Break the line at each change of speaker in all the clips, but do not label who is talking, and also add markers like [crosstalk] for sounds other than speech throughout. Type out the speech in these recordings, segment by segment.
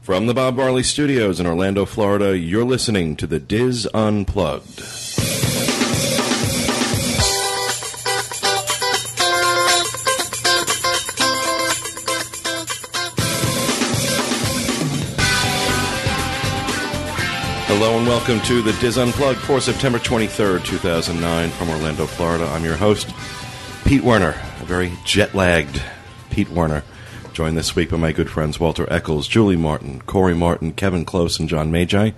From the Bob Barley Studios in Orlando, Florida, you're listening to the Diz Unplugged. Hello and welcome to the Diz Unplugged for September 23rd, 2009, from Orlando, Florida. I'm your host, Pete Werner, a very jet lagged Pete Werner, joined this week by my good friends Walter Eccles, Julie Martin, Corey Martin, Kevin Close, and John Magi.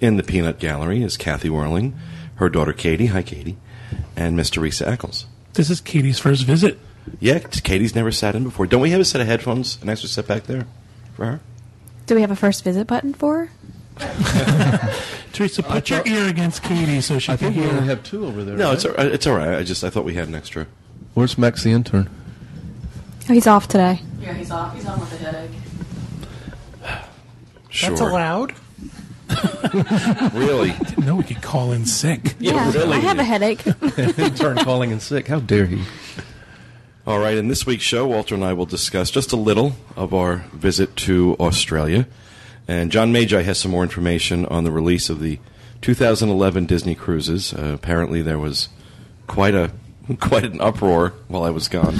In the Peanut Gallery is Kathy Whirling, her daughter Katie, hi Katie, and Miss Teresa Eccles.
This is Katie's first visit.
Yeah, Katie's never sat in before. Don't we have a set of headphones, an extra set back there for her?
Do we have a first visit button for? her?
Teresa, put your
thought-
ear against Katie so she
I
can
think we only
hear.
have two over there.
No,
right?
it's all, it's all right. I just I thought we had an extra.
Where's Max the intern?
Oh, he's off today.
Yeah, he's off. He's on with a headache.
Sure.
allowed.
Really?
No, we could call in sick.
Yeah, I have a headache.
[laughs] intern calling in sick. How dare he?
All right, in this week's show, Walter and I will discuss just a little of our visit to Australia. And John Magi has some more information on the release of the 2011 Disney cruises. Uh, apparently, there was quite a [laughs] quite an uproar while I was gone.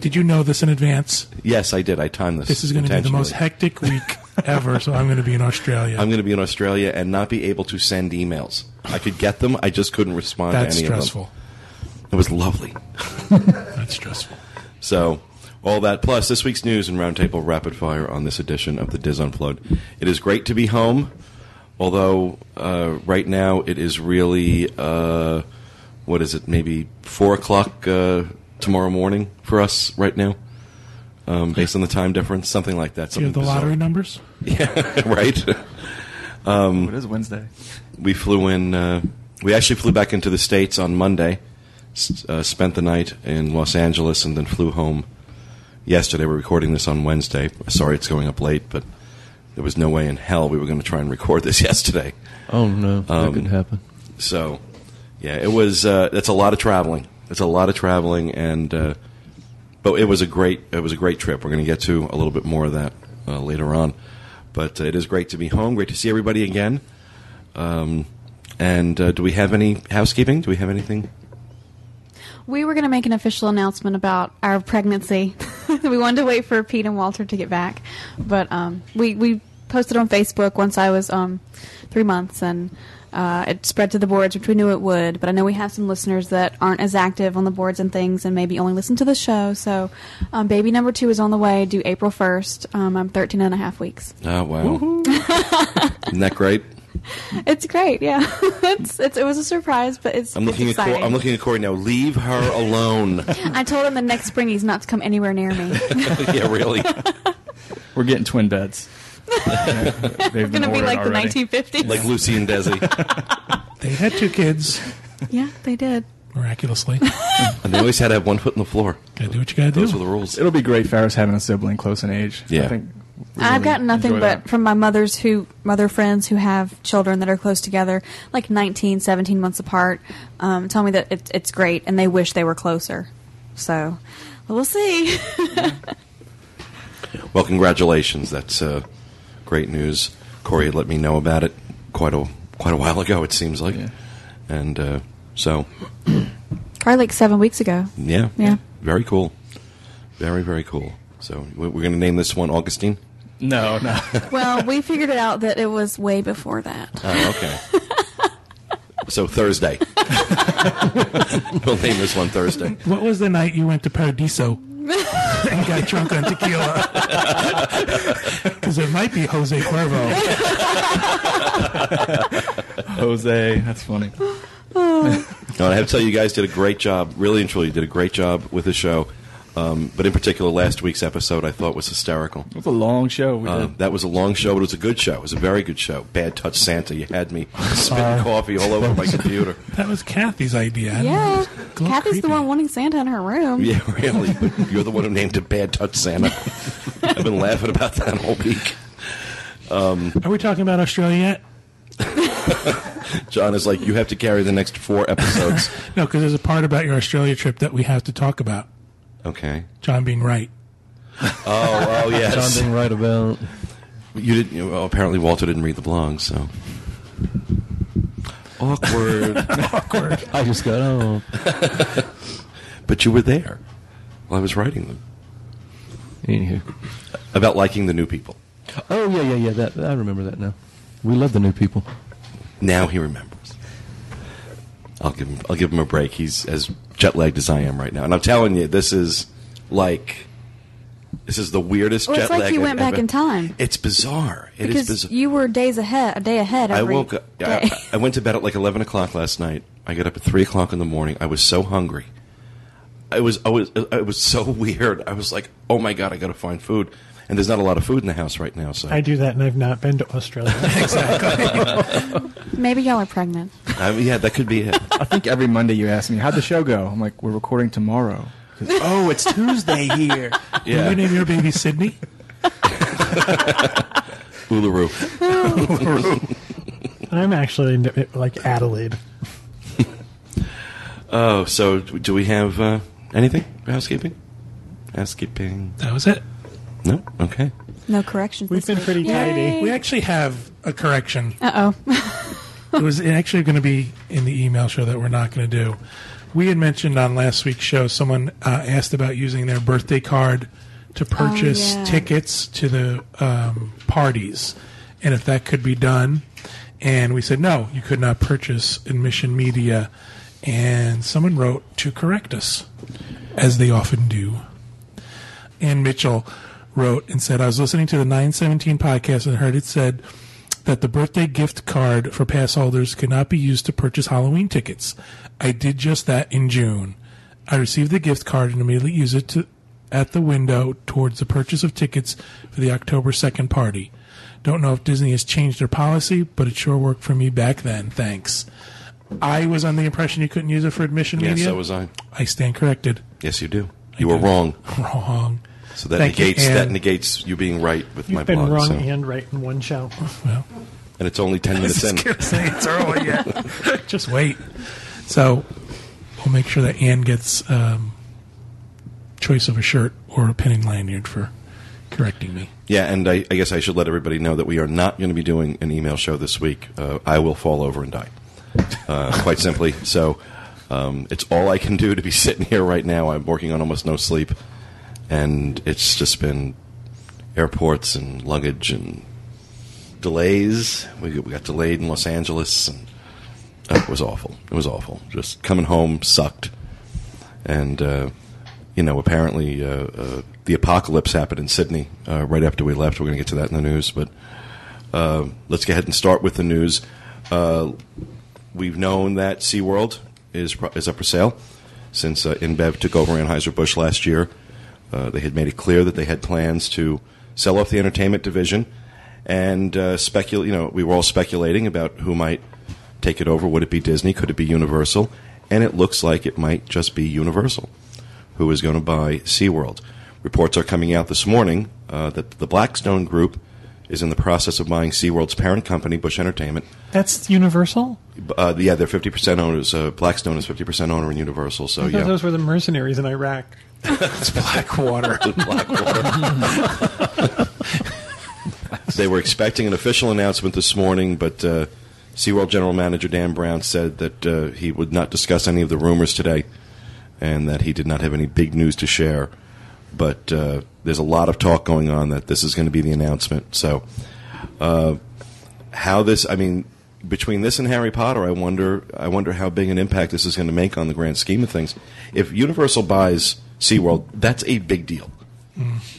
Did you know this in advance?
Yes, I did. I timed this.
This is going to be the most
intentionally.
hectic week ever, so I'm going to be in Australia.
I'm going to be in Australia and not be able to send emails. I could get them, I just couldn't respond
That's
to any
stressful.
of them. It was lovely.
That's stressful.
So, all that plus this week's news and roundtable rapid fire on this edition of the Diz Unplugged. It is great to be home, although uh, right now it is really uh, what is it? Maybe four o'clock uh, tomorrow morning for us right now, um, based on the time difference, something like that.
Do you
Something
have the lottery numbers?
bizarre. [laughs] right? Um,
it is Wednesday.
we flew in. Uh, we actually flew back into the states on Monday. s- Uh, spent the night in Los Angeles and then flew home yesterday. We're recording this on Wednesday. Sorry, it's going up late, but there was no way in hell we were going to try and record this [laughs] yesterday.
Oh no, that could happen.
So, yeah, it was. Uh, that's a lot of traveling. It's a lot of traveling, and uh, but it was a great. It was a great trip. We're going to get to a little bit more of that uh, later on. But uh, it is great to be home. Great to see everybody again. Um, and uh, do we have any housekeeping? Do we have anything?
we were going to make an official announcement about our pregnancy. [laughs] we wanted to wait for Pete and Walter to get back, but um, we we posted on Facebook once I was um, three months and. Uh, it spread to the boards, which we knew it would, but I know we have some listeners that aren't as active on the boards and things and maybe only listen to the show. So, um, baby number two is on the way due April 1st. Um, I'm 13 and a half weeks.
Oh wow! Isn't that great?
It's great, yeah. [laughs] it's, it's, it was a surprise, but it's.
I'm
it's
looking at
exciting.
Cor- I'm looking at Corey now. Leave her alone. [laughs]
I told him the next spring he's not to come anywhere near me.
yeah, really.
We're getting
[laughs]
twin beds. They're
It's going to be like the 1950s.
Like Lucy and Desi,
They had two kids,
yeah, they did.
miraculously.
and they always had to have one foot in the floor.
Gotta do what you gotta do.
Those were the rules.
It'll be great for us having a sibling close in age.
Yeah.
I think we
I've
really
got nothing
enjoy
but
that.
from my mother's who mother friends who have children that are close together, like 19, 17 months apart, um, tell me that it, it's great and they wish they were closer. So we'll see. [laughs]
Well, congratulations. That's uh, great news. Corey had let me know about it quite a quite a while ago. It seems like,
Yeah.
and uh, so
Probably like seven weeks ago.
yeah,
Yeah.
very cool, very very cool. So we- we're going to name this one Augustine.
No,
[laughs]
no.
Well, we figured it out that it was way before that.
Oh, okay. [laughs] so Thursday, [laughs] we'll name this one Thursday.
What was the night you went to Paradiso and got drunk on tequila? [laughs] Because it might be Jose Cuervo.
Jose, that's funny.
No, and I have to tell you, you guys did a great job. Really and truly, did a great job with the show. Um, but in particular, last week's episode I thought was hysterical.
It was a long show. We
Uh,
did.
that was a long show, but it was a good show. It was a very good show. Bad Touch Santa, you had [laughs] me spitting coffee all over [laughs] my computer.
That was Kathy's idea. I don't know.
Yeah.
It's a little
Kathy's
creepy.
the one wanting Santa in her room.
Yeah, really. But you're the one who named it Bad Touch [laughs] Santa. I've been laughing about that all week.
Are we talking about Australia yet?
John is like, you have to carry the next four episodes.
No, because there's a part about your Australia trip that we have to talk about.
[laughs] Okay.
John being right.
Oh, oh yes.
John being right about
You didn't. You well, apparently, Walter didn't read the blog, so awkward.
I just got home.
[laughs] but you were there while I was writing them
Anywho.
about liking the new people.
Oh yeah, yeah, yeah. That I remember that now. We love the new people.
Now he remembers. I'll give him. I'll give him a break. He's as jet lagged as I am right now, and I'm telling you, this is like. This is the weirdest
Well,
jet
it's like
lag
you
I've
went back
ever-
in time.
It's bizarre. It is
because
bizarre.
you were days ahead, a day ahead.
I
every
woke up.
day.
I, I went to bed at like eleven o'clock last night. I got up at three o'clock in the morning. I was so hungry. I was. I was. It was so [laughs] weird. I was like, "Oh my god, I got to find food." And there's not a lot of food in the house right now, so
I do that, and I've not been to
[laughs]
Australia.
[laughs] Maybe y'all are pregnant.
I mean, yeah, that could be it.
I think every Monday you ask me, how'd the show go? I'm like, we're recording tomorrow. He goes, oh, it's Tuesday here.
Will you
Yeah,
name your baby Sydney?
Uluru.
I'm actually in, like Adelaide.
Oh, so do we have uh, anything for housekeeping? Housekeeping?
That was it.
No. Okay.
No corrections.
We've
this
been
week.
pretty tidy.
Yay.
We actually have a correction.
Uh oh.
It was actually going to be in the email show that we're not going to do. We had mentioned on last week's show someone uh, asked about using their birthday card to purchase
yeah.
tickets to the um, parties and if that could be done. And we said, no, you could not purchase admission media. And someone wrote to correct us, as they often do. Ann Mitchell wrote and said, I was listening to the 917 podcast and heard it said that the birthday gift card for pass holders could not be used to purchase Halloween tickets. I did just that in June. I received the gift card and immediately used it to, at the window towards the purchase of tickets for the October 2nd party. Don't know if Disney has changed their policy, but it sure worked for me back then. Thanks. I was under the impression you couldn't use it for admission
Yes,
media.
that was I.
I stand corrected. [laughs]
Yes, you do. You were wrong.
Wrong.
So that
Thank you,
negates
Ann.
that negates you being right with my
You've been
blog.
wrong
so-
and right in one show.
Well,
and it's only ten minutes in.
gonna say it's early yet. [laughs] Just wait. So we'll make sure that Ann gets um, choice of a shirt or a pinning lanyard for correcting me.
Yeah, and I, I guess I should let everybody know that we are not going to be doing an email show this week. Uh, I will fall over and die, uh, quite simply. So um, it's all I can do to be [laughs] sitting here right now. I'm working on almost no sleep, and it's just been airports and luggage and delays. We, we got delayed in Los Angeles, and uh, it was awful. It was awful. Just coming home sucked, and uh, you know, apparently uh, uh, the apocalypse happened in Sydney uh, right after we left. We're going to get to that in the news, but uh, let's go ahead and start with the news. Uh, we've known that SeaWorld is pro- is up for sale since uh, InBev took over Anheuser-Busch last year. Uh, they had made it clear that they had plans to sell off the entertainment division, and uh, specul- you know, we were all speculating about who might take it over. Would it be Disney? Could it be Universal? And it looks like it might just be Universal who is going to buy SeaWorld. Reports are coming out this morning uh, that the Blackstone Group is in the process of buying SeaWorld's parent company, Bush Entertainment.
That's Universal.
Uh, yeah, they're 50% owners. Uh, Blackstone is 50% owner in Universal, so
I thought
yeah.
those were the mercenaries in
[laughs]
Iraq.
It's Blackwater.
they were expecting an official announcement this morning, but uh, SeaWorld General Manager Dan Brown said that uh, he would not discuss any of the rumors today and that he did not have any big news to share. But uh, there's a lot of talk going on that this is going to be the announcement. So, uh, how this, I mean, between this and Harry Potter, I wonder, I wonder how big an impact this is going to make on the grand scheme of things. If Universal buys SeaWorld, that's a big deal.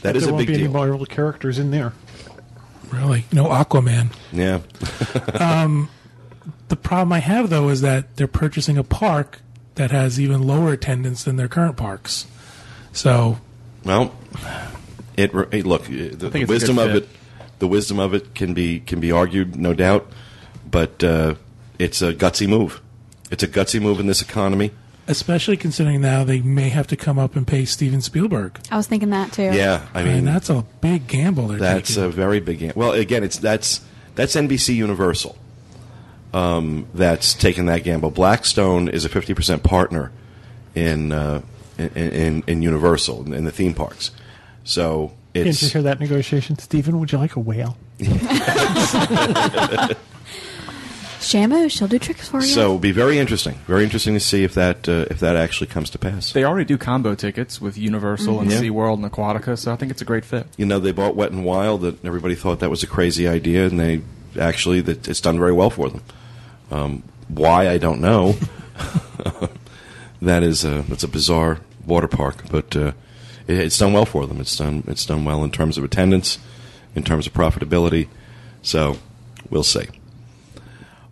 That is
Mm. there
a
won't
big
be any
deal.
Marvel characters in there.
really? No Aquaman.
yeah.
The problem I have, though, is that they're purchasing a park that has even lower attendance than their current parks. So
Well, it, re- hey, look the, the
it's a
wisdom
good
of
fit.
it. The wisdom of it can be can be argued, no doubt, but uh, it's a gutsy move. It's a gutsy move in this economy.
especially considering now they may have to come up and pay Steven Spielberg.
I was thinking that too.
Yeah, I mean
and that's a big gamble they're
that's
taking.
a very big. game. Well, again, it's that's that's NBC Universal um, that's taken that gamble. Blackstone is a fifty percent partner in, uh, in in in Universal in the theme parks, so
Didn't you
it's
hear that negotiation, Stephen? Would you like a whale?
Shamu, she'll do tricks for you.
So it'll be very interesting. Very interesting to see if that uh, if that actually comes to pass.
They already do combo tickets with Universal and
Mm-hmm. Yeah.
SeaWorld and Aquatica, so I think it's a great fit.
you know, they bought Wet and Wild, and everybody thought that was a crazy idea, and they actually that it's done very well for them. Um, why I don't know. [laughs] that is a that's a bizarre water park, but uh, it, it's done well for them. It's done it's done well in terms of attendance, in terms of profitability. So we'll see.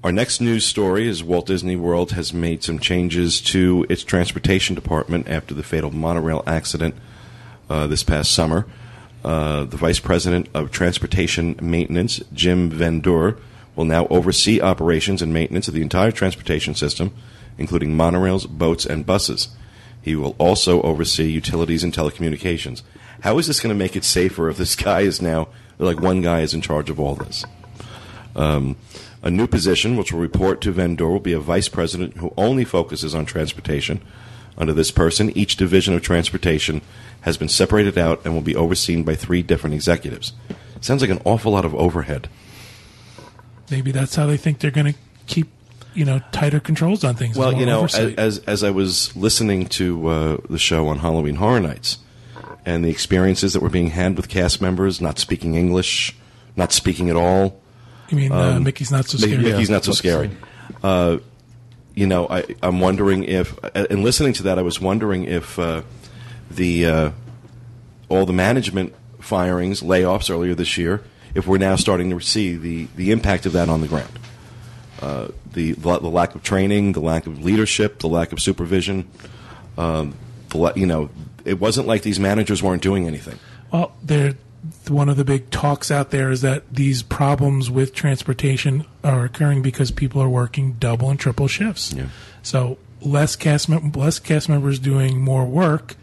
Our next news story is Walt Disney World has made some changes to its transportation department after the fatal monorail accident uh, this past summer. Uh, the Vice President of Transportation Maintenance, Jim Van Doer, will now oversee operations and maintenance of the entire transportation system, including monorails, boats, and buses. He will also oversee utilities and telecommunications. How is this going to make it safer if this guy is now, like, one guy is in charge of all this? Um, a new position, which will report to Vendor, will be a vice president who only focuses on transportation. Under this person, each division of transportation has been separated out and will be overseen by three different executives. Sounds like an awful lot of overhead.
Maybe that's how they think they're going to keep, you know, tighter controls on things.
Well,
more
you know, as,
oversight.
as as I was listening to uh, the show on Halloween Horror Nights, and the experiences that were being had with cast members not speaking English, not speaking at all.
you mean uh, Mickey's not so
um, Mickey-
scary?
Mickey's not so scary. Uh, you know, I, I'm wondering if, in listening to that, I was wondering if uh, the uh, all the management firings, layoffs earlier this year, if we're now starting to see the, the impact of that on the ground. Uh, the, the lack of training, the lack of leadership, the lack of supervision. Um, the, la- you know, it wasn't like these managers weren't doing anything.
Well, there. One of the big talks out there is that these problems with transportation are occurring because people are working double and triple shifts.
Yeah.
So less cast mem- less cast members doing more work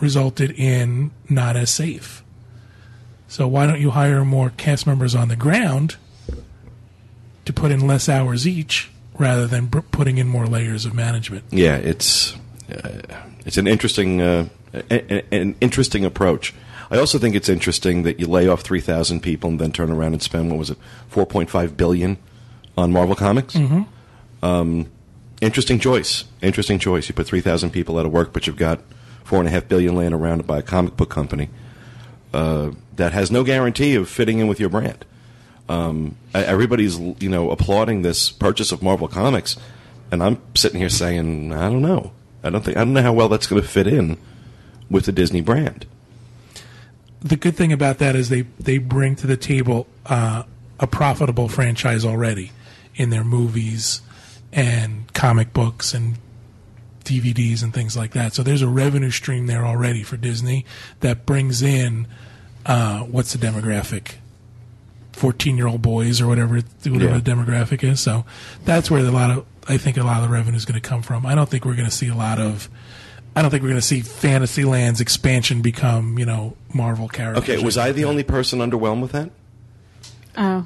resulted in not as safe. So why don't you hire more cast members on the ground to put in less hours each rather than br- putting in more layers of management?
yeah, it's uh, it's an interesting uh, an, an interesting approach. I also think it's interesting that you lay off three thousand people and then turn around and spend what was it four point five billion on Marvel Comics. Mm-hmm. Um, interesting choice. Interesting choice. You put three thousand people out of work, but you've got four and a half billion laying around to buy a comic book company uh, that has no guarantee of fitting in with your brand uh, everybody's you know applauding this purchase of Marvel Comics, and I'm sitting here saying I don't know. I don't think I don't know how well that's going to fit in with the Disney brand.
the good thing about that is they they bring to the table uh, a profitable franchise already in their movies and comic books and DVDs and things like that. So there's a revenue stream there already for Disney that brings in uh, what's the demographic? 14 year old boys or whatever whatever
Yeah.
the demographic is. So that's where a lot of I think a lot of the revenue is going to come from. I don't think we're going to see a lot of I don't think we're going to see Fantasyland's expansion become you know Marvel characters.
Okay, was I the only person underwhelmed with that?
oh,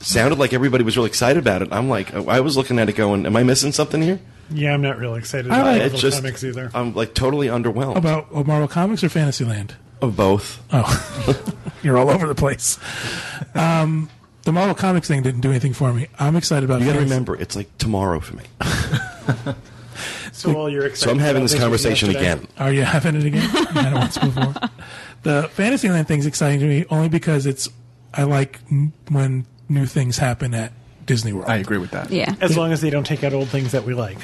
Sounded like everybody was really excited about it. I'm like, I was looking at it going, am I missing something here?
Yeah, I'm not really excited
I
about
like-
Marvel
It's just,
comics either.
I'm like totally underwhelmed
about oh, Marvel comics or Fantasyland?
of both.
Oh, you're all over
[laughs]
the place. Um, the Marvel comics thing didn't do anything for me. I'm excited about.
You got to
Fantasy-
remember, it's like tomorrow for me.
so all you're excited.
So I'm having
about
this
was
conversation
yesterday.
again.
Are you having
[laughs]
it again? You had it once before. The Fantasyland thing's exciting to me only because it's I like n- when new things happen at Disney World.
I agree with that.
yeah.
As long as they don't take out old things that we like.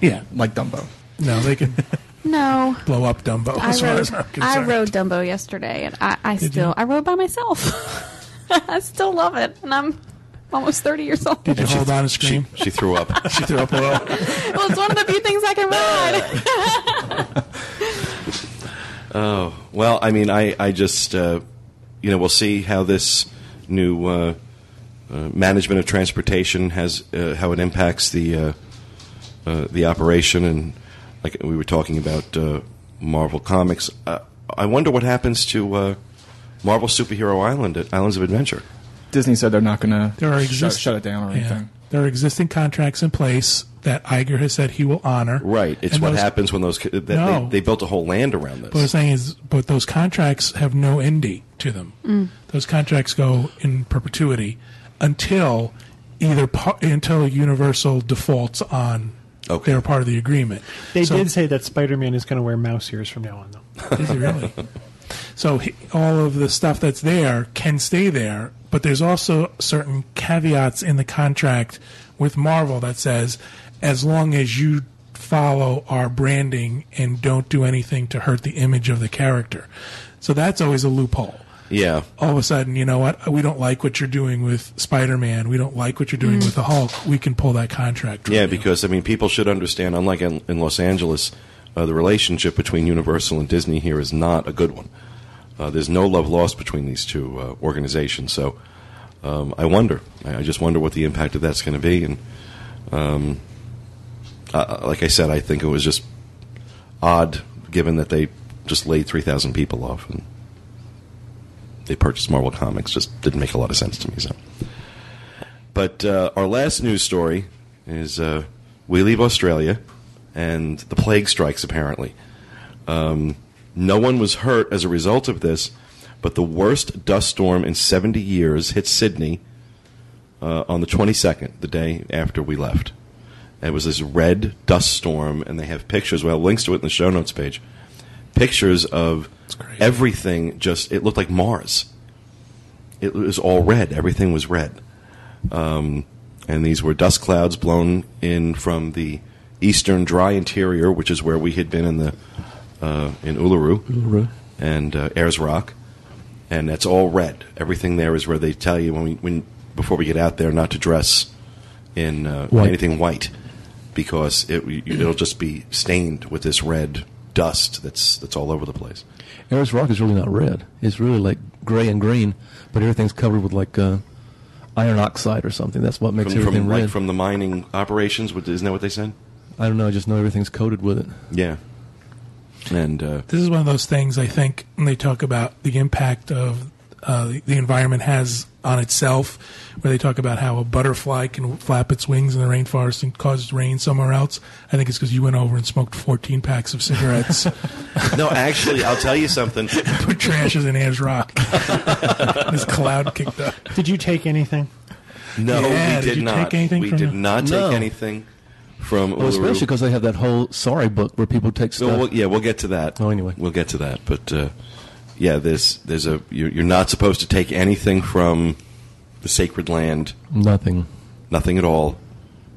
yeah,
Like Dumbo.
no, they can
No.
blow up Dumbo.
I
as far
rode,
as [laughs] I'm concerned.
I rode Dumbo yesterday, and I, I still
you?
I rode by myself. [laughs] I still love it, and I'm almost thirty years old.
Did you hold on and
She,
scream?
she threw up.
She threw up a little.
[laughs] well, it's one of the few things I can
[laughs]
ride.
Well, I mean, I, I just, uh, you know, we'll see how this new uh, uh, management of transportation has, uh, how it impacts the uh, uh, the operation, and like we were talking about uh, Marvel Comics. Uh, I wonder what happens to uh, Marvel Superhero Island at Islands of Adventure.
Disney said they're not going to
There are
shut,
exist-
shut it down or
Yeah.
anything.
There are existing contracts in place that Iger has said he will honor.
Right. It's
And
what
those-
happens when those ki- that
No.
they, they built a whole land around
What I'm
this.
saying is, but those contracts have no ending to them. Those contracts go in perpetuity until either par- until Universal defaults on
Okay.
their part of the agreement.
They
So-
did say that Spider Man is going to wear mouse ears from now on, though.
Is it really? [laughs] so he, all of the stuff that's there can stay there, but there's also certain caveats in the contract with Marvel that says as long as you follow our branding and don't do anything to hurt the image of the character. So that's always a loophole.
Yeah.
All of a sudden, you know what? We don't like what you're doing with Spider-Man. We don't like what you're doing with the Hulk. We can pull that contract. from
Mm. Yeah,
you.
because I mean, people should understand. Unlike in, in Los Angeles, uh, the relationship between Universal and Disney here is not a good one. Uh, there's no love lost between these two uh, organizations. So um, I wonder. I, I just wonder what the impact of that's going to be. And um, uh, uh, like I said, I think it was just odd, given that they just laid three thousand people off and they purchased Marvel Comics. Just didn't make a lot of sense to me. So. But uh, our last news story is uh, we leave Australia, and the plague strikes apparently. Um, no one was hurt as a result of this, but the worst dust storm in 70 years hit Sydney uh, on the 22nd, the day after we left. It was this red dust storm, and they have pictures. Well, links to it in the show notes page. Pictures of
crazy.
everything just, it looked like Mars. It was all red. Everything was red Um, and these were dust clouds blown in from the eastern dry interior, which is where we had been in the uh, in Uluru,
Uluru.
and uh, Ayers Rock, and that's all red. Everything there is where they tell you when we, when before we get out there not to dress in uh,
White.
anything white because it you- it'll just be stained with this red dust that's that's all over the place.
Ares Rock is really not red. It's really like gray and green, but everything's covered with like uh, iron oxide or something. That's what makes
From,
everything
from like
red.
from the mining operations, what- isn't that what they said?
I don't know. I just know everything's coated with it.
Yeah, and. Uh,
this is one of those things I think when they talk about the impact of uh, the, the environment has on itself, where they talk about how a butterfly can flap its wings in the rainforest and cause rain somewhere else. I think it's because you went over and smoked 14 packs of cigarettes,
[laughs]
[laughs]
no, actually, I'll tell you something.
put trashes in Ayers Rock. [laughs] this cloud kicked up.
Did you take anything?
[laughs] No,
Yeah,
we
did
did,
you
not.
take anything
we
from
did
the-
not take
No.
anything from
Well, especially
Uluru.
because they have that whole sorry book where people take stuff.
So we'll, yeah, we'll get to that.
Oh, anyway.
we'll get to that. But uh, yeah, there's there's a you're, you're not supposed to take anything from the sacred land,
Nothing.
nothing at all.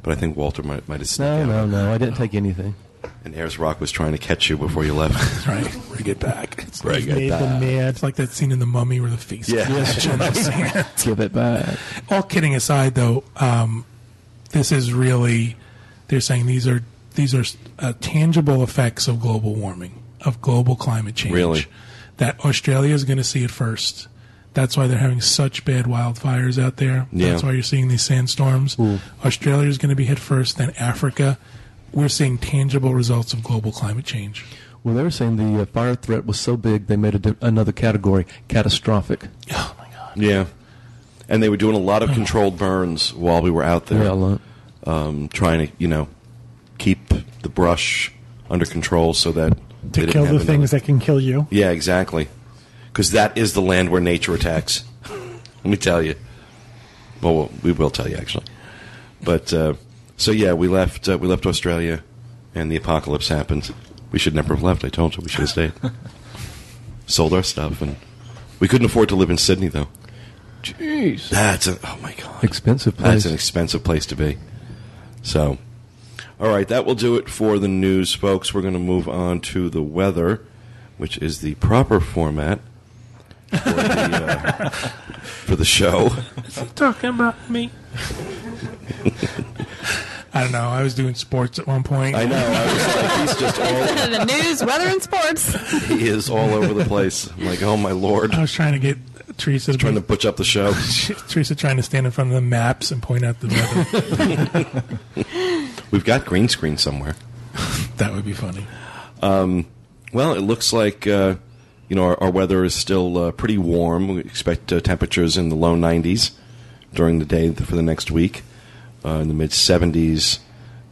But I think Walter might might have snuck
No,
out.
no, no. I didn't take anything.
And Ayers Rock was trying to catch you before you left.
[laughs]
That's right. Bring it back. It's like,
Bring it
Made them mad.
it's like that scene in The Mummy where the feast.
Yeah.
[laughs]
Give it back.
all kidding aside though um, this is really they're saying these are these are uh, tangible effects of global warming of global climate change
Really?
that australia is going to see it first that's why they're having such bad wildfires out there
Yeah.
that's why you're seeing these sandstorms australia is going to be hit first then africa we're seeing tangible results of global climate change
Well, they were saying the uh, fire threat was so big they made a di- another category, catastrophic.
oh my god
Yeah, and they were doing a lot of controlled burns while we were out there.
Yeah, a lot.
um, trying to you know keep the brush under control so that they
To
didn't
kill
have
the
another-
things that can kill you?
Yeah, exactly. Because that is the land where nature attacks. [laughs] Let me tell you. Well, we'll- we will tell you actually. But uh, so yeah, we left. Uh, we left Australia, and the apocalypse happened. We should never have left. I told you we should have stayed. Sold our stuff, and we couldn't afford to live in Sydney though.
Jeez.
That's a, oh my god,
Expensive
That's
place.
an expensive place to be. So, all right, that will do it for the news, folks. We're going to move on to the weather, which is the proper format for the, [laughs] uh, for the show.
talking about me i don't know i was doing sports at one point
I know. I was like, he's just all
the news, weather, and sports.
he is all over the place. I'm like, oh my lord,
I was trying to get Teresa to,
trying to butch up the show.
[laughs] Teresa trying to stand in front of the maps and point out the weather.
We've got green screen somewhere.
that would be funny.
Well, it looks like uh, you know our, our weather is still uh, pretty warm. We expect uh, temperatures in the low 90s during the day for the next week. uh, in the mid 70s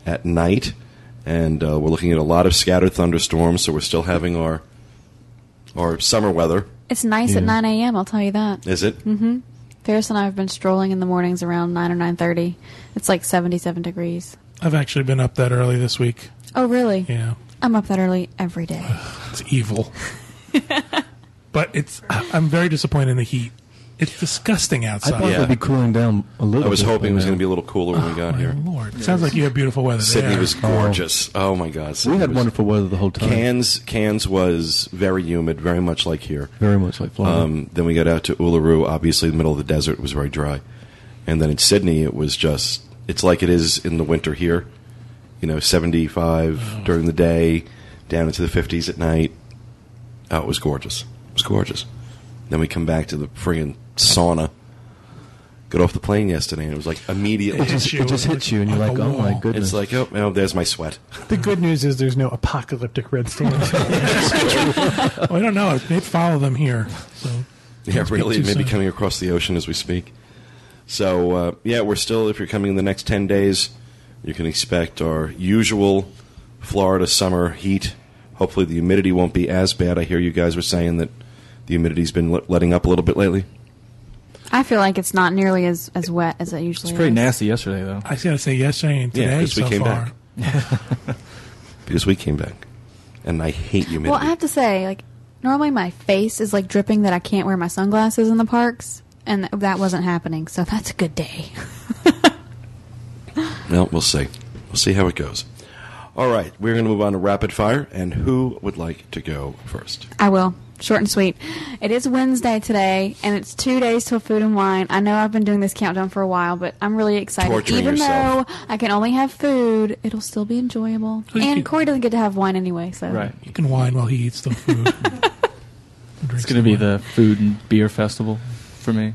at night, and uh, we're looking at a lot of scattered thunderstorms. So we're still having our our summer weather.
It's nice at 9 a.m. I'll tell you that.
Is it?
Ferris and I have been strolling in the mornings around 9 or 9:30. It's like 77 degrees.
I've actually been up that early this week.
Oh, really?
Yeah,
I'm up that early every day.
it's evil. but it's I'm very disappointed in the heat. It's disgusting
I
outside.
thought
Yeah.
it'd be cooling down a little.
I was
bit
hoping it
by
was
now.
going to be a little cooler when we got [sighs]
My
here.
Lord, sounds like you have beautiful weather
Sydney
there. [laughs]
was gorgeous. Oh my God, Sydney
We had
was-
wonderful weather the whole time.
Cairns, Cairns was very humid, very much like here.
Very much like Florida.
Um, then we got out to Uluru. Obviously, the middle of the desert was very dry, and then in Sydney, it was just it's like it is in the winter here. You know, seventy five during the day, down into the fifties at night. Oh, it was gorgeous. It was gorgeous. Then we come back to the friggin' sauna. Got off the plane yesterday, and it was like immediately.
It hits
it just hits you, and you're
Like
like,
a
"Oh my
wall.
goodness!"
It's like, oh, oh, there's my sweat.
The good news is there's no apocalyptic red storms.
Oh, I don't know. It did follow them here. So
[laughs] Yeah, really,
too
it may be
soon.
coming across the ocean as we speak. So, uh, yeah, we're still, if you're coming in the next 10 days, you can expect our usual Florida summer heat. Hopefully, the humidity won't be as bad. I hear you guys were saying that the humidity's been let- letting up a little bit lately.
I feel like it's not nearly as, as wet as it usually
It's pretty
is.
nasty yesterday, though.
I gotta say yesterday and
Yeah,
today
'cause we
so
came
far.
back.
[laughs]
Because we came back. And I hate humidity.
Well, I have to say, like, normally my face is like dripping that I can't wear my sunglasses in the parks, and th- that wasn't happening. So that's a good day. [laughs]
Well, we'll see. We'll see how it goes. All right, we're going to move on to rapid fire. And who would like to go first?
I will. Short and sweet. It is Wednesday today, and it's two days till food and wine. I know I've been doing this countdown for a while, but I'm really excited.
Torturing
Even
yourself.
though I can only have food, it'll still be enjoyable.
Well, you
and
can-
Corey doesn't get to have wine anyway, so
Right.
You can whine while he eats the
[laughs]
food.
It's going to be the food and beer festival for me.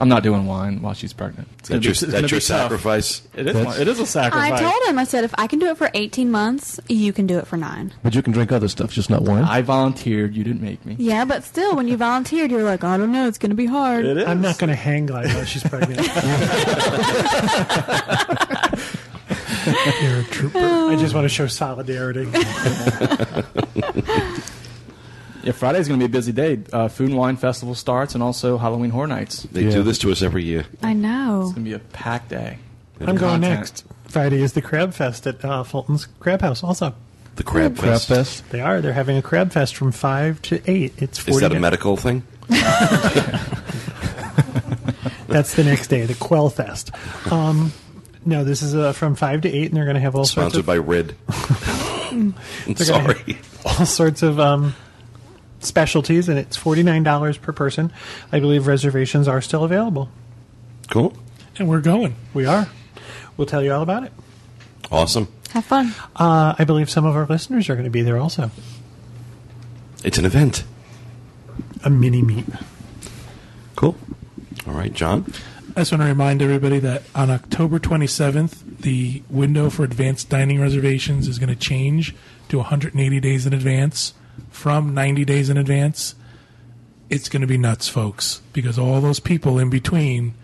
I'm not doing wine while she's pregnant. It's gonna
That's your,
be- it's gonna
that's
be
your
tough.
sacrifice.
It is, one- it is a
I
sacrifice.
told him, I said, if I can do it for 18 months, you can do it for nine.
but you can drink other stuff, just not wine.
I volunteered. You didn't make me.
Yeah, but still, when you volunteered, you're like, I don't know, it's going to be hard.
It is.
I'm not going to hang glide while she's pregnant.
You're a trooper.
I just want to show solidarity.
Yeah, Friday's going to be a busy day. Uh, food and wine festival starts, and also Halloween Horror Nights. It's
They
Yeah.
do this to us every year.
I know.
going to be a packed day.
I'm going
Content.
next. Friday is the Crab Fest at uh, Fulton's Crab House. Also,
The crab
Crab
fest.
fest.
they are. They're having a Crab Fest from five to eight. It's 40
Is that a
minutes.
medical thing?
That's the next day, the Quell Fest. Um, no, this is uh, from five to eight, and they're going to have all
Sponsored by [laughs]
sorts
Rid. I'm
[laughs] They're gonna
sorry.
of all sorts of um, specialties, and it's forty nine dollars per person. I believe reservations are still available.
Cool.
and we're going.
We are. We'll tell you all about it.
Awesome.
Have fun.
Uh, I believe some of our listeners are going to be there also.
It's an event.
A mini meet.
Cool. All right, John.
I just want to remind everybody that on October 27th, the window for advanced dining reservations is going to change to 180 days in advance from 90 days in advance. It's going to be nuts, folks, because all those people in between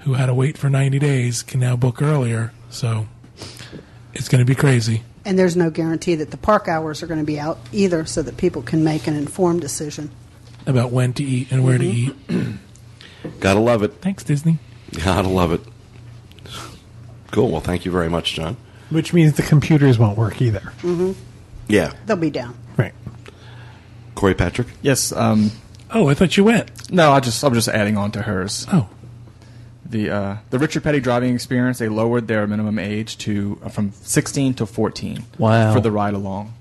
who had to wait for 90 days can now book earlier. So it's going to be crazy.
And there's no guarantee that the park hours are going to be out either, so that people can make an informed decision.
about when to eat and where to eat.
Gotta love it. [laughs]
Thanks, Disney.
Gotta love it. Cool. Well, thank you very much, John.
Which means the computers won't work either.
Yeah.
They'll be down.
Right.
Corey Patrick.
Yes. Um,
Oh, I thought you went.
no, I just I'm just adding on to hers.
Oh,
The uh, the Richard Petty driving experience. They lowered their minimum age to uh, from 16 to 14.
Wow.
For the ride along.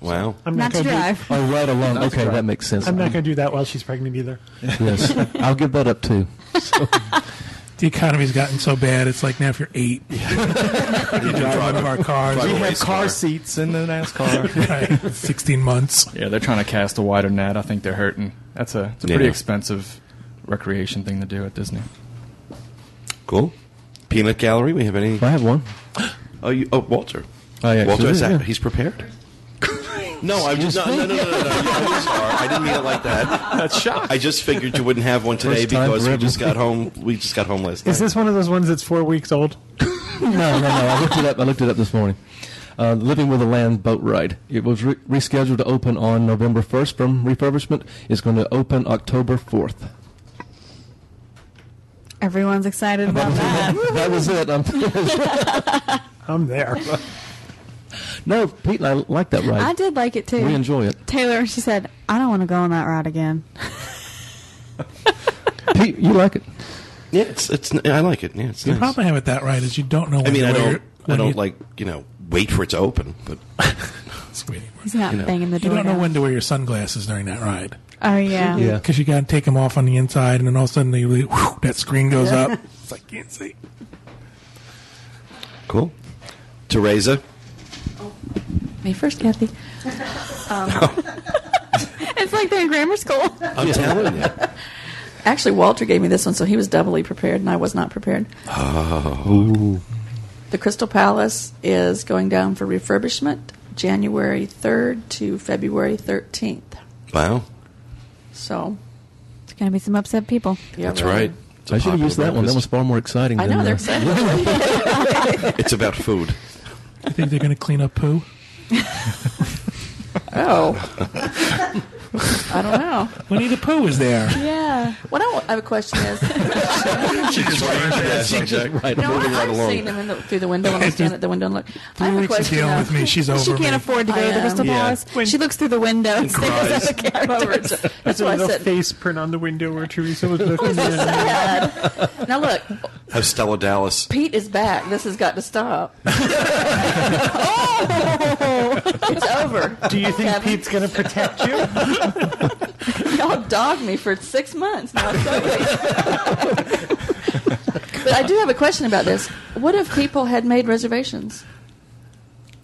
Wow.
I'm
Not to
gonna do-
drive.
Oh, right along.
That's
Okay,
right.
that makes sense.
I'm not going to do that while she's pregnant either.
yes, I'll give that up too.
the economy's gotten so bad. It's like now if you're eight, [laughs] you can drive one of our cars.
drive
We
a
have
race car.
car seats in the NASCAR.
[laughs]
Right, sixteen months.
yeah, they're trying to cast a wider net. I think they're hurting. That's a it's a pretty
Yeah.
expensive recreation thing to do at Disney.
Cool. Peanut Gallery. We have any?
I have one.
Oh, you, oh Walter.
Oh, yeah,
Walter,
sure,
is that,
yeah.
he's prepared. no, I was not. No, no, no, no, no. no. I'm sorry. I didn't mean it like that.
That's shocking.
I just figured you wouldn't have one today
First time
because we
forever.
just got home. We just got home last night.
Is this one of those ones that's four weeks old?
no, no, no. I looked it up. I looked it up this morning. Uh, Living with the Land boat ride. It was re- rescheduled to open on November 1st from refurbishment. It's going to open October 4th.
Everyone's excited about that.
That was it. I'm, [laughs]
I'm there.
no, Pete and I like that ride.
I did like it too.
We enjoy it.
Taylor, she said, I don't want to go on that ride again.
Pete, you like it?
Yeah, it's it's. I like it. Yeah, it's
The
nice.
problem I have with that ride is you don't know. When
I mean, I
where
don't.
you're-
I
when
don't
you-
like you know wait for it to open, but
It's weird.
He's not
You know.
banging the
You
door.
don't know
down.
when to wear your sunglasses during that ride
Oh yeah.
Yeah.
because you got to take them off on the inside, and then all of a sudden they, whew, that screen goes up. It's like can't see.
cool. Teresa,
Me first, Kathy. Um, [laughs] it's like they're in grammar school.
I'm telling you.
Actually, Walter gave me this one, so he was doubly prepared, and I was not prepared. Oh.
Oh.
The Crystal Palace is going down for refurbishment January 3rd to February 13th.
Wow,
So,
It's gonna be some upset people.
yeah,
that's
really.
right. It's a
I should have
popular
used that one. That was
breakfast.
far more exciting.
I
than,
know, they're
uh,
excited.
It's about food.
You think they're going to clean up poo?
[laughs]
oh. I don't know.
Winnie the Pooh is there.
Yeah.
What I, I have a question is,
[laughs] She
[laughs]
just
you know,
Moving right
I've
along.
seen them in the, through the window when I stand at the window and look. I have
Three
a
weeks of
question.
dealing
of-
with me. She's over.
She
me.
can't afford to go to the
I,
Crystal
um,
Yeah.
Palace. She looks through the window and [laughs] sees
cries.
other characters.
That's
There's a
why I
little
said.
face print on the window where Teresa was looking. in.
Now look,
Have Stella Dallas.
Pete is back. This has got to stop.
[laughs]
Oh! It's over.
Do you think
Kevin?
Pete's going to protect you?
Y'all dogged me for six months. Now I'm sorry. but I do have a question about this. What if people had made reservations?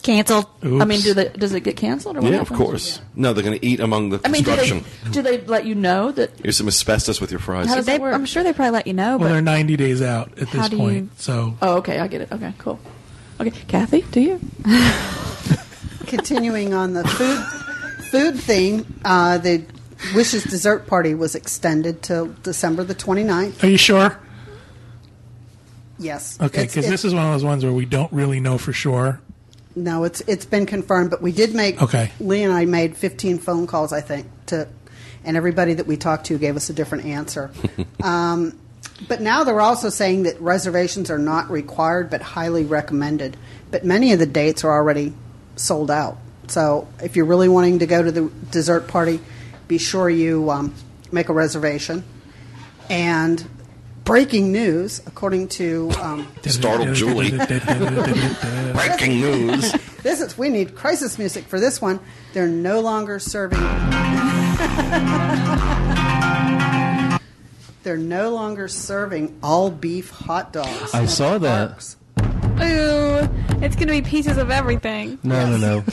Canceled.
I mean, do they, does it get canceled? Or what
Yeah, of
happens?
course. No, they're going to eat among the
I mean, do
construction.
they, do they let you know that?
Here's some asbestos with your fries.
How does
They,
that work?
I'm sure they probably let you know,
Well, they're
but
90 days out at
How
this
do you-
point, so
Oh, okay, I get it. Okay, cool. Okay, Kathy, do you?
Continuing on the food food theme, uh, the Wishes dessert party was extended till December the 29th.
Are you sure?
Yes.
Okay,
It's-
because
it-
this is one of those ones where we don't really know for sure.
No, it's it's been confirmed, but we did make
Okay.
Lee and I made 15 phone calls, I think, to and everybody that we talked to gave us a different answer. um, but now they're also saying that reservations are not required, but highly recommended. But many of the dates are already sold out. So if you're really wanting to go to the dessert party, be sure you um, make a reservation. And breaking news, according to um,
Startled Julie.
[laughs]
Breaking news. [laughs]
This is we need crisis music for this one. They're no longer serving. [laughs] They're no longer serving all beef hot dogs.
I
at
saw
the
that.
parks.
ooh, it's gonna be pieces of everything.
No, no, no.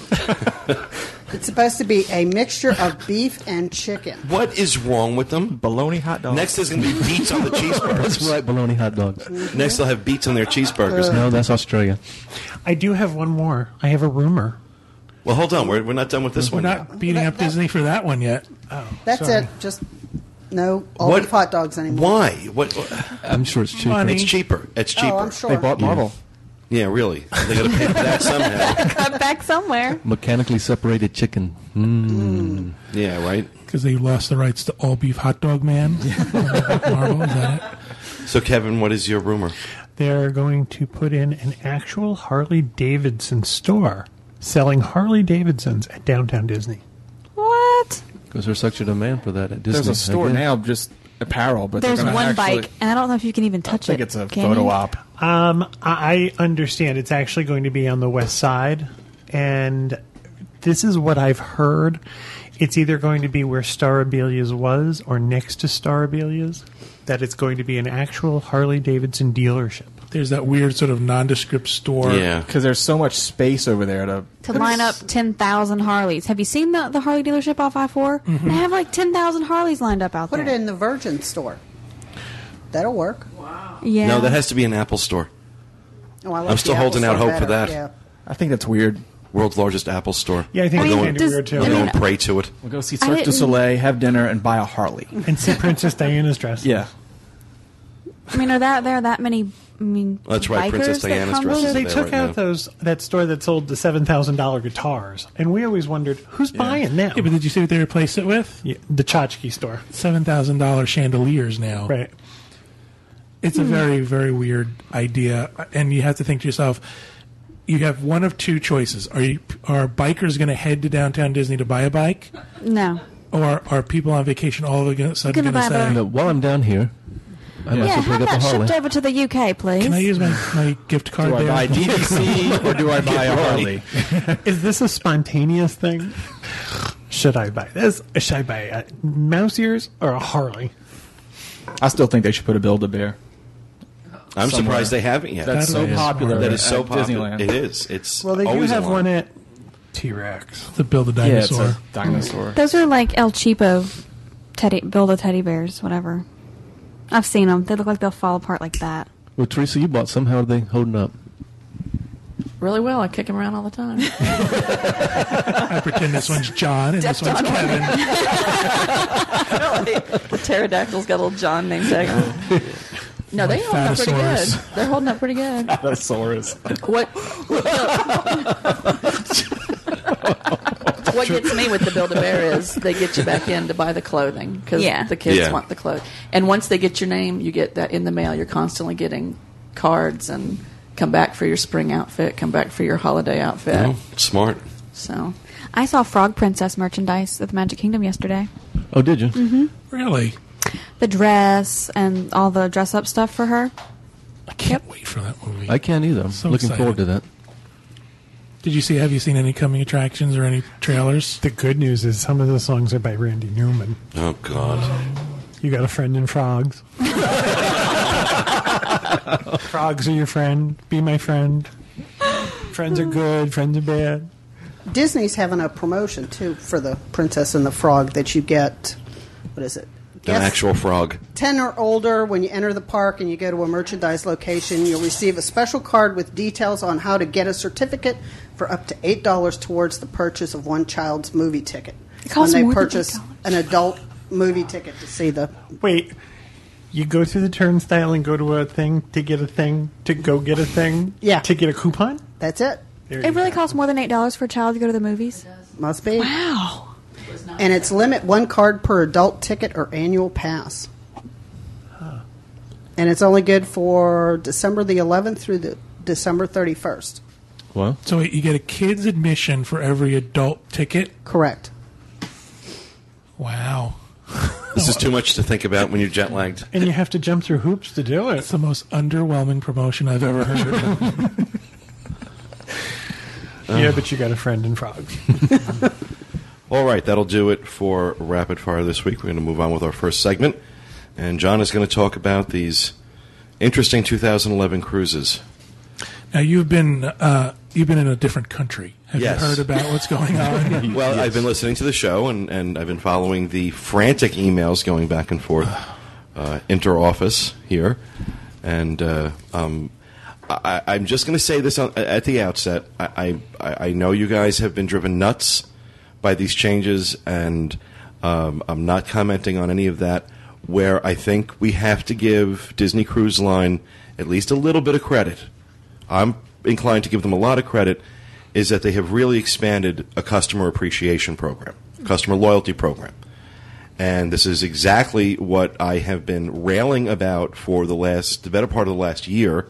It's supposed to be a mixture of beef and chicken.
What is wrong with them?
Bologna hot dogs.
Next is going to be beets on the
[laughs] That's
cheeseburgers.
right, bologna hot dogs.
Next they'll have beets on their cheeseburgers.
No, that's Australia.
I do have one more. I have a rumor.
Well, hold on. We're, we're not done with this one.
We're
yet.
not beating up Disney for that one yet.
That's
Sorry.
it. Just no all
What-
beef hot dogs anymore.
Why? What? what-
I'm sure it's cheaper.
Money.
It's cheaper. It's cheaper.
Oh, I'm sure.
They bought Marvel.
Yeah, really. They got to pay for that somehow. [laughs]
Cut back somewhere.
Mechanically separated chicken. Mm.
Yeah, right.
Because they lost the rights to all beef hot dog man. Marvel, is that it?
So, Kevin, what is your rumor?
They're going to put in an actual Harley Davidson store selling Harley Davidsons at downtown Disney.
What?
Because there's such a demand for that at Disney.
There's a store
I guess.
now, just apparel, but they're
There's
gonna
one
actually-
bike, and I don't know if you can even touch
I think
it.
it's a
Can
photo
you?
op.
Um, I I understand it's actually going to be on the west side, and this is what I've heard. It's either going to be where Starabelia's was or next to Starabelia's. That it's going to be an actual Harley Davidson dealership.
There's that weird sort of nondescript store.
Yeah.
Because there's so much space over there to.
To line up 10,000 Harleys. Have you seen the, the Harley dealership off I 4? They have like 10,000 Harleys lined up out
Put
there.
it in the Virgin store. That'll work.
Yeah.
No, that has to be an Apple store.
Oh, I like
I'm still
the Apple
holding out
store
hope for that.
better. Yeah.
I think that's weird.
World's largest Apple store.
Yeah, I think
we're
it's
going,
kind of
does-
weird too.
we're
I mean-
going prey to it.
We'll go see
I
Cirque du
didn't-
Soleil, have dinner, and buy a Harley.
And see Princess Diana's dress.
Yeah.
I mean, are that there are that many I mean,
That's right,
bikers
Princess
that
Diana's
come
dresses
to-
Well, they
there
took
right
out
now.
those that store that sold the seven thousand dollar guitars, and we always wondered who's buying them.
Yeah, but did you see what they replaced it with?
Yeah, the tchotchke store,
Seven thousand dollar chandeliers now.
right?
It's a very, very weird idea, and you have to think to yourself: you have one of two choices. Are you are bikers going to head to downtown Disney to buy a bike,
No.
or are people on vacation all of a sudden going to
Gonna buy a
say,
And uh, while I'm down here, I might as
Yeah,
well
have
pick up a
that shipped
Harley.
over to the UK, please.
"Can I use my, my gift card
Do I
there?"
buy DVC or do I buy a Harley?
Is this a spontaneous thing? Should I buy this? Should I buy a mouse ears or a Harley?
[laughs] I still think they should put a Build a Bear.
I'm
somewhere.
surprised they haven't yet.
That's so
That is
popular.
smart.
That is so
at
popular.
Disneyland.
It is. It's
Well, they do
always
have
on.
one at T Rex.
to build a
Yeah, it's
dinosaur?
a dinosaur.
Those are like El Cheapo teddy build a teddy bears, whatever. I've seen them. They look like they'll fall apart like that.
Well, Teresa, you bought some. How are they holding up?
Really well. I kick him around all the time.
I pretend this one's John and this one's Kevin.
really? The pterodactyl's got a little John name tag on. it. No, they hold up pretty good.
Fatosaurus.
They're holding up pretty good.
Dinosaurs.
What? what gets me with the Build a Bear is they get you back in to buy the clothing because
Yeah.
the kids
Yeah.
want the clothes. And once they get your name, you get that in the mail. You're constantly getting cards and come back for your spring outfit, come back for your holiday outfit.
Oh, smart.
So
I saw Frog Princess merchandise at the Magic Kingdom yesterday.
Oh, did you?
Mm-hmm.
Really,
The dress and all the dress up stuff for her.
I can't wait for that movie.
I can't either. I'm
So
looking
excited.
forward to that.
Did you see? Have you seen any coming attractions or any trailers?
The good news is some of the songs are by Randy Newman.
Oh God.
You got a friend in [laughs] frogs. frogs are your friend. Be my friend. Friends are good. Friends are bad.
Disney's having a promotion too for the Princess and the Frog that you get. What is it?
An
Guess-
actual frog.
10 or older, when you enter the park and you go to a merchandise location, you'll receive a special card with details on how to get a certificate for up to $8 towards the purchase of one child's movie ticket.
It costs
when they
more than
purchase
$8.
an adult movie ticket to see the.
Wait. You go through the turnstile and go to a thing to get a thing to go get a thing.
Yeah.
To get a coupon.
That's it.
There
It
you
really
go.
costs more than eight dollars for a child to go to the movies.
Must be.
Wow.
And it's limit one card per adult ticket or annual pass. And it's only good for December the 11th through the December 31st.
Wow.
So wait, you get a kid's admission for every adult ticket.
Correct.
Wow,
This is too much to think about when you're jet lagged.
And you have to jump through hoops to do it.
it's the most underwhelming promotion I've ever heard.
yeah, but you got a friend in frogs.
All right, that'll do it for rapid fire this week. We're going to move on with our first segment, and John is going to talk about these interesting 2011 cruises.
now you've been uh, you've been in a different country. Have
Yes.
you heard about what's going
[laughs]
on?
Well, I've been listening to the show, and, and I've been following the frantic emails going back and forth uh, inter office here. And uh, um, I, I- I'm just going to say this on, at the outset. I, I, I know you guys have been driven nuts by these changes, and um, I'm not commenting on any of that. Where I think we have to give Disney Cruise Line at least a little bit of credit. I'm inclined to give them a lot of credit, is that they have really expanded a customer appreciation program, customer loyalty program. And this is exactly what I have been railing about for the last, the better part of the last year.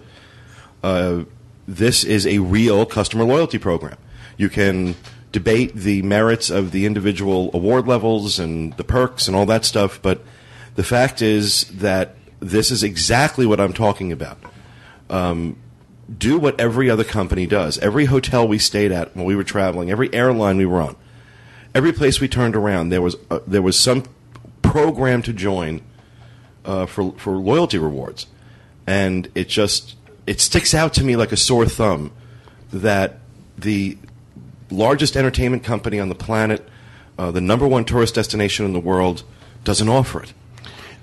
Uh, this is a real customer loyalty program. You can debate the merits of the individual award levels and the perks and all that stuff, but the fact is that this is exactly what I'm talking about do what every other company does. Every hotel we stayed at when we were traveling, every airline we were on, every place we turned around, there was uh, there was some program to join uh, for for loyalty rewards, and it just it sticks out to me like a sore thumb that the largest entertainment company on the planet, uh, the number one tourist destination in the world, doesn't offer it.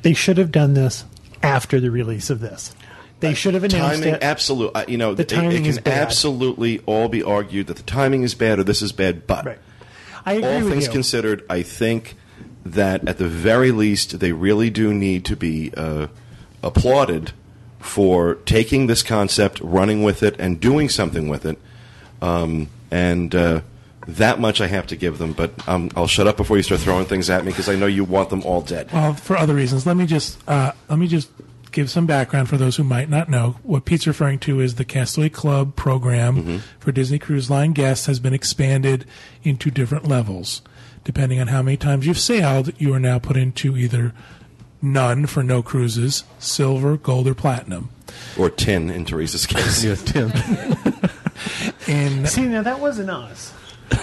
They should have done this after the release of this. They should have announced
timing,
it.
absolutely. Uh, you know,
The
it- it,
timing
can
is bad.
absolutely all be argued that the timing is bad or this is bad, but
Right. I agree
all
with
things
you.
considered, I think that at the very least they really do need to be uh, applauded for taking this concept, running with it, and doing something with it. Um, and uh, that much I have to give them. But um, I'll shut up before you start throwing things at me because I know you want them all dead.
Well, Uh, for other reasons, let me just uh, let me just give some background for those who might not know. What Pete's referring to is the Castaway Club program for Disney Cruise Line guests has been expanded into different levels. Depending on how many times you've sailed, you are now put into either none for no cruises, silver, gold, or platinum.
Or tin in Teresa's case.
Yeah, Tim.
In
See, now that wasn't us.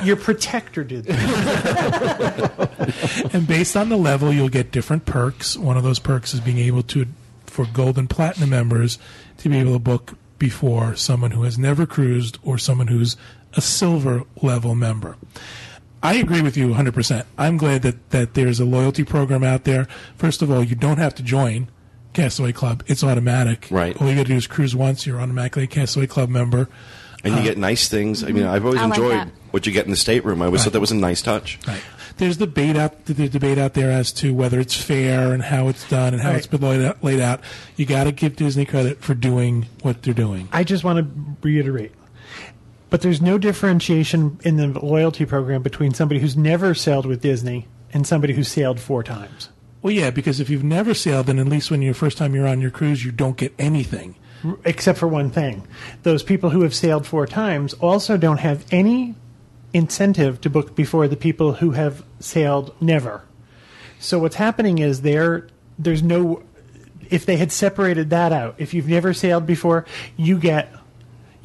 Your protector did that.
[laughs] and based on the level, you'll get different perks. One of those perks is being able to, for gold and platinum members, to be able to book before someone who has never cruised or someone who's a silver level member. I agree with you 100%. I'm glad that, that there's a loyalty program out there. First of all, you don't have to join Castaway Club, it's automatic.
Right.
All you got to do is cruise once, you're automatically a Castaway Club member.
And you get nice things. I mean, I've always
I like
enjoyed
that.
what you get in the stateroom. I always
Right.
thought that was a nice touch.
Right. There's debate out the debate out there as to whether it's fair and how it's done and how it's been laid out, laid out. You got to give Disney credit for doing what they're doing.
I just want to reiterate. But there's no differentiation in the loyalty program between somebody who's never sailed with Disney and somebody who sailed four times.
Well, yeah, because if you've never sailed, then at least when your first time you're on your cruise, you don't get anything.
except for one thing. Those people who have sailed four times also don't have any incentive to book before the people who have sailed never. So what's happening is there there's no if they had separated that out. If you've never sailed before, you get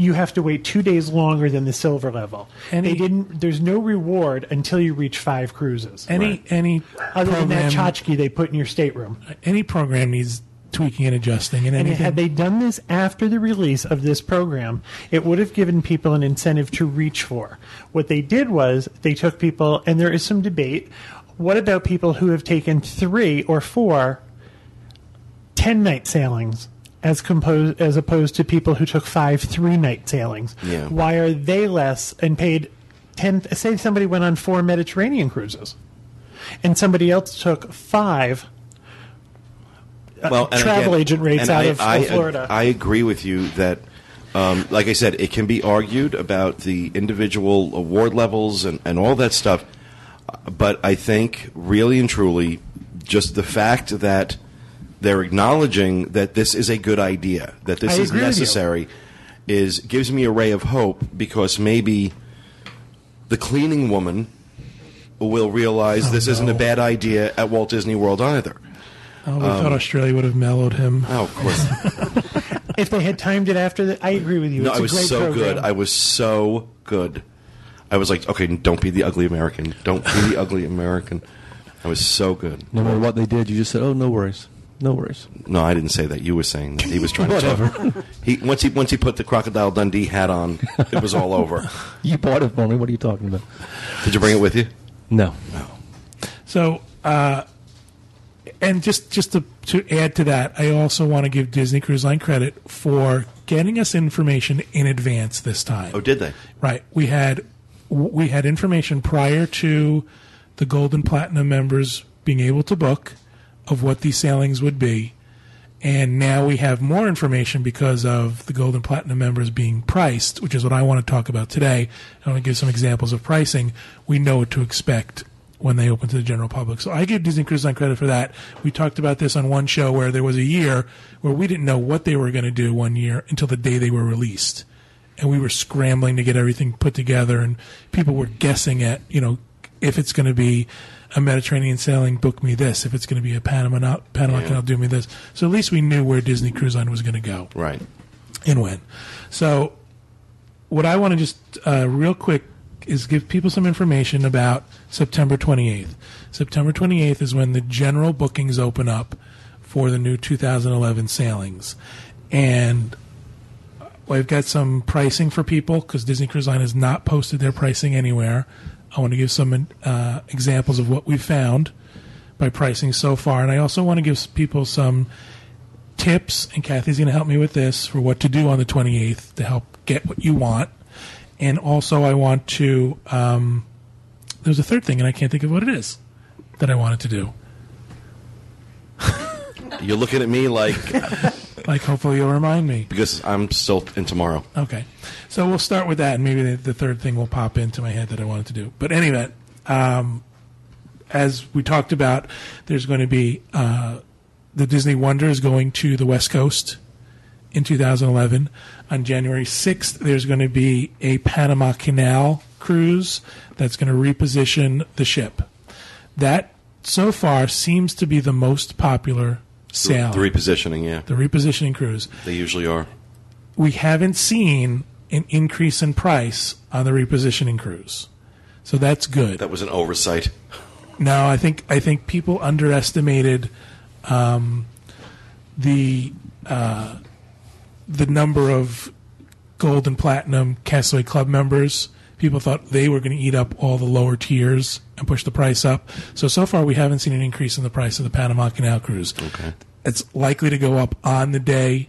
you have to wait 2 days longer than the silver level. And
Any-
they didn't there's no reward until you reach 5 cruises.
Any any
other
program,
than that tchotchke they put in your stateroom.
any program needs tweaking and adjusting, and
And
anything.
had they done this after the release of this program, it would have given people an incentive to reach for. What they did was they took people, and there is some debate. What about people who have taken three or four 10 night sailings? As, composed, as opposed to people who took five three night sailings.
Yeah.
Why are they less and paid 10? Say somebody went on four Mediterranean cruises and somebody else took five
well, and
Uh, travel
again-
agent rates
and
out
I-
of- of
I-
Florida.
I agree with you that, um, like I said, it can be argued about the individual award levels and, and all that stuff. But I think, really and truly, just the fact that they're acknowledging that this is a good idea, that this
I
is
agree with you.
necessary, is gives me a ray of hope because maybe the cleaning woman will
Oh,
realize this isn't a bad idea at Walt Disney World either.
oh, we thought Australia would have mellowed him.
Oh, of [laughs] course.
if they had timed it after the, I agree with you.
No,
it's
I
a
was
great
so
program.
good. I was so good. I was like, okay, don't be the ugly American. Don't be the ugly American. I was so good.
No matter what they did, you just said, "Oh, no worries, no worries."
No, I didn't say that. You were saying that. He was trying to
Whatever.
talk. [laughs] He once he once he put the crocodile Dundee hat on, it was all over.
You bought it for me. What are you talking about?
Did you bring it with you?
No.
So, uh, and just just to, to add to that, I also want to give Disney Cruise Line credit for getting us information in advance this time.
Oh, did they?
Right. We had we had information prior to the gold and platinum members being able to book of what these sailings would be. And now we have more information because of the gold and platinum members being priced, which is what I want to talk about today. I want to give some examples of pricing. We know what to expect when they open to the general public. So I give Disney Cruise Line credit for that. We talked about this on one show where there was a year where we didn't know what they were going to do one year until the day they were released and we were scrambling to get everything put together and people were guessing at you know if it's going to be a mediterranean sailing book me this if it's going to be a panama not panama canal do me this so at least we knew where disney cruise line was going to go
Right.
and when so what i want to just uh, real quick is give people some information about september 28th september 28th is when the general bookings open up for the new 2011 sailings and I've got some pricing for people because Disney Cruise Line has not posted their pricing anywhere. I want to give some uh, examples of what we've found by pricing so far, and I also want to give s- people some tips. And Kathy's going to help me with this for what to do on the 28th to help get what you want. And also, I want to. Um, there's a third thing, and I can't think of what it is that I wanted to do.
You're looking at me like
Like, hopefully you'll remind me.
because I'm still in tomorrow.
Okay. So we'll start with that, and maybe the, the third thing will pop into my head that I wanted to do. But anyway, um, as we talked about, there's going to be uh, the Disney Wonder is going to the West Coast in 2011. On January 6th, there's going to be a Panama Canal cruise that's going to reposition the ship. That so far seems to be the most popular sail.
The repositioning, yeah.
the repositioning cruise
They usually are.
we haven't seen an increase in price on the repositioning cruise. So that's good.
That was an oversight.
No, I think I think people underestimated um, the uh, the number of gold and platinum Castaway Club members. People thought they were going to eat up all the lower tiers and push the price up. So so far, we haven't seen an increase in the price of the Panama Canal cruise. Okay, it's likely to go up on the day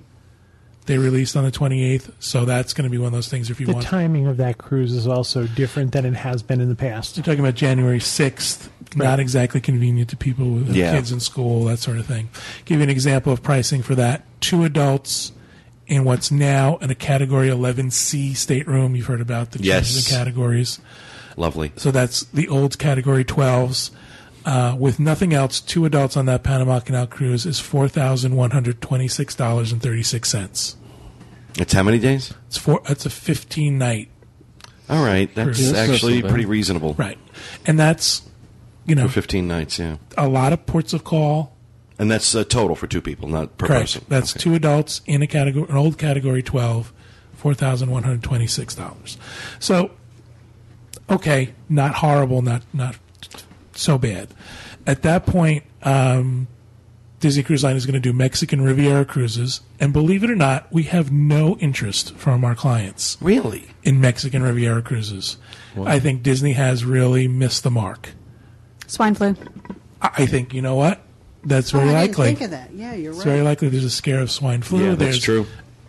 they released on the twenty eighth. So that's going to be one of those things. If you
The
want,
timing of that cruise is also different than it has been in the past.
you're talking about January 6th, not exactly convenient to people with
Yeah.
kids in school, that sort of thing. Give you an example of pricing for that. Two adults in what's now in a Category 11C stateroom. You've heard about the changes
Yes.
in categories.
Lovely.
So that's the old Category 12s. Uh, with nothing else, two adults on that Panama Canal cruise is $4,126.36.
It's how many days?
It's four, that's a 15 night
All right. That's
Cruise.
That's not
actually
so bad.
pretty reasonable.
Right. And that's, you know,
For 15 nights, yeah.
a lot of ports of call.
And that's uh, total for two people, not per
Correct.
person.
That's
Okay.
two adults in a category, an old category 12, $4,126. So, okay, not horrible, not, not so bad. At that point, um, Disney Cruise Line is going to do Mexican Riviera cruises. And believe it or not, we have no interest from our clients
Really?
in Mexican Riviera cruises. I think Disney has really missed the mark.
Swine flu.
I, I think, you know what? That's very
Oh, I didn't
likely.
think of that. Yeah, you're
It's
right.
very likely there's a scare of swine flu.
Yeah, that's
there's
true.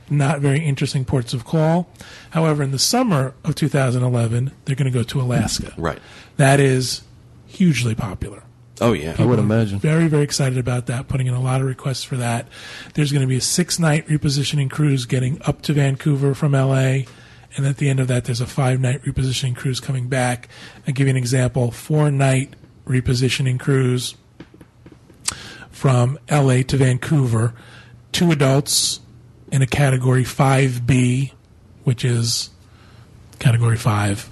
Not very interesting ports of call. However, in the summer of 2011, they're going to go to Alaska.
Right.
That is hugely popular.
Oh, yeah.
I would imagine.
Very, very excited about that, putting in a lot of requests for that. There's going to be a six night repositioning cruise getting up to Vancouver from LA. And at the end of that, there's a five night repositioning cruise coming back. I'll give you an example four night repositioning cruise from LA to Vancouver. Two adults in a category 5B, which is category 5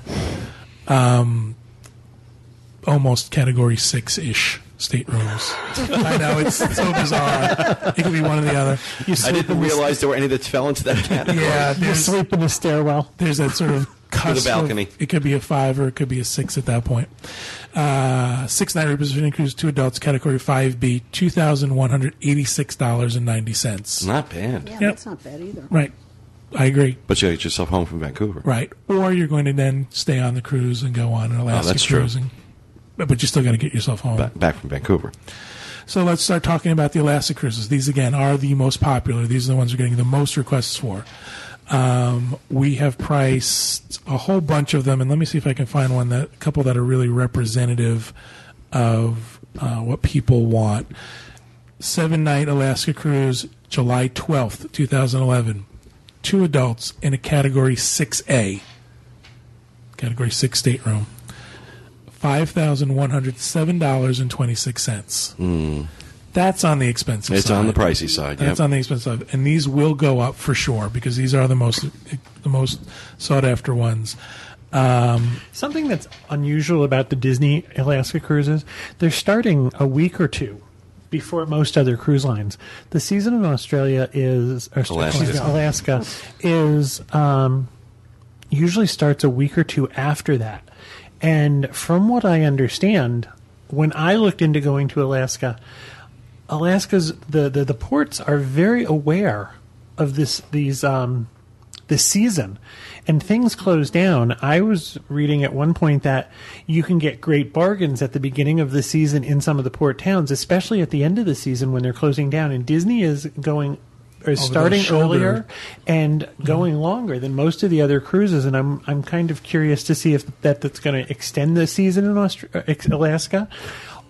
almost category six ish staterooms. [laughs] I know it's so bizarre. It could be one or the other. You
I
sleep
didn't
in the-
realize there were any that fell [laughs] into that category.
Yeah,
You
there's,
sleep in the stairwell.
there's that sort [laughs] of cusp of-
balcony.
it could be a five or it could be a six at that point. Uh, six night repositioning cruise, two adults, category five B, two thousand one hundred eighty six dollars and ninety cents.
Not bad.
Yeah,
Yep.
that's not bad either.
Right, I agree.
But you got yourself home from Vancouver.
Right, or you're going to then stay on the cruise and go on an Alaska
Oh, that's true.
cruising, but, but you still got to get yourself home.
Back, back from Vancouver.
So let's start talking about the Alaska cruises. These again are the most popular. These are the ones we're getting the most requests for. Um, we have priced a whole bunch of them, and let me see if I can find one that a couple that are really representative of uh, what people want. Seven night Alaska cruise, July twelfth, two thousand eleven. Two adults in a category six A, category six stateroom. Five thousand one hundred seven dollars and twenty six cents. That's on the expensive
Hmm. It's
side.
on the pricey side.
That's
yep.
on the expense side, and these will go up for sure because these are the most the most sought after ones. Um,
Something that's unusual about the Disney Alaska cruises, they're starting a week or two before most other cruise lines. The season in Australia is or,
Alaska.
excuse me, Alaska is um, usually starts a week or two after that. And from what I understand, when I looked into going to Alaska, Alaska's the, the, the ports are very aware of this these um, this season, and things close down. I was reading at one point that you can get great bargains at the beginning of the season in some of the port towns, especially at the end of the season when they're closing down. And Disney is going or is
Over
starting
their shoulder.
earlier and going longer than most of the other cruises. And I'm I'm kind of curious to see if that that's going to extend the season in Austra- uh, ex- Alaska,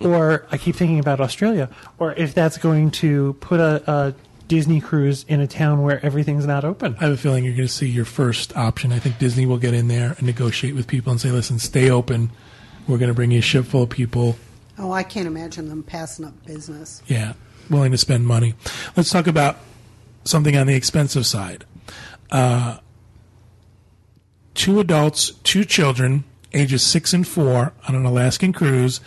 or I keep thinking about Australia, or if that's going to put a, a Disney cruise in a town where everything's not open.
I have a feeling you're going to see your first option. I think Disney will get in there and negotiate with people and say, "Listen, stay open. We're going to bring you a ship full of people.
Oh, I can't imagine them passing up business.
Yeah, willing to spend money." Let's talk about something on the expensive side. Uh, two adults, two children, ages six and four, on an Alaskan cruise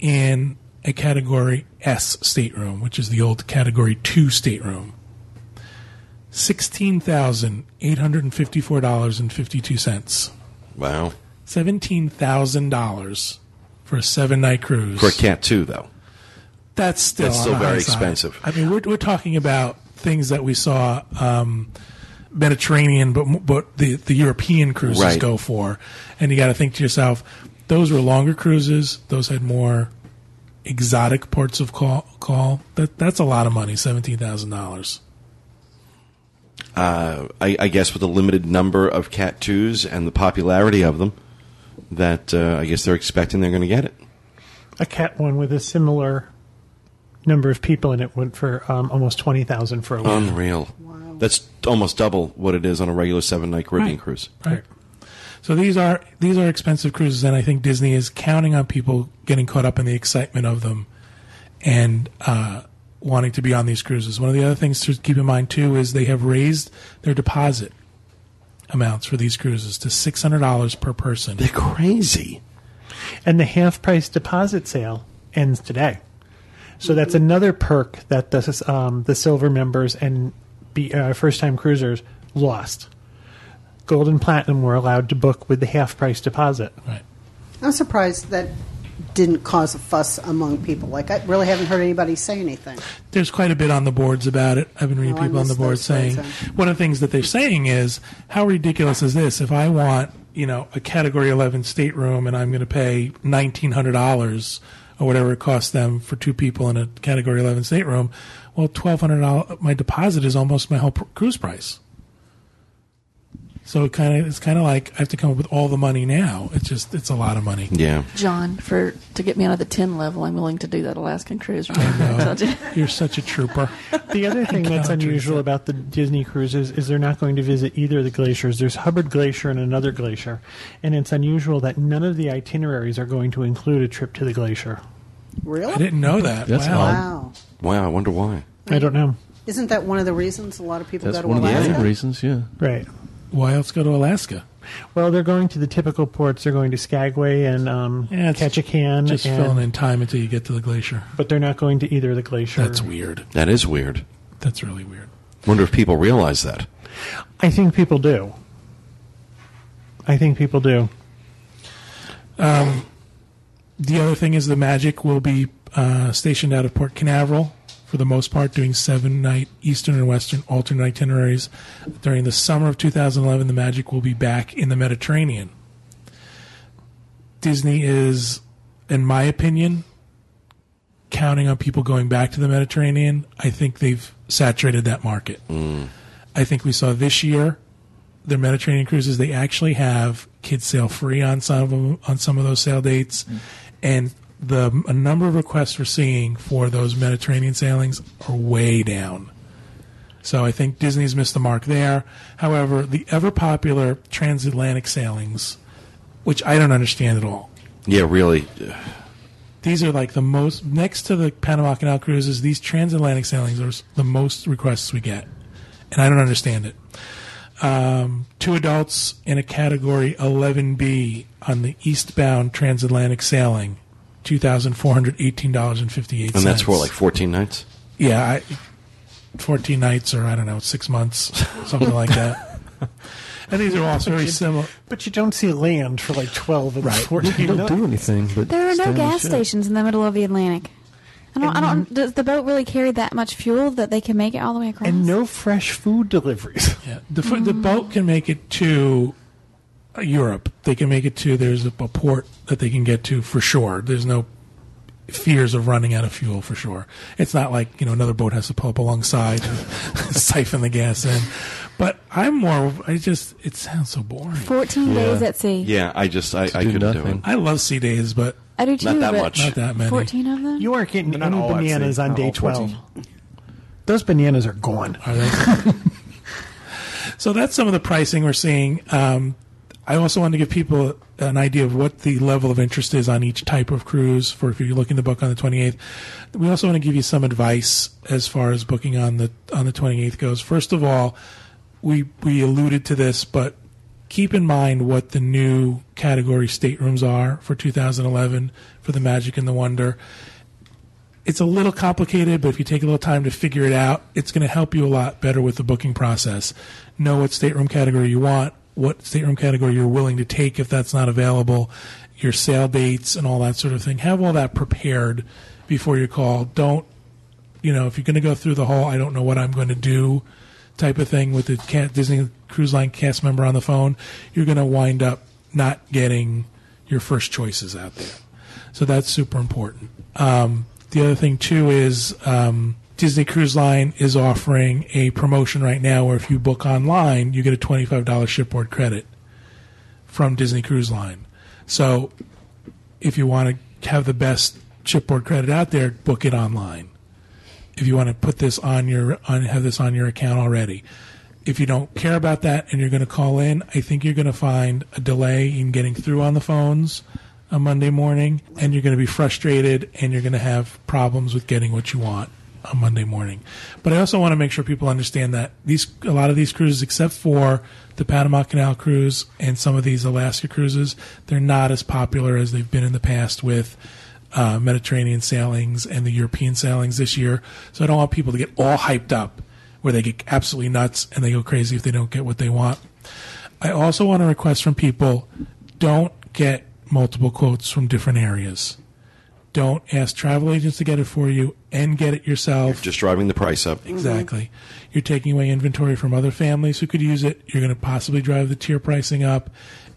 in a Category S stateroom, which is the old Category Two stateroom. Sixteen thousand eight hundred and fifty-four dollars and fifty-two cents.
Wow.
Seventeen thousand dollars for a seven-night cruise.
For a cat two, though.
That's still
That's
on
still
the
very
high side.
expensive.
I mean, we're we're talking about things that we saw um, Mediterranean, but but the the European cruises
Right.
go for, and you got to think to yourself, those were longer cruises. Those had more exotic ports of call. call. That that's a lot of money, seventeen thousand dollars.
Uh, I, I guess with the limited number of cat twos and the popularity of them, that uh, I guess they're expecting they're going to get it.
A cat one with a similar number of people in it went for um, almost twenty thousand for a
Um,
week.
Unreal. That's almost double what it is on a regular seven night Caribbean
Right.
cruise.
Right. So these are these are expensive cruises, and I think Disney is counting on people getting caught up in the excitement of them and uh, wanting to be on these cruises. One of the other things to keep in mind too is they have raised their deposit amounts for these cruises to six hundred dollars per person.
They're crazy.
And the half price deposit sale ends today. So that's another perk that the, um, the silver members and be, uh, first time cruisers lost. Gold and platinum were allowed to book with the half price deposit.
Right.
I'm surprised that didn't cause a fuss among people. Like, I really haven't heard anybody say anything.
there's quite a bit on the boards about it. I've been reading
Oh, I
people on the
missed
board
those things,
saying one of the things that they're saying is how ridiculous is this? If I want you know a Category 11 stateroom and I'm going to pay nineteen hundred dollars or whatever it costs them for two people in a Category 11 stateroom, well, twelve hundred dollars. My deposit is almost my whole pr- cruise price. So it kind of it's kind of like I have to come up with all the money now. It's just it's a lot of money.
Yeah.
John, for to get me out of the ten level, I'm willing to do that Alaskan cruise. [laughs]
No, you're such a trooper.
The other thing
Encounters,
that's unusual
yeah.
about the Disney cruises is they're not going to visit either of the glaciers. There's Hubbard Glacier and another glacier, and it's unusual that none of the itineraries are going to include a trip to the glacier.
Really?
I didn't know that.
That's
wow.
odd.
Wow.
Wow, I wonder why.
I don't know.
Isn't that one of the reasons a lot of people
That's
go to
one of the
Alaska?
main reasons, yeah.
Right.
Why else go to Alaska?
Well, they're going to the typical ports. They're going to Skagway and um,
Yeah, it's
Ketchikan,
Just
and-
filling in time until you get to the glacier.
but they're not going to either of the glacier.
That's weird.
That is weird.
That's really weird.
Wonder if people realize that.
I think people do. I think people do.
The other thing is the Magic will be uh, stationed out of Port Canaveral for the most part, doing seven night Eastern and Western alternate itineraries. During the summer of 2011, the Magic will be back in the Mediterranean. Disney is, in my opinion, counting on people going back to the Mediterranean. I think they've saturated that market. I think we saw this year their Mediterranean cruises. They actually have kids sail free on some of them, on some of those sail dates, and the a number of requests we're seeing for those Mediterranean sailings are way down. So I think Disney's missed the mark there. However, the ever popular transatlantic sailings, which I don't understand at all.
Yeah, really.
These are like the most next to the Panama Canal cruises. These transatlantic sailings are s- the most requests we get, and I don't understand it. Um, two adults in a category 11B on the eastbound transatlantic sailing, two thousand four hundred eighteen dollars and fifty eight.
And that's for like 14 nights?
yeah, I, fourteen nights or I don't know six months, something
[laughs]
like that. And these are also very similar.
But you don't see land for like 12 and
Right.
14.
You don't
No.
do anything, but
There are
stay
no
on the
gas
ship.
stations in the middle of the Atlantic. I don't, I don't. Does the boat really carry that much fuel that they can make it all the way across?
And no fresh food deliveries.
Yeah, the fo- the boat can make it to uh, Europe. They can make it to there's a, a port that they can get to for sure. There's no fears of running out of fuel for sure. It's not like you know another boat has to pull up alongside and [laughs] siphon the gas in. But I'm more. I just it sounds so boring.
Fourteen days at sea.
Yeah, I just, I, I
do
couldn't
nothing.
do it.
I love sea days, but
I do too.
Not that
but
much.
not that many.
Fourteen of them.
You aren't getting
Not
any
all I've
bananas
seen.
on
Not
day
all 14.
12. Those bananas are gone.
Are they? so that's some of the pricing we're seeing. Um, I also want to give people an idea of what the level of interest is on each type of cruise. For if you're looking to book on the 28th, we also want to give you some advice as far as booking on the on the 28th goes. First of all, we we alluded to this, but keep in mind what the new category staterooms are for 2011 for the Magic and the Wonder it's a little complicated, but if you take a little time to figure it out, it's going to help you a lot better with the booking process. Know what stateroom category you want, what stateroom category you're willing to take if that's not available, your sale dates, and all that sort of thing. Have all that prepared before you call. Don't, you know, if you're going to go through the whole "I don't know what I'm going to do" type of thing with the ca- Disney Cruise Line cast member on the phone, you're going to wind up not getting your first choices out there. So that's super important. Um, the other thing too is um, Disney Cruise Line is offering a promotion right now where if you book online, you get a twenty-five dollar shipboard credit from Disney Cruise Line. So if you want to have the best shipboard credit out there, book it online. If you want to put this on your on have this on your account already. If you don't care about that and you're going to call in, I think you're going to find a delay in getting through on the phones on Monday morning, and you're going to be frustrated and you're going to have problems with getting what you want on Monday morning. But I also want to make sure people understand that these a lot of these cruises, except for the Panama Canal cruise and some of these Alaska cruises, they're not as popular as they've been in the past with uh, Mediterranean sailings and the European sailings this year. So I don't want people to get all hyped up where they get absolutely nuts and they go crazy if they don't get what they want. I also want to request from people don't get multiple quotes from different areas. Don't ask travel agents to get it for you and get it yourself.
Just driving the price up.
Exactly. You're taking away inventory from other families who could use it. You're going to possibly drive the tier pricing up,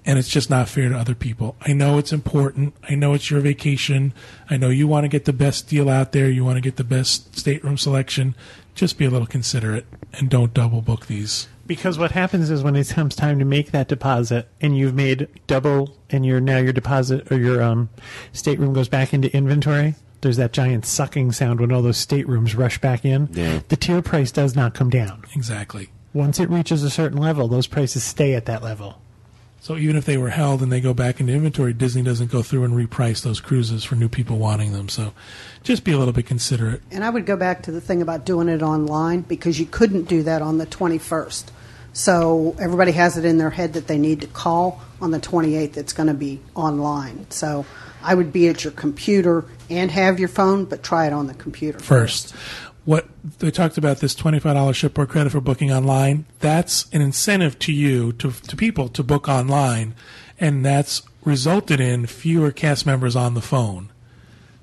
and it's just not fair to other people. I know it's important. I know it's your vacation. I know you want to get the best deal out there. You want to get the best stateroom selection. Just be a little considerate and don't double book these.
Because what happens is when it comes time to make that deposit, and you've made double, and your now your deposit or your um, stateroom goes back into inventory. There's that giant sucking sound when all those staterooms rush back in.
Yeah.
The tier price does not come down.
Exactly.
Once it reaches a certain level, those prices stay at that level.
So even if they were held and they go back into inventory, Disney doesn't go through and reprice those cruises for new people wanting them. So just be a little bit considerate.
And I would go back to the thing about doing it online because you couldn't do that on the 21st. So everybody has it in their head that they need to call on the 28th. It's going to be online. So I would be at your computer and have your phone, but try it on the computer
first. What they talked about this twenty-five dollars shipboard credit for booking online. That's an incentive to you to to people to book online, and that's resulted in fewer cast members on the phone.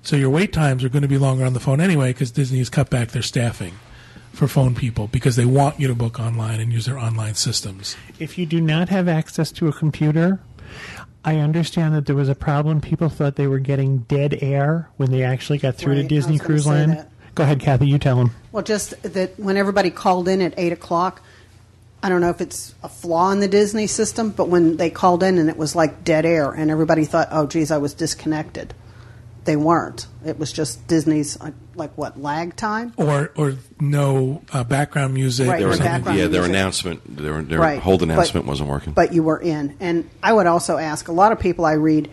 So your wait times are going to be longer on the phone anyway because Disney has cut back their staffing for phone people because they want you to book online and use their online systems.
If you do not have access to a computer, I understand that there was a problem. People thought they were getting dead air when they actually got through
Right, I
to
was
Disney
gonna
Cruise
say
Line.
that.
Go ahead, Kathy. You tell them.
Well, just that when everybody called in at 8 o'clock, I don't know if it's a flaw in the Disney system, but when they called in and it was like dead air, and everybody thought, oh, geez, I was disconnected. They weren't. It was just Disney's, uh, like, what, lag time?
Or or no uh, background music.
Right,
or
no
something.
background
yeah, their
music.
announcement, their, their
Right.
hold
But-
announcement wasn't working.
But you were in. And I would also ask a lot of people I read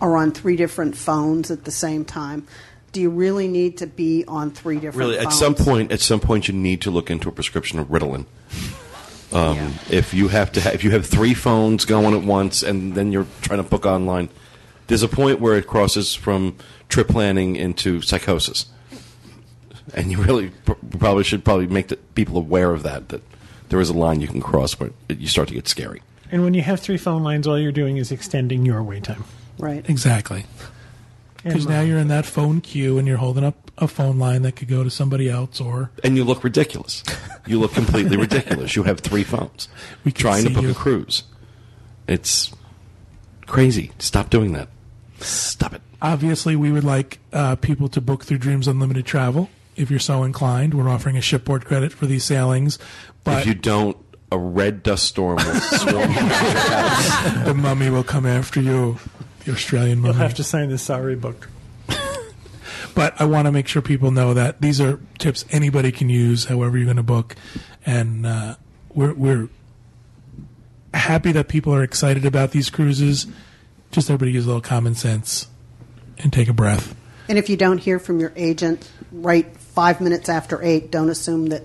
are on three different phones at the same time. Do you really need to be on three different
really, at
phones?
some point, at some point, you need to look into a prescription of Ritalin. Um,
Yeah.
If you have to, ha- if you have three phones going at once, and then you're trying to book online, there's a point where it crosses from trip planning into psychosis, and you really pr- probably should probably make the people aware of that. That there is a line you can cross where it- you start to get scary.
And when you have three phone lines, all you're doing is extending your wait time.
Right.
Exactly. Because now you're in that phone queue and you're holding up a phone line that could go to somebody else, or
and you look ridiculous. You look
[laughs]
completely ridiculous. You have three phones.
We can
trying to
see
book
you.
a cruise. It's crazy. Stop doing that. Stop it.
obviously we would like uh, people to book through Dreams Unlimited Travel if you're so inclined. We're offering a shipboard credit for these sailings, but
if you don't, a red dust storm will
[laughs]
swarm.
the mummy will come after you, the Australian
You'll
mummy.
have to sign the sorry book.
But I want to make sure people know that these are tips anybody can use, however you're going to book, and uh, we're we're happy that people are excited about these cruises. Just everybody use a little common sense and take a breath.
And if you don't hear from your agent right five minutes after eight, don't assume that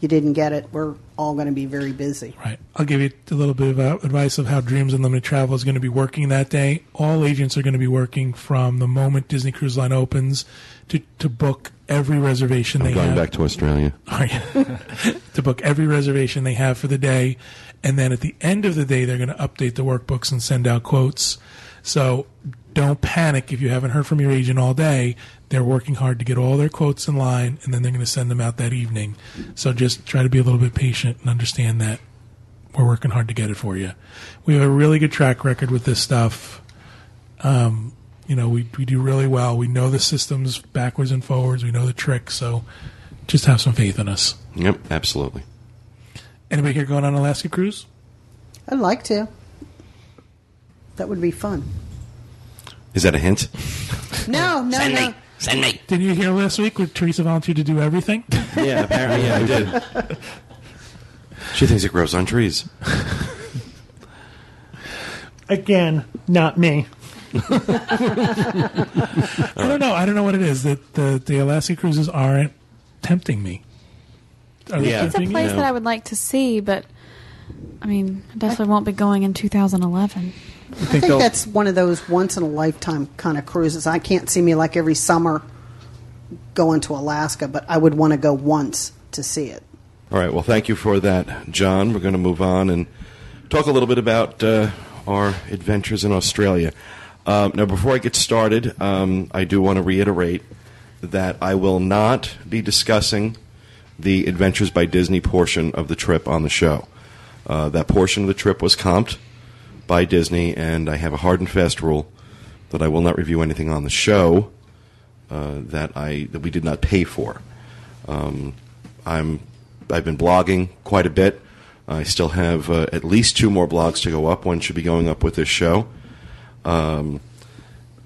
you didn't get it. We're all going to be very busy.
Right. I'll give you a little bit of uh, advice of how Dreams Unlimited Travel is going to be working that day. All agents are going to be working from the moment Disney Cruise Line opens to, to book every reservation
I'm
they
going
have.
back to Australia.
Are you- [laughs] to book every reservation they have for the day. And then at the end of the day, they're going to update the workbooks and send out quotes. So don't panic if you haven't heard from your agent all day. They're working hard to get all their quotes in line, and then they're going to send them out that evening. So just try to be a little bit patient and understand that we're working hard to get it for you. We have a really good track record with this stuff. Um, you know, we, we do really well. We know the systems backwards and forwards. We know the tricks. So just have some faith in us.
Yep, absolutely.
Anybody here going on an Alaska cruise?
I'd like to. That would be fun.
Is that a
[laughs]
hint?
No, no,
Send
no.
me. Send me.
Didn't you hear last week when Teresa volunteered to do
[laughs]
everything?
yeah, apparently, yeah, I did. [laughs] She thinks it grows on trees.
Again, not me.
I don't know. I don't know what it is that the, the Alaska cruises aren't tempting me. Are they
Yeah.
It's a
tempting you?
place
No.
that I would like to see, but I mean, I definitely won't be going in 2011.
I think
they'll-
that's one of those once in a lifetime kind of cruises. I can't see me like every summer going to Alaska, but I would want to go once to see it.
All right, well, thank you for that, John. We're going to move on and talk a little bit about uh, our adventures in Australia. Um, now, before I get started, um, I do want to reiterate that I will not be discussing the Adventures by Disney portion of the trip on the show. Uh, that portion of the trip was comped by Disney, and I have a hard and fast rule that I will not review anything on the show uh, that I that we did not pay for. Um, I'm I've been blogging quite a bit. I still have uh, at least two more blogs to go up. One should be going up with this show. Um,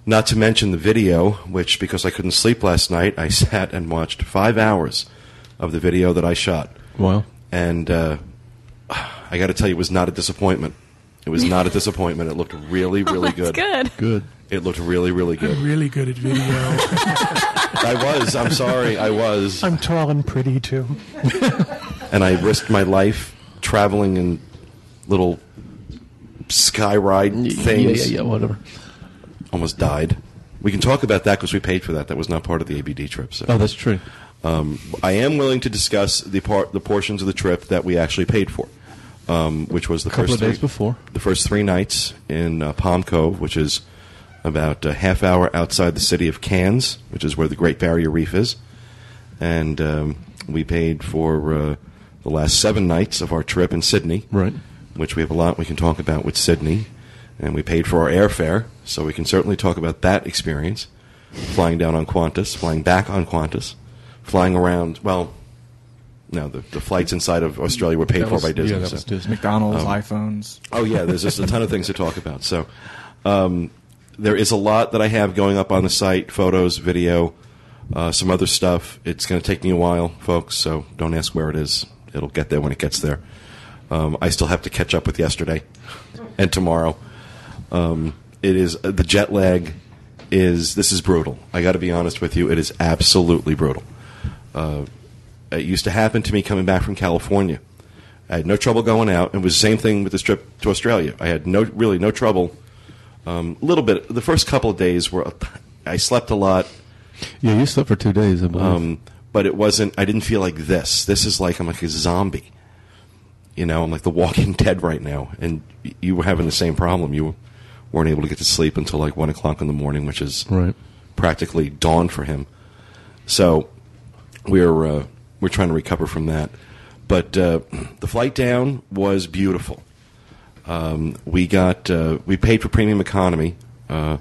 not to mention the video, which because I couldn't sleep last night, I [laughs] sat and watched five hours of the video that I shot,
Wow.
and uh, [sighs] I got to tell you, it was not a disappointment. It was not a disappointment. It looked really, really
[laughs] That's
good.
good.
Good.
It looked really, really good.
Really good at
[laughs]
video.
I was. I'm sorry. I was.
I'm tall and pretty too.
and I risked my life traveling in little sky ride things.
Yeah, yeah, yeah, whatever.
Almost died. We can talk about that because we paid for that. That was not part of the ABD trip. So
Oh, that's true.
um, I am willing to discuss the part, the portions of the trip that we actually paid for, um, which was the
Couple
first
of days
three-
before.
the first three nights in uh, Palm Cove, which is about a half hour outside the city of Cairns, which is where the Great Barrier Reef is, and um, we paid for uh, the last seven nights of our trip in Sydney,
Right.
Which we have a lot we can talk about with Sydney, and we paid for our airfare, so we can certainly talk about that experience, flying down on Qantas, flying back on Qantas, flying around. Well, no, the, the flights inside of Australia were paid
That
for
was-
by Disney.
yeah, that
so-
was Disney.
McDonald's, iPhones.
Oh yeah, there's just a ton of things to talk about. So um, there is a lot that I have going up on the site: photos, video, uh, some other stuff. It's going to take me a while, folks. So don't ask where it is. It'll get there when it gets there. Um, I still have to catch up with yesterday and tomorrow. Um, it is uh, the jet lag. Is this is brutal? I got to be honest with you. It is absolutely brutal. Uh, it used to happen to me coming back from California. I had no trouble going out. It was the same thing with this trip to Australia. I had no really no trouble. A little bit. The first couple of days were, I slept a lot,
Yeah, you slept for two days, I believe.
um, but it wasn't. I didn't feel like this. This is like I'm like a zombie. You know, I'm like the Walking [laughs] Dead right now, and y- you were having the same problem. You weren't able to get to sleep until like one o'clock in the morning, which is
Right.
practically dawn for him. So we're uh, we're trying to recover from that. But uh, the flight down was beautiful. Um, we got uh, we paid for premium economy uh,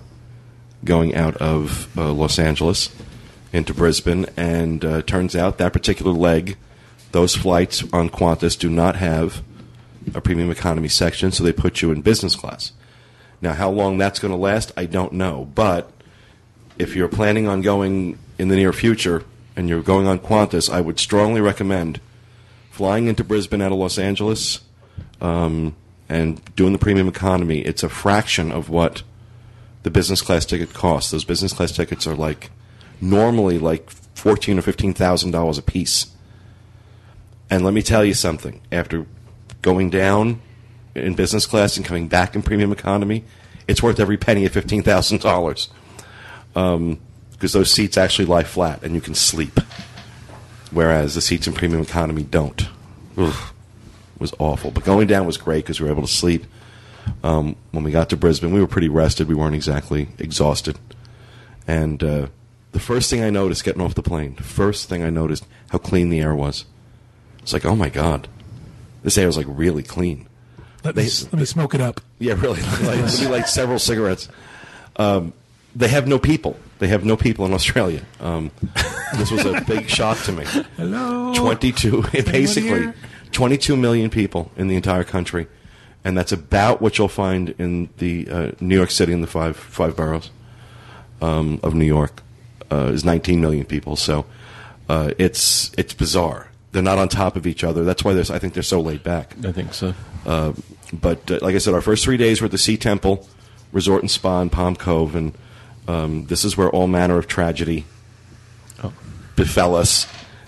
going out of uh, Los Angeles into Brisbane, and uh, turns out that particular leg, those flights on Qantas do not have a premium economy section, so they put you in business class. Now, how long that's going to last, I don't know, but if you're planning on going in the near future and you're going on Qantas, I would strongly recommend flying into Brisbane out of Los Angeles um, and doing the premium economy. It's a fraction of what the business class ticket costs. Those business class tickets are like normally like fourteen or fifteen thousand dollars a piece. And let me tell you something. After going down in business class and coming back in premium economy, it's worth every penny of fifteen thousand dollars. Because those seats actually lie flat and you can sleep, whereas the seats in premium economy don't. Oof, it was awful. But going down was great because we were able to sleep. Um, when we got to Brisbane, we were pretty rested. We weren't exactly exhausted. And uh, the first thing I noticed getting off the plane, the first thing I noticed how clean the air was. It's like, oh my god, this air is like really clean.
Let me,
They-
s let me smoke it up.
Yeah, really. [laughs] Like, it'll be like several cigarettes. Um, they have no people. They have no people in Australia. Um, this was a big shock to me.
Hello.
[laughs] 22, basically,
here?
22 million people in the entire country. And that's about what you'll find in the uh, New York City in the five, five boroughs um, of New York uh, is 19 million people. So uh, it's, it's bizarre. They're not on top of each other. That's why there's, I think they're so laid back.
I think so.
Uh, but uh, like I said, our first three days were at the Sea Temple Resort and Spa in Palm Cove, and um, this is where all manner of tragedy befell us.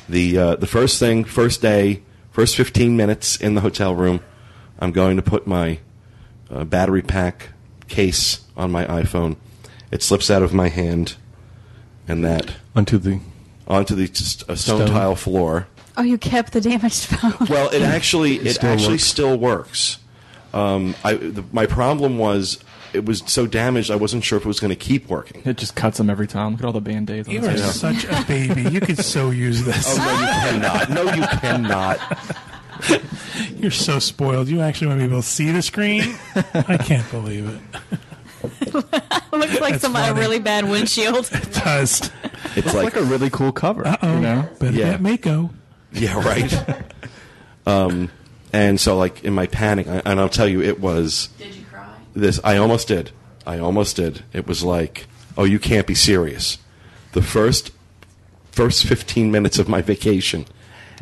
The uh, the first thing, first day, first fifteen minutes in the hotel room, I'm going to put my uh, battery pack case on my iPhone. It slips out of my hand, and that
Onto the
onto the st- uh, stone,
Stone.
tile floor.
Oh, you kept the damaged phone. [laughs]
Well, it actually it,
still
actually
works.
still works. Um, I, the, my problem was it was so damaged. I wasn't sure if it was going to keep working.
It just cuts them every time. Look at all the band aids.
You are such a baby. You could so use this.
No, you cannot. No, you cannot.
[laughs] You're so spoiled. You actually want to be able to see the screen? I can't believe
[laughs]
it.
looks like
That's
some a
funny.
really bad windshield.
It does.
It's like,
like a really cool cover.
Oh,
You know?
better
Yeah.
get Mako.
yeah, right. um, and so, like in my panic, I, and I'll tell you, it was
Did you cry?
this. I almost did. I almost did. It was like, oh, you can't be serious. The first first 15 minutes of my vacation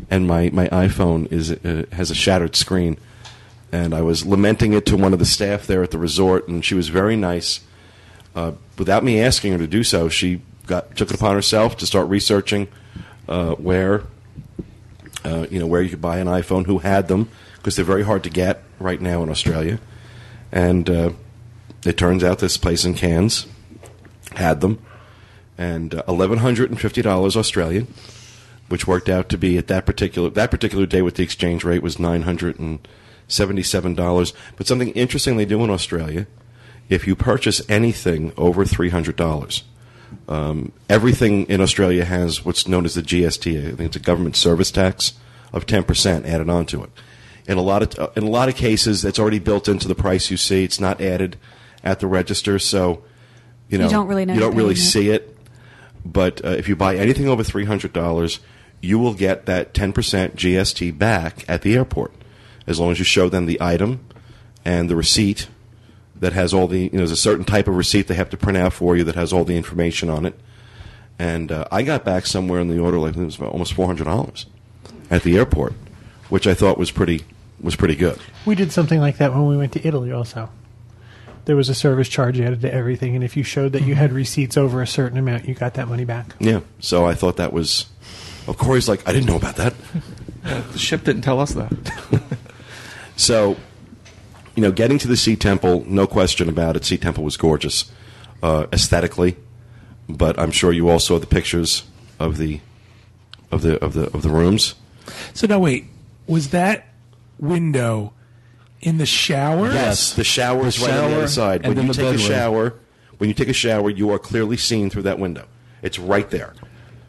and my, my iphone is uh, has a shattered screen and i was lamenting it to one of the staff there at the resort and she was very nice uh, without me asking her to do so she got took it upon herself to start researching uh, where uh, you know where you could buy an iphone who had them because they're very hard to get right now in australia and uh, it turns out this place in cairns had them and uh, eleven hundred and fifty dollars Australian, which worked out to be at that particular that particular day with the exchange rate was nine hundred and seventy seven dollars. But something interesting they do in Australia, if you purchase anything over three hundred dollars, um, everything in Australia has what's known as the GST. I think it's a government service tax of ten percent added onto it. In a lot of uh, in a lot of cases, that's already built into the price you see. It's not added at the register, so you know
don't really know
you
you're
don't really
paying it.
see it. But uh, if you buy anything over three hundred dollars, you will get that ten percent GST back at the airport, as long as you show them the item and the receipt that has all the you know there's a certain type of receipt they have to print out for you that has all the information on it. And uh, I got back somewhere in the order like I think it was about almost four hundred dollars at the airport, which I thought was pretty was pretty good.
We did something like that when we went to Italy also. There was a service charge added to everything, and if you showed that you had receipts over a certain amount, you got that money back.
Yeah, so I thought that was. Well, Corey's like I didn't know about that.
The ship didn't tell us that.
So, you know, getting to the Sea Temple, no question about it. Sea Temple was gorgeous uh, aesthetically, but I'm sure you all saw the pictures of the of the of the of the rooms.
So now wait, was that window in the shower?
Yes, the shower is right on the
shower
other side.
and
When
then
you
the
take a
bedroom.
shower, when you take a shower, you are clearly seen through that window. It's right there.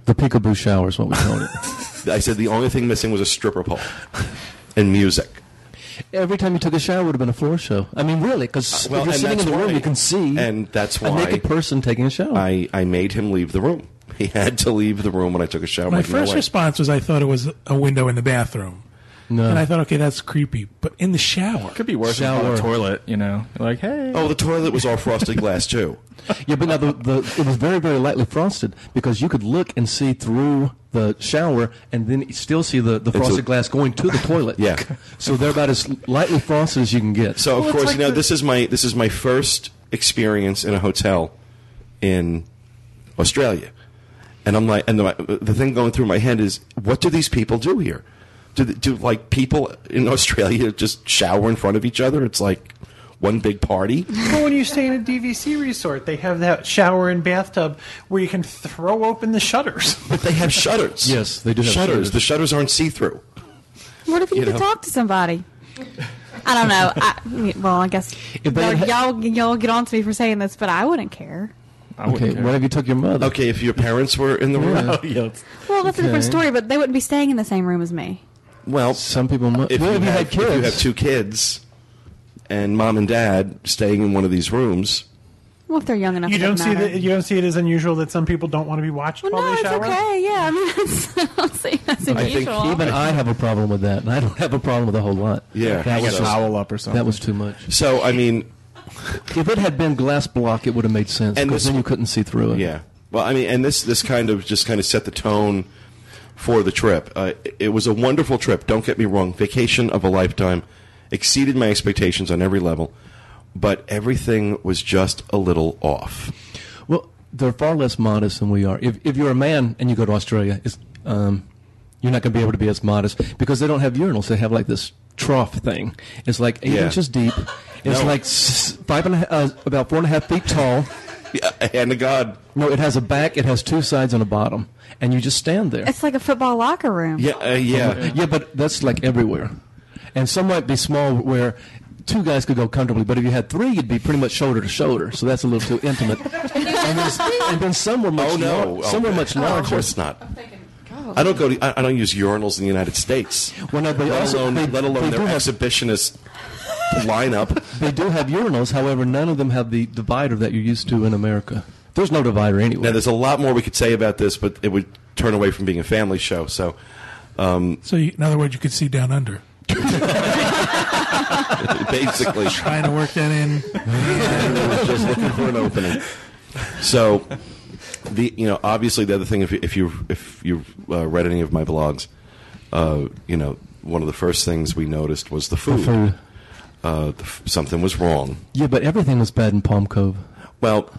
The peekaboo shower is what we called [laughs] it.
I said the only thing missing was a stripper pole and music.
Every time you took a shower, it would have been a floor show. I mean, really, because
Uh, Well,
if you're
and
sitting in
that's
the room,
why-
you can see
and that's
a
why
naked person taking a shower.
I, I made him leave the room. He had to leave the room when I took a shower. I'm
My
like, "No
first
way."
response was I thought it was a window in the bathroom.
No.
And I thought, okay, that's creepy. But in the shower,
Could be worse than
Shower.
on the toilet, you know. Like, hey.
Oh, the toilet was all frosted glass too.
Yeah, but now the, the it was very very lightly frosted because you could look and see through the shower and then still see the, the
a-
frosted glass going to the toilet.
Yeah.
[laughs] So they're about as lightly frosted as you can get.
So of
Well, it's
course,
like
you know
the-
this is my this is my first experience in a hotel in Australia, and I'm like, and the, the thing going through my head is, what do these people do here? Do th- do like people in [laughs] Australia just shower in front of each other? It's like one big party.
Well, when you stay in a DVC resort, they have that shower and bathtub where you can throw open
[laughs]
the shutters.
But they have shutters.
[laughs] Yes, they do have
shutters.
shutters.
The shutters aren't see through.
What if you,
You
could
know.
talk to somebody? I don't know. I, well, I guess
If they
y'all,
had-
y'all y'all get on to me for saying this, but I wouldn't care.
I wouldn't
okay,
care.
what if you took your mother?
Okay, [laughs] Oh, if your parents were in the room,
Yeah.
Well, that's a different
Okay.
story, but they wouldn't be staying in the same room as me.
well,
Some people mu-
if,
Well,
you
if you
have,
had
if you
kids.
have two kids, and mom and dad staying in one of these rooms.
Well, if they're young enough,
You
it
don't
doesn't
see
matter.
the, you don't see it as unusual that some people don't want to be watched
Well,
while
no,
they
it's
shower.
okay. Yeah, I mean, [laughs] that's, I don't see that's unusual.
Even I have a problem with that, and I don't have a problem with a whole lot.
Yeah.
that
Hang
was
a
just-
towel up or something.
That was too much.
So I mean,
If it had been glass block, it would have made sense
And
because
this-
then you couldn't see through it.
Yeah. Well, I mean, and this this kind of just kind of set the tone for the trip. Uh, it- it was a wonderful trip. Don't get me wrong. Vacation of a lifetime exceeded my expectations on every level, but everything was just a little off.
Well, they're far less modest than we are. If, if you're a man and you go to Australia, it's, um, you're not going to be able to be as modest because they don't have urinals. They have like this trough thing. It's like eight
Yeah.
inches deep. It's
No.
like s- five and a half, uh, about four and a half feet tall.
Yeah, hand to God.
No, it has a back. It has two sides and a bottom, and you just stand there.
It's like a football locker room.
Yeah, uh, yeah.
Yeah, but that's like everywhere. And some might be small where two guys could go comfortably, but if you had three, you'd be pretty much shoulder to shoulder. So that's a little
[laughs]
too intimate. and, there's- and then some were much
Oh no.
lar-
Oh,
some were much
no, Of
larger.
course not. I don't go to. I, I don't use urinals in the United States.
Well, no, they
let
also-
alone
they-
let alone
they
their
do have-
exhibitionist lineup.
They do have urinals, however, none of them have the divider that you're used to in America. There's no divider
Now,
anywhere.
there's a lot more we could say about this, but it would turn away from being a family show. So, um,
so you, in other words, you could see down under.
basically,
Trying to work that in.
[laughs] was just looking for an opening. So, the you know obviously the other thing if you if you if you've uh, read any of my blogs, uh, you know one of the first things we noticed was the food.
food.
Uh, the, f- something was wrong.
Yeah, but everything was bad in Palm Cove.
Well,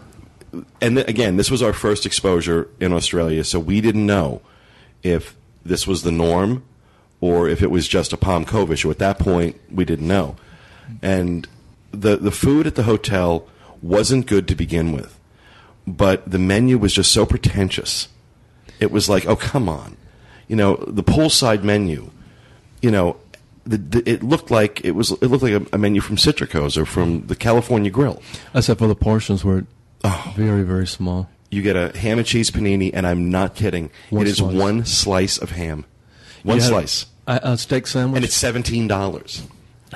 and th- again, this was our first exposure in Australia, so we didn't know if this was the norm or if it was just a Palm Cove issue. At that point, we didn't know. And the the food at the hotel wasn't good to begin with, but the menu was just so pretentious. It was like, oh come on, you know, the poolside menu, you know. The, the, it looked like it was. It looked like a, a menu from Citrico's or from the California Grill.
Except for the portions were
Oh.
very, very small.
You get a ham and cheese panini, and I'm not kidding.
One
it is
slice.
one slice of ham, one
You had
slice,
A, a steak sandwich.
and it's seventeen dollars.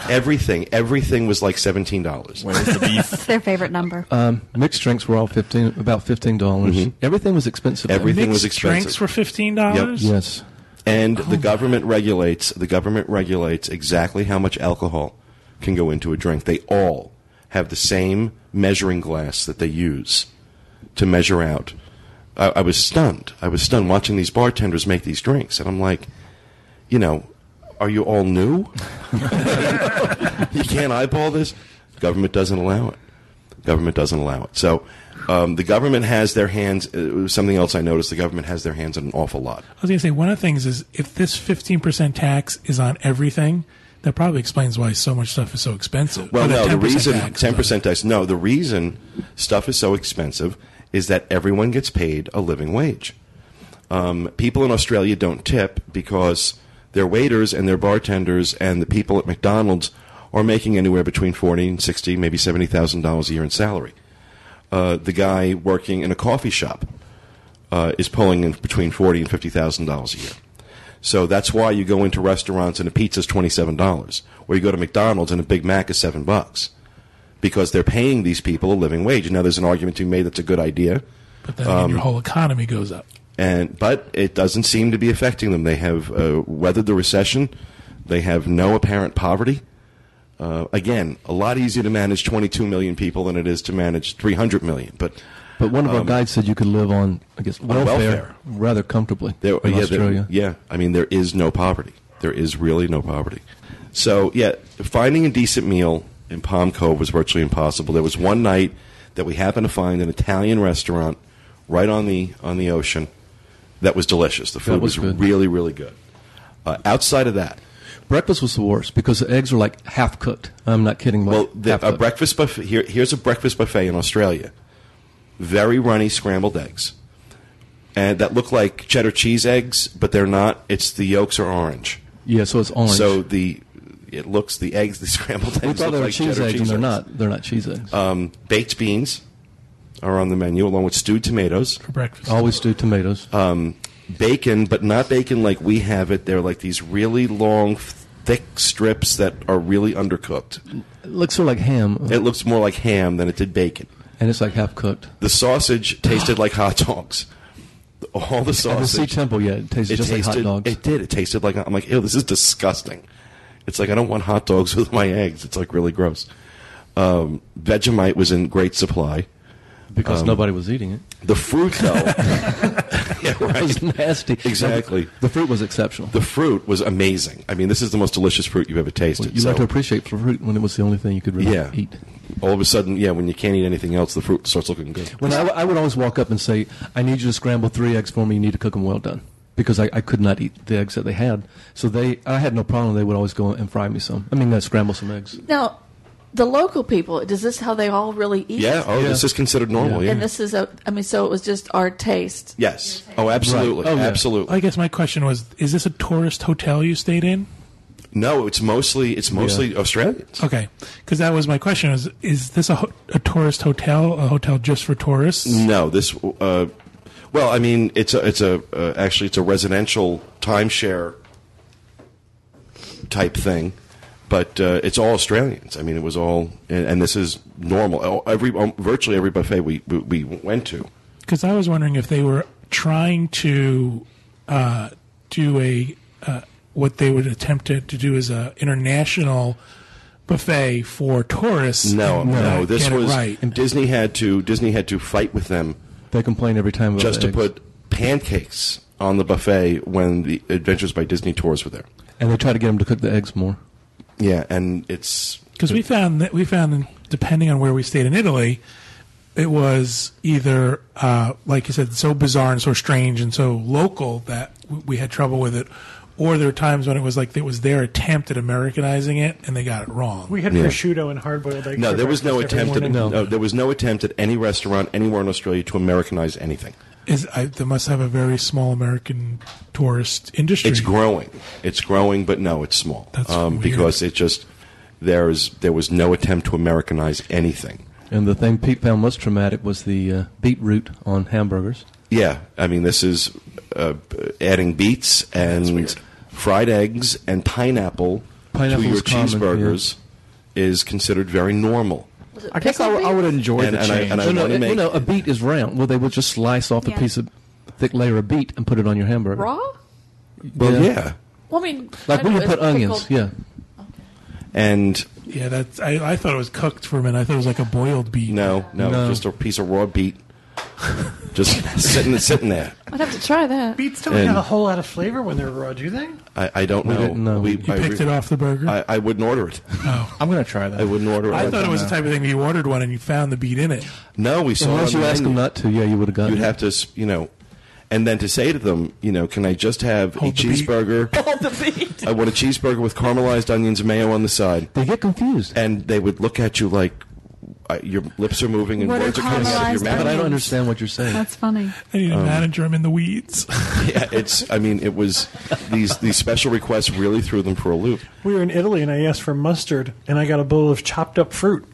Everything, everything was like seventeen dollars.
Where's the beef?
It's their favorite number.
um, mixed drinks were all fifteen, about fifteen dollars. Everything was expensive. there.
Mm-hmm. Everything was
Mixed
expensive.
Drinks for fifteen dollars.
Yes.
And the government regulates. The government regulates exactly how much alcohol can go into a drink. They all have the same measuring glass that they use to measure out. I, I was stunned. I was stunned watching these bartenders make these drinks, and I'm like, you know, are you all new? [laughs] you can't eyeball this. Government doesn't allow it. Government doesn't allow it. So. Um, the government has their hands. Uh, something else I noticed: the government has their hands on an awful lot.
I was going to say one of the things is if this fifteen percent tax is on everything, that probably explains why so much stuff is so expensive.
Well,
But
no, the reason
tax is on
ten
it.
percent tax. No, the reason stuff is so expensive is that everyone gets paid a living wage. Um, people in Australia don't tip because their waiters and their bartenders and the people at McDonald's are making anywhere between forty and sixty, maybe seventy thousand dollars a year in salary. Uh, the guy working in a coffee shop uh, is pulling in between forty and fifty thousand dollars a year. So that's why you go into restaurants and a pizza's twenty seven dollars, or you go to McDonald's and a Big Mac is seven bucks, because they're paying these people a living wage. Now there's an argument to be made that's a good idea,
But then again,
um,
your whole economy goes up.
and but it doesn't seem to be affecting them. They have uh, weathered the recession. They have no apparent poverty. Uh, again, a lot easier to manage 22 million people than it is to manage 300 million. But
But one of our
Um,
guides said you could live on, I guess, welfare,
welfare.
rather comfortably
There, yeah,
in
there-
Australia.
yeah, I mean, there is no poverty. There is really no poverty. So, yeah, finding a decent meal in Palm Cove was virtually impossible. There was one night that we happened to find an Italian restaurant right on the on the ocean that was delicious. The food
was
was,
good.
really, really good. Uh, outside of that,
Breakfast was the worst because the eggs are like half cooked. I'm not kidding. like
well, the, uh,
half
a
cooked.
breakfast buffet. Here, here's a breakfast buffet in Australia. Very runny scrambled eggs, and that look like cheddar cheese eggs, but they're not. It's the yolks are orange.
Yeah, so it's orange.
So the it looks the eggs, the [laughs] scrambled eggs.
we
look
thought they were
like
cheese
cheddar
eggs, and they're
eggs.
not. They're not cheese eggs.
Um, baked beans are on the menu along with stewed tomatoes,
for breakfast.
Always do tomatoes.
uh, bacon, but not bacon like we have it. They're like these really long, thick strips that are really undercooked.
it looks sort of like ham, uh,
It looks more like ham than it did bacon.
and it's like half cooked.
The sausage tasted like hot dogs.
[laughs]
All the
I didn't see
sausage.
Temple yet. It tastes
it
just
tasted,
like hot dogs.
It did. It tasted like I'm like, ew, this is disgusting. It's like I don't want hot dogs with my eggs. It's like really gross. Um, Vegemite was in great supply. um,
because nobody was eating it. [laughs]
The fruit, though, yeah,
It
right.
was nasty.
Exactly.
The, fruit was exceptional.
[laughs] The fruit was amazing. I mean, this is the most delicious fruit you've ever tasted.
you
so-
learned to appreciate fruit when it was the only thing you could really
yeah.
eat.
All of a sudden, yeah, when you can't eat anything else, the fruit starts looking good.
When I, I would always walk up and say, "I need you to scramble three eggs for me. You need to cook them well done," because I, I could not eat the eggs that they had. So they, I had no problem. They would always go and fry me some. I mean, uh, scramble some eggs.
Now, the local people, is this how they all really eat?
Yeah. Oh,
Yeah.
this is considered normal. Yeah.
And this is a, I mean, so it was just our taste.
yes. Oh, absolutely.
Right. Oh, yeah.
Absolutely.
I guess my question was: Is this a tourist hotel you stayed in?
No, it's mostly it's mostly Australians.
Okay, because that was my question: Is is this a, ho- a tourist hotel? A hotel just for tourists?
No, this. Uh, well, I mean, it's a, it's a uh, actually it's a residential timeshare type thing, but uh, it's all Australians. I mean, it was all, and, and this is normal. Oh, Every um, virtually every buffet we, we we went to.
Because I was wondering if they were trying to uh, do a uh, what they would attempt to, to do as a international buffet for tourists.
No,
and, uh,
no, this
get it
was
right.
and Disney had to Disney had to fight with them
They complain every time about
just
the
to
eggs.
put pancakes on the buffet when the Adventures by Disney tours were there.
and they try to get them to cook the eggs more.
Yeah, and it's
Because we found that we found depending on where we stayed in Italy, it was either uh, like you said, so bizarre and so strange and so local that w- we had trouble with it, or there were times when it was like it was their attempt at Americanizing it and they got it wrong.
We had
Yeah.
prosciutto and hard boiled eggs.
No,
for
there was no
breakfast every
attempt at
morning.
no. There was no attempt at any restaurant anywhere in Australia to Americanize anything.
Is I, they must have a very small American tourist industry.
It's growing. It's growing, but no, it's small. Um,
That's weird.
Because it just there is there was no attempt to Americanize anything.
And the thing Pete found most traumatic was the uh, beetroot on hamburgers.
Yeah, I mean this is uh, adding beets and fried eggs and pineapple
Pineapple
to your
is common,
cheeseburgers is considered very normal.
Was it
I guess I,
pickled
would- I
beef?
would enjoy
And-
the
and I-
change.
and I-
no,
wanna
no,
make-
you know, a beet is round. Well, they would just slice off a
Yeah.
piece of thick layer of beet and put it on your hamburger.
Raw?
Well, yeah.
Well, I mean,
Like
I
we
know
would
it's
put onions.
pickled-
Yeah.
and
yeah, that's I, I thought it was cooked for a minute. I thought it was like a boiled beef.
no, no,
No.
just a piece of raw beet, just sitting sitting there.
I'd have to try that.
Beets don't
And-
have a whole lot of flavor when they're raw, do they?
I, I don't
We
know.
didn't uh, know.
You picked it off the burger.
I, I wouldn't order it.
I'm going to try that.
I wouldn't order it.
I thought it was the type of thing you ordered one and you found the beet in it.
No, we saw.
Unless
it on
you
the
asked them
menu.
not to, yeah, you would have gotten.
You'd
it.
have to, s- you know, and then to say to them, you know, can I just have
Hold
a
the beat.
cheeseburger?
[laughs]
Pickled the beef.
I want a cheeseburger with caramelized onions and mayo on the side.
They get confused.
And they would look at you like uh, your lips are moving and
What are
words are coming out of
caramelized
your
but
mouth.
I
onions?
don't understand what
[laughs]
you're saying.
That's funny.
I
Um,
need a manager. I'm in the weeds.
[laughs]
[laughs]
Yeah, it's. I mean, it was these these special requests really threw them for a loop.
We were in Italy and I asked for mustard and I got a bowl of chopped up fruit.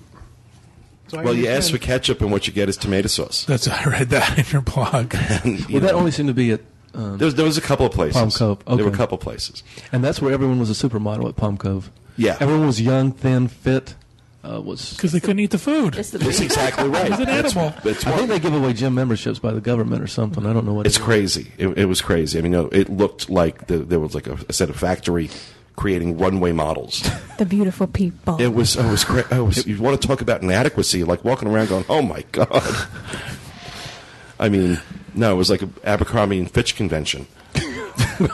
So I
Well, you ask for
understand.
ketchup, and what you get is tomato sauce. [laughs]
That's [laughs] I read that in your blog.
And, you
well, that
know,
only seemed to be at, um,
there was, there was a couple of places.
Palm Cove,
There were a
okay.
couple places.
and that's where everyone was a supermodel at Palm Cove.
Yeah.
everyone was young, thin, fit. Uh, was
because they couldn't eat the food.
It's
[laughs]
the
That's
beef.
exactly right.
It's an
That's-
edible.
that's
I
why-
think they give away gym memberships by the government or something. I don't know what.
It's
it is.
crazy. It, it was crazy. I mean, no, it looked like the, there was like a, a set of factory creating runway models.
The beautiful people.
[laughs] It was it was great. It was, you want to talk about inadequacy? Like walking around going, "Oh my god!" I mean, no, it was like a Abercrombie and Fitch [laughs] convention.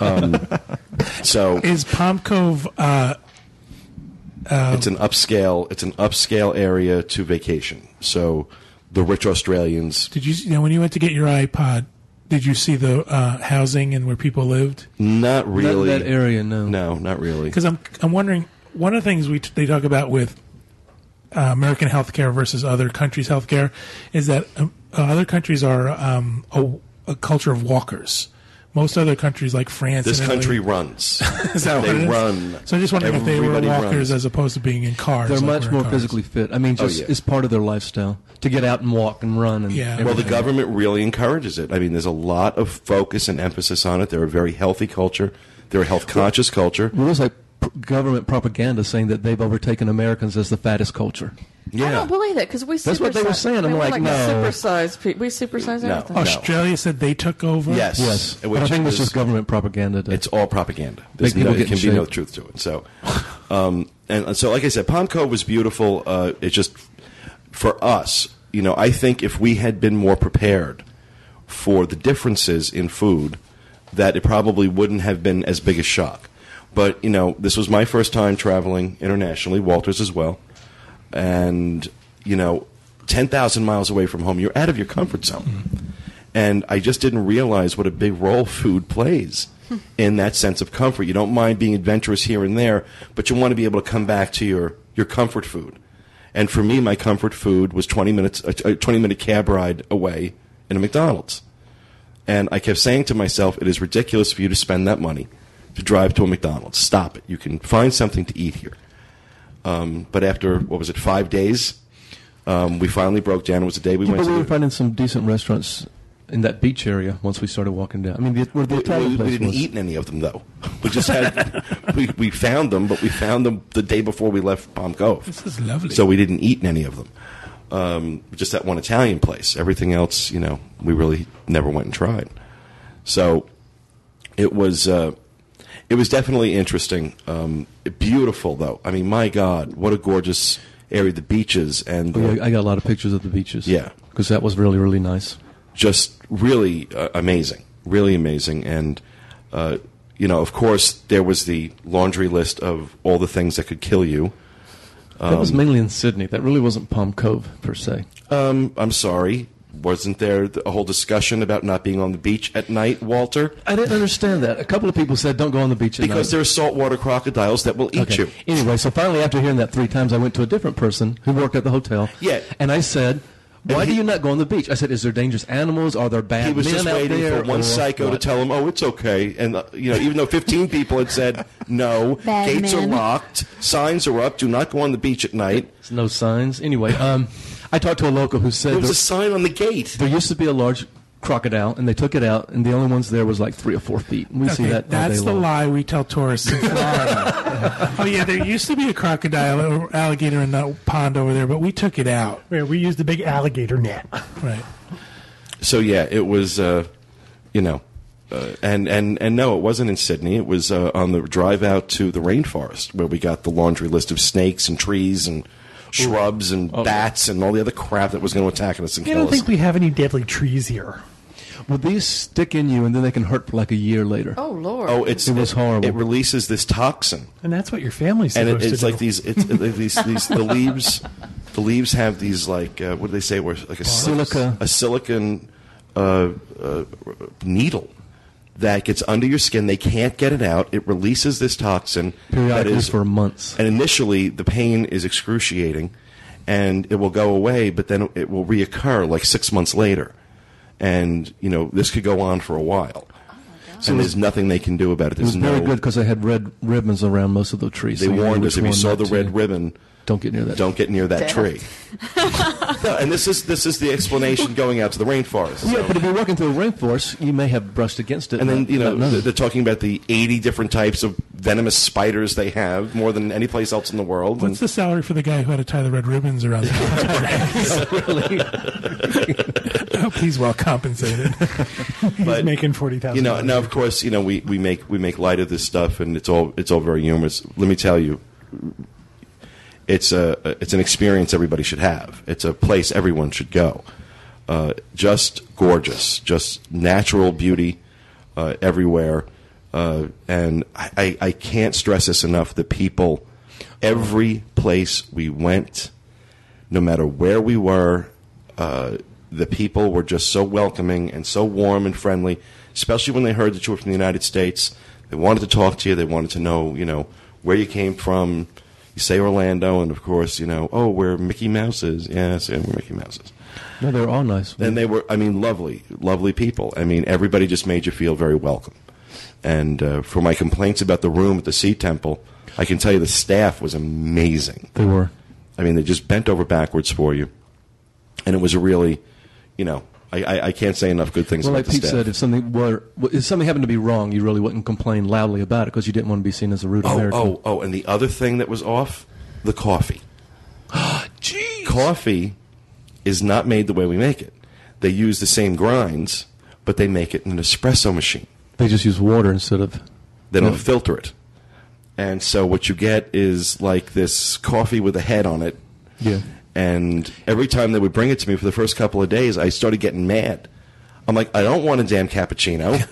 um, so
Is Palm Cove uh,
it's an upscale. It's an upscale area to vacation. So the rich Australians.
Did you, you know when you went to get your iPod? Did you see the uh, housing and where people lived?
Not really
that area, no.
no, not really.
Because I'm I'm wondering one of the things we t- they talk about with uh, American healthcare versus other countries' healthcare is that um, uh, other countries are um, a, a culture of walkers. Most other countries like France,
This
and Italy-
country runs.
[laughs] Is that what
they
it is?
run.
So I just wondering if they were
Everybody
walkers
runs.
as opposed to being in cars.
They're
like
much
we're
more
cars.
physically fit. I mean,
Oh,
just
yeah.
it's part of their lifestyle to get out and walk and run. And
Well,
Yeah.
the
everything.
government really encourages it. I mean, there's a lot of focus and emphasis on it. They're a very healthy culture. They're a health conscious culture.
Well, there's like pr- government propaganda saying that they've overtaken Americans as the fattest culture.
I
Yeah.
don't believe that because we.
That's what they
supersize-
were saying. I'm
we
like,
like
no.
supersize people. We supersize
No.
everything.
Oh, sh-
Australia said they took over.
Yes.
Yes,
Which
but I think
is-
it's just government propaganda. To,
It's all propaganda. There's
Make
no,
people
there
get
can
in
be no
shape.
truth to it. So, um, and and so, like I said, Palm Cove was beautiful. Uh, it's just for us, you know. I think if we had been more prepared for the differences in food, that it probably wouldn't have been as big a shock. But you know, this was my first time traveling internationally. Walters as well, and you know, ten thousand miles away from home, you're out of your comfort zone and I just didn't realize what a big role food plays in that sense of comfort. You don't mind being adventurous here and there, but you want to be able to come back to your your comfort food. And for me, my comfort food was twenty minutes a a twenty minute cab ride away in a McDonald's. And I kept saying to myself, it is ridiculous for you to spend that money to drive to a McDonald's. Stop it. You can find something to eat here. Um, but after what was it, five days, um, we finally broke down. It was the day we
Yeah,
went
but
to
we were
the-
finding some decent restaurants in that beach area once we started walking down. I mean, the, where the
We,
Italian
we- we
place
didn't
was.
eat in any of them though. We just
[laughs]
had we, we found them, but we found them the day before we left Palm Cove.
This is lovely.
So we didn't eat in any of them. Um, just that one Italian place. Everything else, you know, we really never went and tried. So it was uh, it was definitely interesting. Um, beautiful though. I mean, my God, what a gorgeous area! The beaches and the,
Oh, yeah, I got a lot of pictures of the beaches.
Yeah.
because that was really really nice.
just really uh, amazing, really amazing. And uh, you know, of course, there was the laundry list of all the things that could kill you.
that was mainly in Sydney. That really wasn't Palm Cove per se.
Um, I'm sorry, wasn't there th- a whole discussion about not being on the beach at night, Walter?
I didn't understand that. A couple of people said, "Don't go on the beach at
Because
night."
there are saltwater crocodiles that will eat
Okay.
you.
Anyway, so finally, after hearing that three times, I went to a different person who worked at the hotel.
Yeah.
and I said. Why
he-
do you not go on the beach? I said, "Is there dangerous animals? Are there bad
He was
men
just
out
waiting
there?"
for one
or
psycho
what?"
to tell him, "Oh, it's okay." And uh, you know, even though 15 people had said [laughs] no,
Bad
gates
men.
are locked, signs are up, do not go on the beach at night.
There's no signs. Anyway, um, I talked to a local who said
There was
there-
a sign on the gate.
There used to be a large crocodile, and they took it out, and the only ones there was like three or four feet. And we
Okay,
see that Oh, all
that's
day
the
long.
lie we tell tourists in Florida. oh yeah, there used to be a crocodile or alligator in that pond over there, but we took it out.
Where we use the big
[laughs]
alligator net.
Right.
so yeah, it was, uh, you know, uh, and and and no, it wasn't in Sydney. It was uh, on the drive out to the rainforest where we got the laundry list of snakes and trees and shrubs and bats and all the other crap that was going to attack us and
I
kill
don't
us.
think we have any deadly trees here.
Well, these stick in you, and then they can hurt for like a year later.
oh Lord.
oh, it's
It was horrible.
It releases this toxin,
And that's what your family's
and
supposed
it, it's
to
like
do.
these. It's uh, these these
[laughs]
the leaves. The leaves have these like uh, what do they say? Where like a sil-
Silica.
a silicon uh, uh, needle that gets under your skin. They can't get it out. It releases this toxin that
Periodically
is
for months.
and initially the pain is excruciating and it will go away but then it will reoccur like six months later and you know this could go on for a while and there's nothing they can do about it
Oh, It was
there's
very
no
good because they had red ribbons around most of the trees.
they
so you knew
warned us
which
if you
one
saw
not
the
to.
red ribbon
Don't get near that.
don't get near that
Damn.
tree no, and this is this is the explanation going out to the rainforest
Yeah,
so-
but if you're walking through a rainforest, you may have brushed against it.
and then
not-
you know
not know.
they're talking about the 80 different types of venomous spiders they have more than any place else in the world.
What's the
and
salary for the guy who had to tie the red ribbons around the I hope he's Oh, well compensated.
He's
But,
making forty thousand.
you know, now of course, you know we, we make we make light of this stuff, and it's all it's all very humorous. Let me tell you, it's a it's an experience everybody should have. It's a place everyone should go. Uh, just gorgeous, just natural beauty uh, everywhere, uh, and I, I, I can't stress this enough. The people, every place we went, no matter where we were, uh, the people were just so welcoming and so warm and friendly, especially when they heard that you were from the United States. They wanted to talk to you. They wanted to know, you know, where you came from. You say Orlando, and of course, you know, oh, where Mickey Mouse is. Yes, and where Mickey Mouse is.
No, they're all nice.
And they were, I mean, lovely, lovely people. I mean, everybody just made you feel very welcome. And uh, for my complaints about the room at the Sea Temple, I can tell you the staff was amazing.
They were.
I mean, they just bent over backwards for you, and it was a really, you know, I, I, I can't say enough good things
Well,
about
like
the
Pete
staff.
said, if something were if something happened to be wrong, you really wouldn't complain loudly about it because you didn't want to be seen as a rude
oh,
American.
oh, oh, and the other thing that was off, the
[gasps]
coffee. Coffee is not made the way we make it. They use the same grinds, but they make it in an espresso machine.
They just use water instead of.
They don't
Yeah.
filter it, and so what you get is like this coffee with a head on it.
Yeah.
And every time they would bring it to me for the first couple of days, I started getting mad. I'm like, I don't want a damn
[laughs]
cappuccino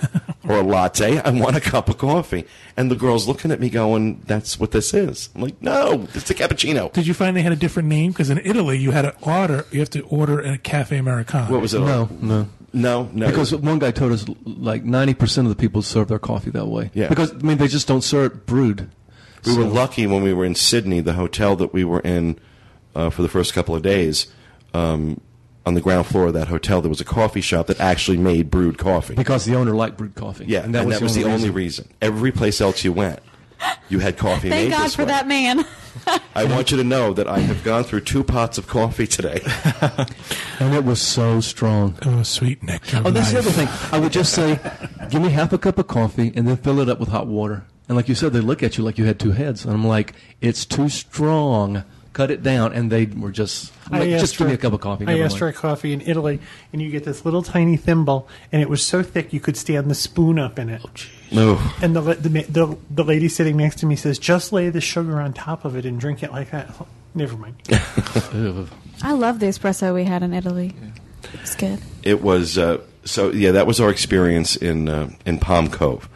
or a latte. I want a cup of coffee. And the girl's looking at me going, that's what this is. I'm like, no, it's a cappuccino.
Did you find they had a different name? Because in Italy, you had to order. You have to order a cafe americano.
What was it?
No, no.
No, no.
Because one guy told us like ninety percent of the people serve their coffee that way.
Yeah.
Because I mean they just don't serve it brewed.
We were lucky when we were in Sydney, the hotel that we were in uh, for the first couple of days. Um, on the ground floor of that hotel, there was a coffee shop that actually made brewed coffee.
Because the owner liked brewed coffee.
yeah, and that was, the, only, reason. Every place else you went, you had coffee
Thank
made
God
this
for
way.
that man. [laughs]
I want you to know that I have gone through two pots of coffee today.
And it was so strong.
Oh, sweet nectar.
Oh, that's the other
life.
thing. I would just say, give me half a cup of coffee and then fill it up with hot water. And like you said, they look at you like you had two heads. And I'm like, it's too strong. Cut it down. And they were just,
I
like,
asked
just give
her-
me a cup of coffee.
I
Never
asked for a
mind.
coffee in Italy, and you get this little tiny thimble, and it was so thick you could stand the spoon up in it.
[laughs] Oh, No.
And the, la- the ma- the the lady sitting next to me says, "Just lay the sugar on top of it and drink it like that." [laughs]
[laughs]
Never mind.
Ugh.
I love the espresso we had in Italy. It's good.
it was uh, so yeah that was our experience in uh, in Palm Cove.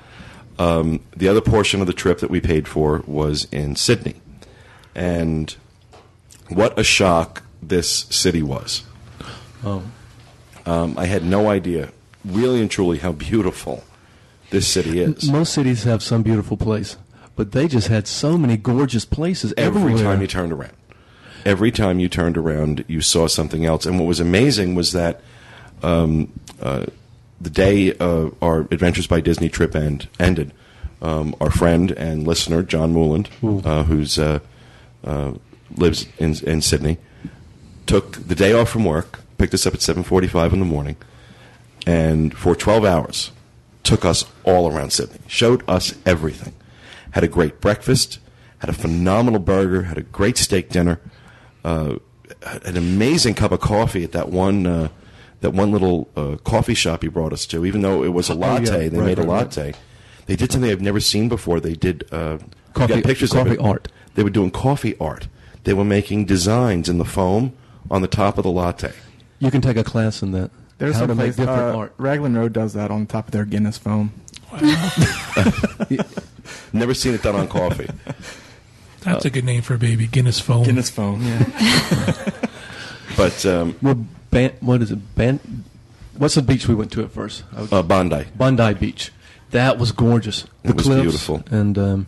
Um, the other portion of the trip that we paid for was in Sydney, and what a shock this city was.
Oh.
Um, I had no idea, really and truly, how beautiful this city is.
Most cities have some beautiful place, but they just had so many gorgeous places
every
everywhere.
time you turned around. Every time you turned around, you saw something else. And what was amazing was that um, uh, the day uh, our Adventures by Disney trip end, ended, um, our friend and listener, John Mooland, uh, who's uh, uh, lives in, in Sydney, took the day off from work, picked us up at 7.45 in the morning, and for 12 hours took us all around Sydney, showed us everything. Had a great breakfast, had a phenomenal burger, had a great steak dinner, uh, an amazing cup of coffee at that one uh, that one little uh, coffee shop he brought us to. Even though it was a latte, they
Oh, Right,
made a
right, right.
latte. They did something I've never seen before. They did uh, we
Coffee-
got pictures of
coffee
it.
art.
They were doing coffee art. They were making designs in the foam on the top of the latte.
You can take a class in that.
There's
How to
some
make
place,
different
uh,
art.
Raglan Road does that on top of their Guinness foam.
Never seen it done on
[laughs]
coffee.
That's a good name for a baby. Guinness foam.
Guinness foam,
[laughs]
yeah.
But um,
Well, ban- what is it? Ban- What's the beach we went to at first? I would-
uh, Bondi.
Bondi Beach. That was gorgeous. The
It was
cliffs
beautiful.
And um,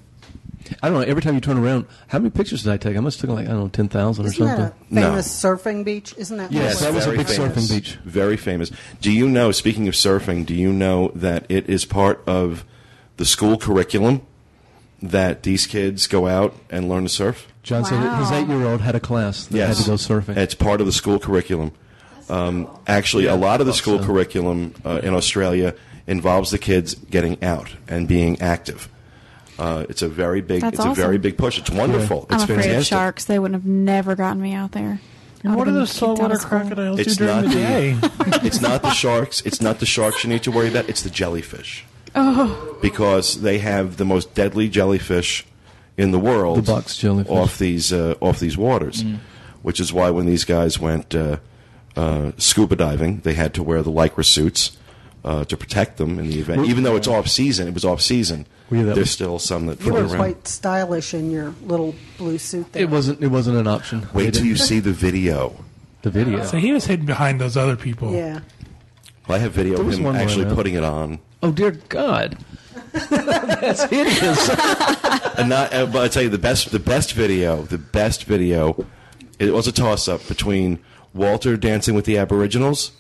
I don't know. Every time you turn around, how many pictures did I take? I must have taken like I don't know, ten thousand or
Isn't
something.
that a
No.
famous surfing beach? Isn't that?
Yes,
what
that
it
was a
very
big
famous.
surfing beach.
Very famous. Do you know, speaking of surfing, do you know that it is part of the school curriculum that these kids go out and learn to surf?
John said
Wow.
his eight-year-old had a class that had to go surfing.
It's part of the school curriculum. Um, actually, a lot of the school curriculum uh, in Australia involves the kids getting out and being active. Uh, it's a very big.
That's
it's a very
awesome.
big push. It's wonderful.
I'm
It's
afraid
fantastic.
of sharks. They would have never gotten me out there. I would
What do
have been
those
kicked out of
saltwater
school.
crocodiles
It's
do during
not
the day?
it's not the sharks. It's not the sharks you need to worry about. It's the jellyfish. Oh. Because they have the most deadly jellyfish in the world.
The box jellyfish. Mm.
Off these uh, off these waters, which is why when these guys went uh, uh, scuba diving, they had to wear the lycra suits. Uh, to protect them in the event, even though it's off season, it was off season.
Well, yeah, that
there's
was-
still some that
You
float
were
around.
quite stylish in your little blue suit there.
It wasn't. It wasn't an option. They
Wait till
didn't- [laughs]
you see the video.
the video.
So he was hidden behind those other people.
Yeah.
I have video
There
of
was
him
one where
actually
I-
putting it on.
Oh dear [laughs] God, that's hideous.
and not, uh, but I tell you the best, the best video, the best video. It was a toss-up between Walter dancing with the Aboriginals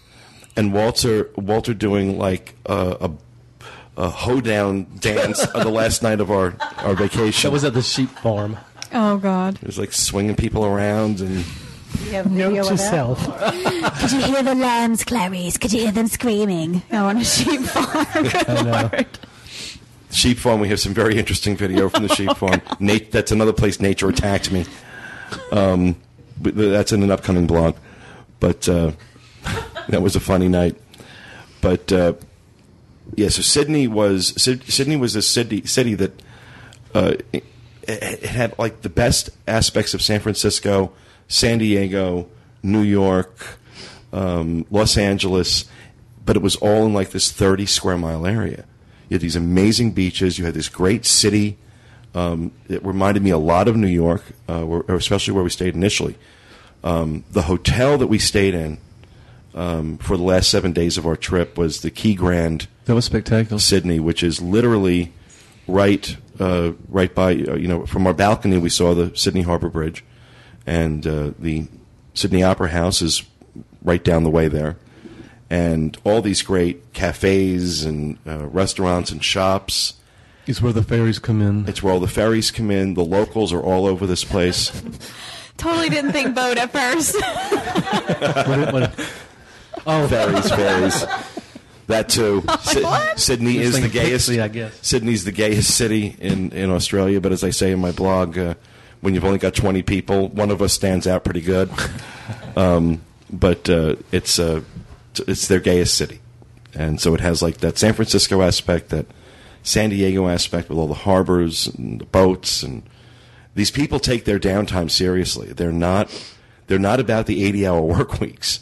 and Walter Walter doing like a, a, a hoedown dance on the last night of our our vacation.
that was at the sheep farm.
Oh God!
it was like swinging people around and
You have video
Note
of
to
that?
self.
Could you hear the lambs, Clarice? Could you hear them screaming? I want a [laughs] sheep farm. Good lord!
sheep farm. We have some very interesting video from the sheep farm. Nate, that's another place nature attacked me. Um, but th- that's in an upcoming blog. But uh, [laughs] that was a funny night. But uh, yeah, so Sydney was Syd- Sydney was a city city that uh, it, it had like the best aspects of San Francisco, San Diego, New York, um, Los Angeles, but it was all in like this thirty square mile area. You had these amazing beaches. You had this great city. Um, it reminded me a lot of New York, uh, where, or especially where we stayed initially. Um, the hotel that we stayed in um, for the last seven days of our trip was the Key Grand.
That was spectacular.
Sydney, which is literally right uh, right by uh, you know from our balcony we saw the Sydney Harbor Bridge, and uh, the Sydney Opera House is right down the way there, and all these great cafes and uh, restaurants and shops.
It's where the fairies come in.
It's where all the ferries come in. The locals are all over this place.
Totally didn't think boat at first.
What- what- oh,
ferries, ferries. That too. Sy- Sydney
This
is
thing
the gayest.
pixely, I guess.
Sydney's the gayest city in, in Australia. But as I say in my blog, uh, when you've only got twenty people, one of us stands out pretty good. Um, but uh, it's uh, t- it's their gayest city, and so it has like that San Francisco aspect, that San Diego aspect with all the harbors and the boats, and these people take their downtime seriously. They're not they're not about the eighty hour [laughs] work weeks.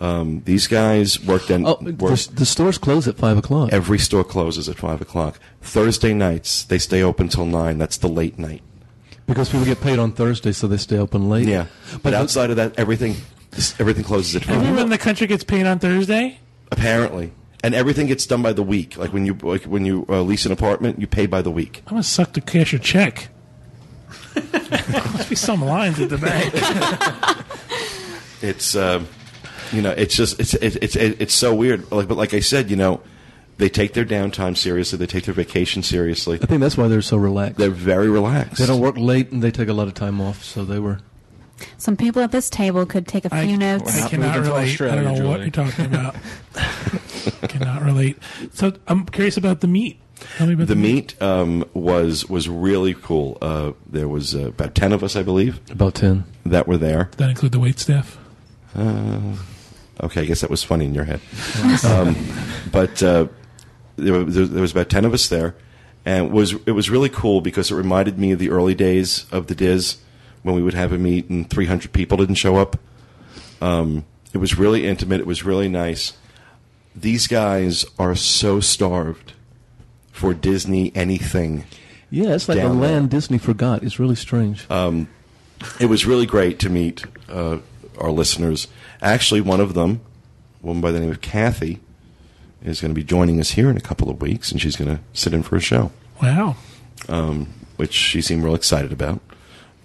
Um, these guys worked in
oh
worked-
the, the stores close at five o'clock.
Every store closes at five o'clock. Thursday nights they stay open till nine. That's the late night.
Because people get paid on Thursday, so they stay open late.
Yeah, but
But
outside of that, everything everything closes at
Everyone in
five.
the country gets paid on Thursday.
Apparently, and everything gets done by the week. Like when you like when you uh, lease an apartment, you pay by the week.
I'm gonna suck to cash a check. Must be some lines at the bank.
It's um, you know, it's just it's it's it's it's so weird. Like, but like I said, you know, they take their downtime seriously. They take their vacation seriously.
I think that's why they're so relaxed.
They're very relaxed.
they don't work late and they take a lot of time off, so they were.
[laughs] Some people at this table could take a few notes.
I
not
cannot
moving to
relate. I
Australia,
don't know what
Julie.
you're talking about. [laughs] cannot relate. So I'm curious about the meat. Tell me about the,
The meet um, was was really cool. Uh, there was uh, about ten of us, I believe,
About 10.
that were there.
Does that include the wait staff?
Uh, okay, I guess that was funny in your head. um, but uh, there, were- there, there was about ten of us there, and it was it was really cool because it reminded me of the early days of the Diz when we would have a meet and three hundred people didn't show up. Um, it was really intimate. It was really nice. These guys are so starved for Disney anything.
Yeah, it's like
Down
a
there.
land Disney forgot. It's really strange.
Uh, it was really great to meet uh, our listeners. Actually, one of them, a woman by the name of Kathy, is going to be joining us here in a couple of weeks, and she's going to sit in for a show,
Wow. [laughs]
um, which she seemed real excited about.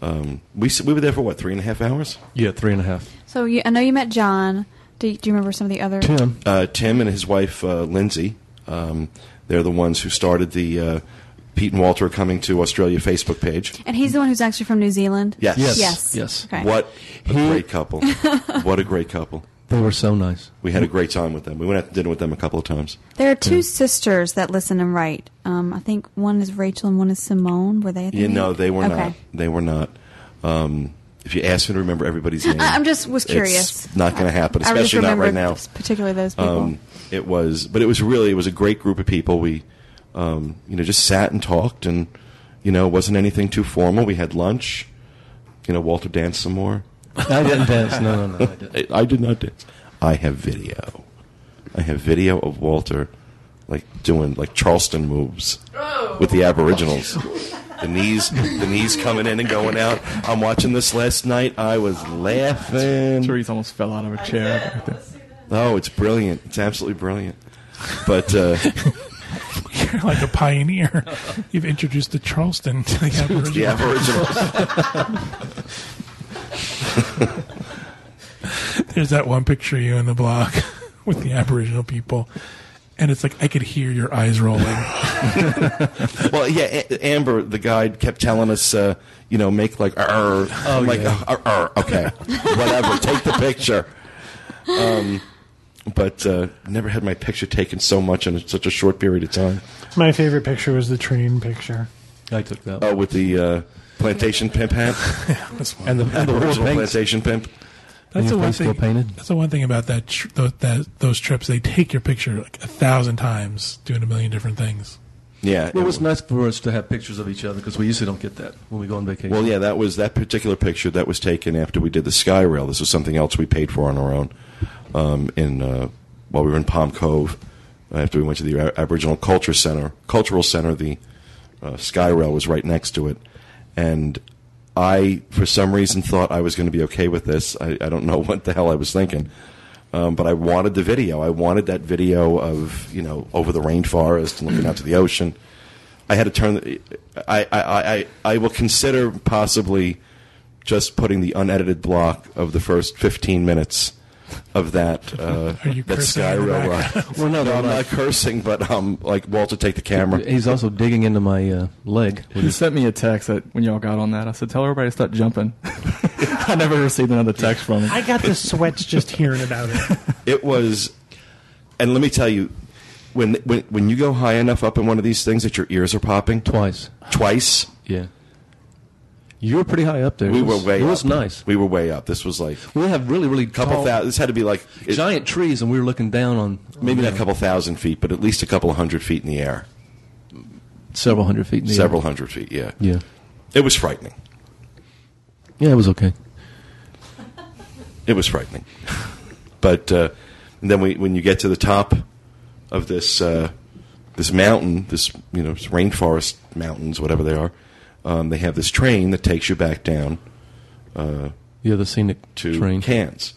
Um, we s- we were there for what three and a half hours.
yeah, three and a half.
So you, I know you met John. Do, do you remember some of the other?
10.
Uh, Tim and his wife uh, Lindsay, um, they're the ones who started the uh, Pete and Walter are coming to Australia Facebook page.
And he's the one who's actually from New Zealand.
Yes.
Yes.
Yes.
Yes.
Okay.
What a
He-
great couple! what a great couple!
They were so nice.
We had a great time with them. We went out to dinner with them a couple of times.
There are two sisters that listen and write. Um, I think one is Rachel and one is Simone. Were they? At the
You
meet?
know, they were
okay.
not. They were not. Um, if you ask me to remember everybody's name,
[laughs] I, I'm just was
it's
curious.
not going to happen,
I just
especially not right
remembered
now.
Particularly those people.
Um, it was, but it was really it was a great group of people. We, um, you know, just sat and talked, and you know, it wasn't anything too formal. We had lunch. You know, Walter danced some more.
I
[laughs]
didn't dance. No, no, no. I didn't.
I, I did not dance. I have video. I have video of Walter, like doing like Charleston moves with the Aboriginals. The knees, the knees coming in and going out. I'm watching this last night. I was laughing.
Therese almost fell out of her chair.
Oh, it's brilliant. It's absolutely brilliant. But uh,
You're like a pioneer. [laughs] You've introduced the Charleston to the Aboriginal.
the Aboriginals.
There's that one picture of you in the block [laughs] with the Aboriginal people. And it's like I could hear your eyes rolling.
Well, yeah, A- Amber, the guide, kept telling us, uh, you know, make like, oh, I'm like, "Arr, arr,
[laughs]
okay, whatever, take the picture. Um, but uh, never had my picture taken so much in such a short period of time.
My favorite picture was the train picture.
I took that.
Oh, with the uh, plantation pimp hat,
That's one.
and [laughs] the, and the world
original
banks.
plantation pimp.
That's
And
the
your
one
face still
thing.
painted?
That's the one thing about that, tr- those, that those trips. They take your picture like a thousand times, doing a million different things.
Yeah,
Well,
it
it was
wa-
nice for us to have pictures of each other because we usually don't get that when we go on vacation.
Well, yeah, that was that particular picture that was taken after we did the Sky Rail. This was something else we paid for on our own um, in uh, while we were in Palm Cove. uh, After we went to the A- Aboriginal Culture Center, Cultural Center, the uh, Sky Rail was right next to it, and I, for some reason, thought I was going to be okay with this. I, I don't know [laughs] what the hell I was thinking, um, but I wanted the video. I wanted that video of you know over the rainforest and looking out to the ocean. I had to turn. the- I, I, I, I- I will consider possibly just putting the unedited block of the first 15 minutes of that uh,
[laughs] Are you
that
cursing
Sky
in the
Rail run.
background?
[laughs] Well,
No,
no, they're
I'm not
like-
cursing, but um, like Walter, take the camera.
He's also digging into my uh, leg. with
[laughs]
He
his-
sent me a text that when y'all got on that, I said, "Tell everybody to stop jumping." [laughs] I never received another text from him.
I got the sweats just hearing about it.
It was, and let me tell you, when when when you go high enough up in one of these things that your ears are popping tw-
twice.
twice.
Yeah. You were pretty high up there.
We
It
were
was-
way.
It was
up.
nice.
We were way up. This was like a
We have really, really
couple
tall,
thousand. This had to be like it-
giant trees, and we were looking down on
maybe not a couple thousand feet, but at least a couple hundred feet in the air.
several hundred feet. In the air.
Several hundred feet. Yeah.
Yeah.
It was frightening.
Yeah, it was okay.
It was frightening. [laughs] but uh, and then we, when you get to the top of this uh, this mountain, this you know this rainforest mountains, whatever they are, um, they have this train that takes you back down
Yeah, the scenic
to
train.
Cairns,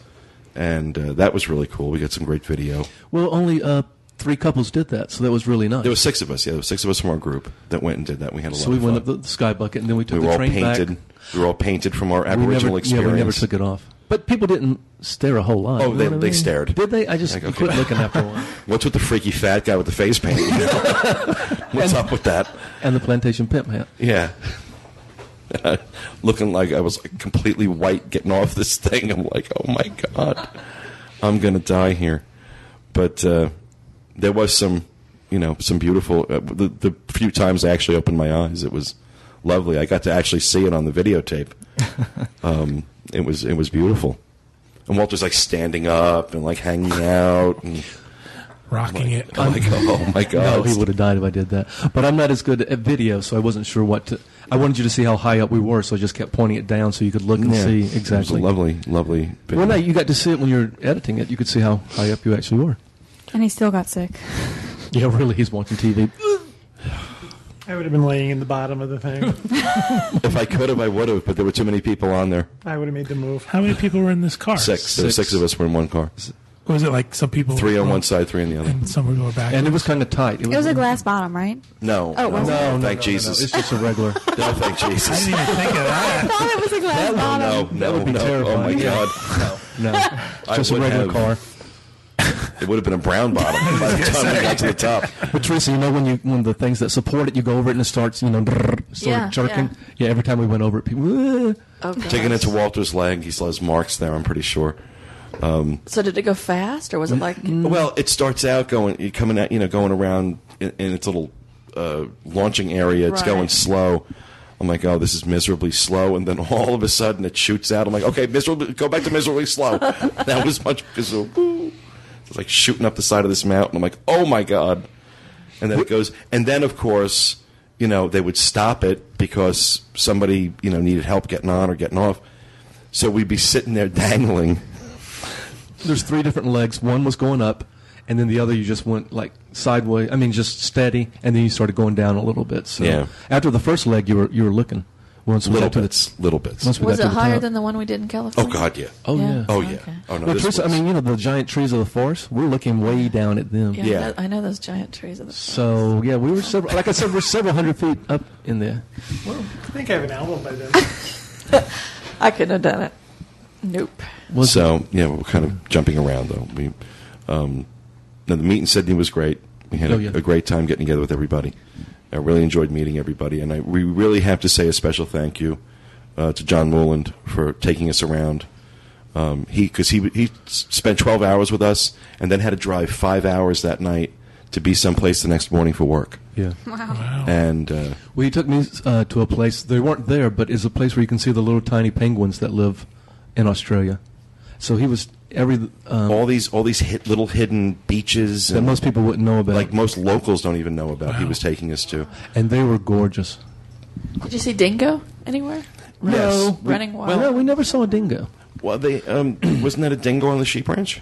and uh, that was really cool. We got some great video.
Well, only uh, three couples did that, so that was really nice.
There were six of us. Yeah, there were six of us from our group that went and did that. We had a lot.
so we
of
went
fun.
up the, the sky bucket, and then we took
we were
the
all
train
painted.
back.
We were all painted from our Aboriginal
we never,
experience.
Yeah, we never took it off. But people didn't stare a whole lot.
Oh,
you know
they-
what I
they
mean?
stared.
Did they? I just
Like, okay.
quit looking after a while.
What's with the freaky fat guy with the face paint? You know? What's up with that?
And the plantation pimp hat.
Yeah. [laughs] Looking like I was completely white getting off this thing. I'm like, oh my God, I'm going to die here. But uh, there was some, you know, some beautiful. Uh, the, the few times I actually opened my eyes, it was lovely. I got to actually see it on the videotape. um, it was it was beautiful. And Walter's like standing up and like hanging out. And
Rocking it.
I'm like, oh my
No,
God.
he would have died if I did that. But I'm not as good at video, so I wasn't sure what to. I wanted you to see how high up we were, so I just kept pointing it down so you could look and
Yeah.
see
It
exactly.
was a lovely, lovely. Video.
Well, no, you got to see it when you're editing it. You could see how high up you actually were.
and he still got sick.
[laughs] Yeah, really, he's watching TV.
I would have been laying in the bottom of the thing.
If I could have, I would have, but there were too many people on there.
I would have made the move.
How many people were in this car?
Six. There were
Six.
six of us were in one car.
Was it like some people?
Three
were
on one
front
side, three on the other.
and some people were back.
And it was kind of tight.
It was a glass bottom, right?
No.
Oh,
no,
was it?
no,
No, no,
Thank Jesus.
It's just
[laughs]
a regular.
No, thank
I
Jesus.
didn't even think of that.
[laughs] I thought it was a glass bottom.
No, no,
would be
no. Oh my
terrifying.
God.
No,
I
just a
would
regular
have-
car.
It would have been a brown bottom
[laughs]
by the time we got to the top.
But Teresa, you know when you when the things that support it, you go over it and it starts, you know, brrr, sort
Yeah,
of jerking. Yeah. every time we went over it, people. "Wah."
Oh, gosh.
Digging into Walter's leg, he says marks there. I'm pretty sure. Um,
So did it go fast, or was it like?
Well, it starts out going coming out, you know, going around in, in its little uh, launching area. It's
Right.
going slow. I'm like, oh, this is miserably slow, and then [laughs] all of a sudden it shoots out. I'm like, okay, miserably, go back to miserably [laughs] slow. that was much miserable. It's like shooting up the side of this mountain. I'm like, oh my god. And then it goes, and then of course, you know, they would stop it because somebody, you know, needed help getting on or getting off. So we'd be sitting there dangling.
There's three different legs. One was going up, and then the other you just went like sideways. I mean, just steady, and then you started going down a little bit. So
Yeah.
after the first leg, you were you were looking. Once we
Little
got to the-
bits, little bits.
once we
Was
got
it
to the
higher
top.
than the one we did in
Oh
California?
God, yeah.
Oh yeah.
Yeah.
Oh yeah.
Okay.
Oh no.
No,
this
trees- I
was-
mean, you know, the giant trees of the forest. We're looking way down at them.
Yeah,
Yeah.
I, know, I know those giant trees. In the
So yeah, we were several. Like I said, we're several hundred feet up in there.
I think I have an album by then.
I couldn't have done it. Nope.
Was
so yeah, we're kind of jumping around though. We, um, now the meet in Sydney was great. We had
Oh,
a,
yeah.
a great time getting together with everybody. I really enjoyed meeting everybody, and I, we really have to say a special thank you uh, to John Moreland for taking us around. Um, he because he he s- spent twelve hours with us, and then had to drive five hours that night to be someplace the next morning for work.
yeah.
Wow.
And uh,
Well, you took me uh, to a place. They weren't there, but is a place where you can see the little tiny penguins that live in Australia. So he was every um,
all these all these hit, little hidden beaches
that
and
most people wouldn't know about,
like most locals don't even know about. He was taking us to.
and they were gorgeous.
Did you see Dingo anywhere?
Yes.
we-
Running wild.
Well, no, we never saw a dingo.
Well, they um, [clears throat] wasn't that a dingo on the sheep ranch?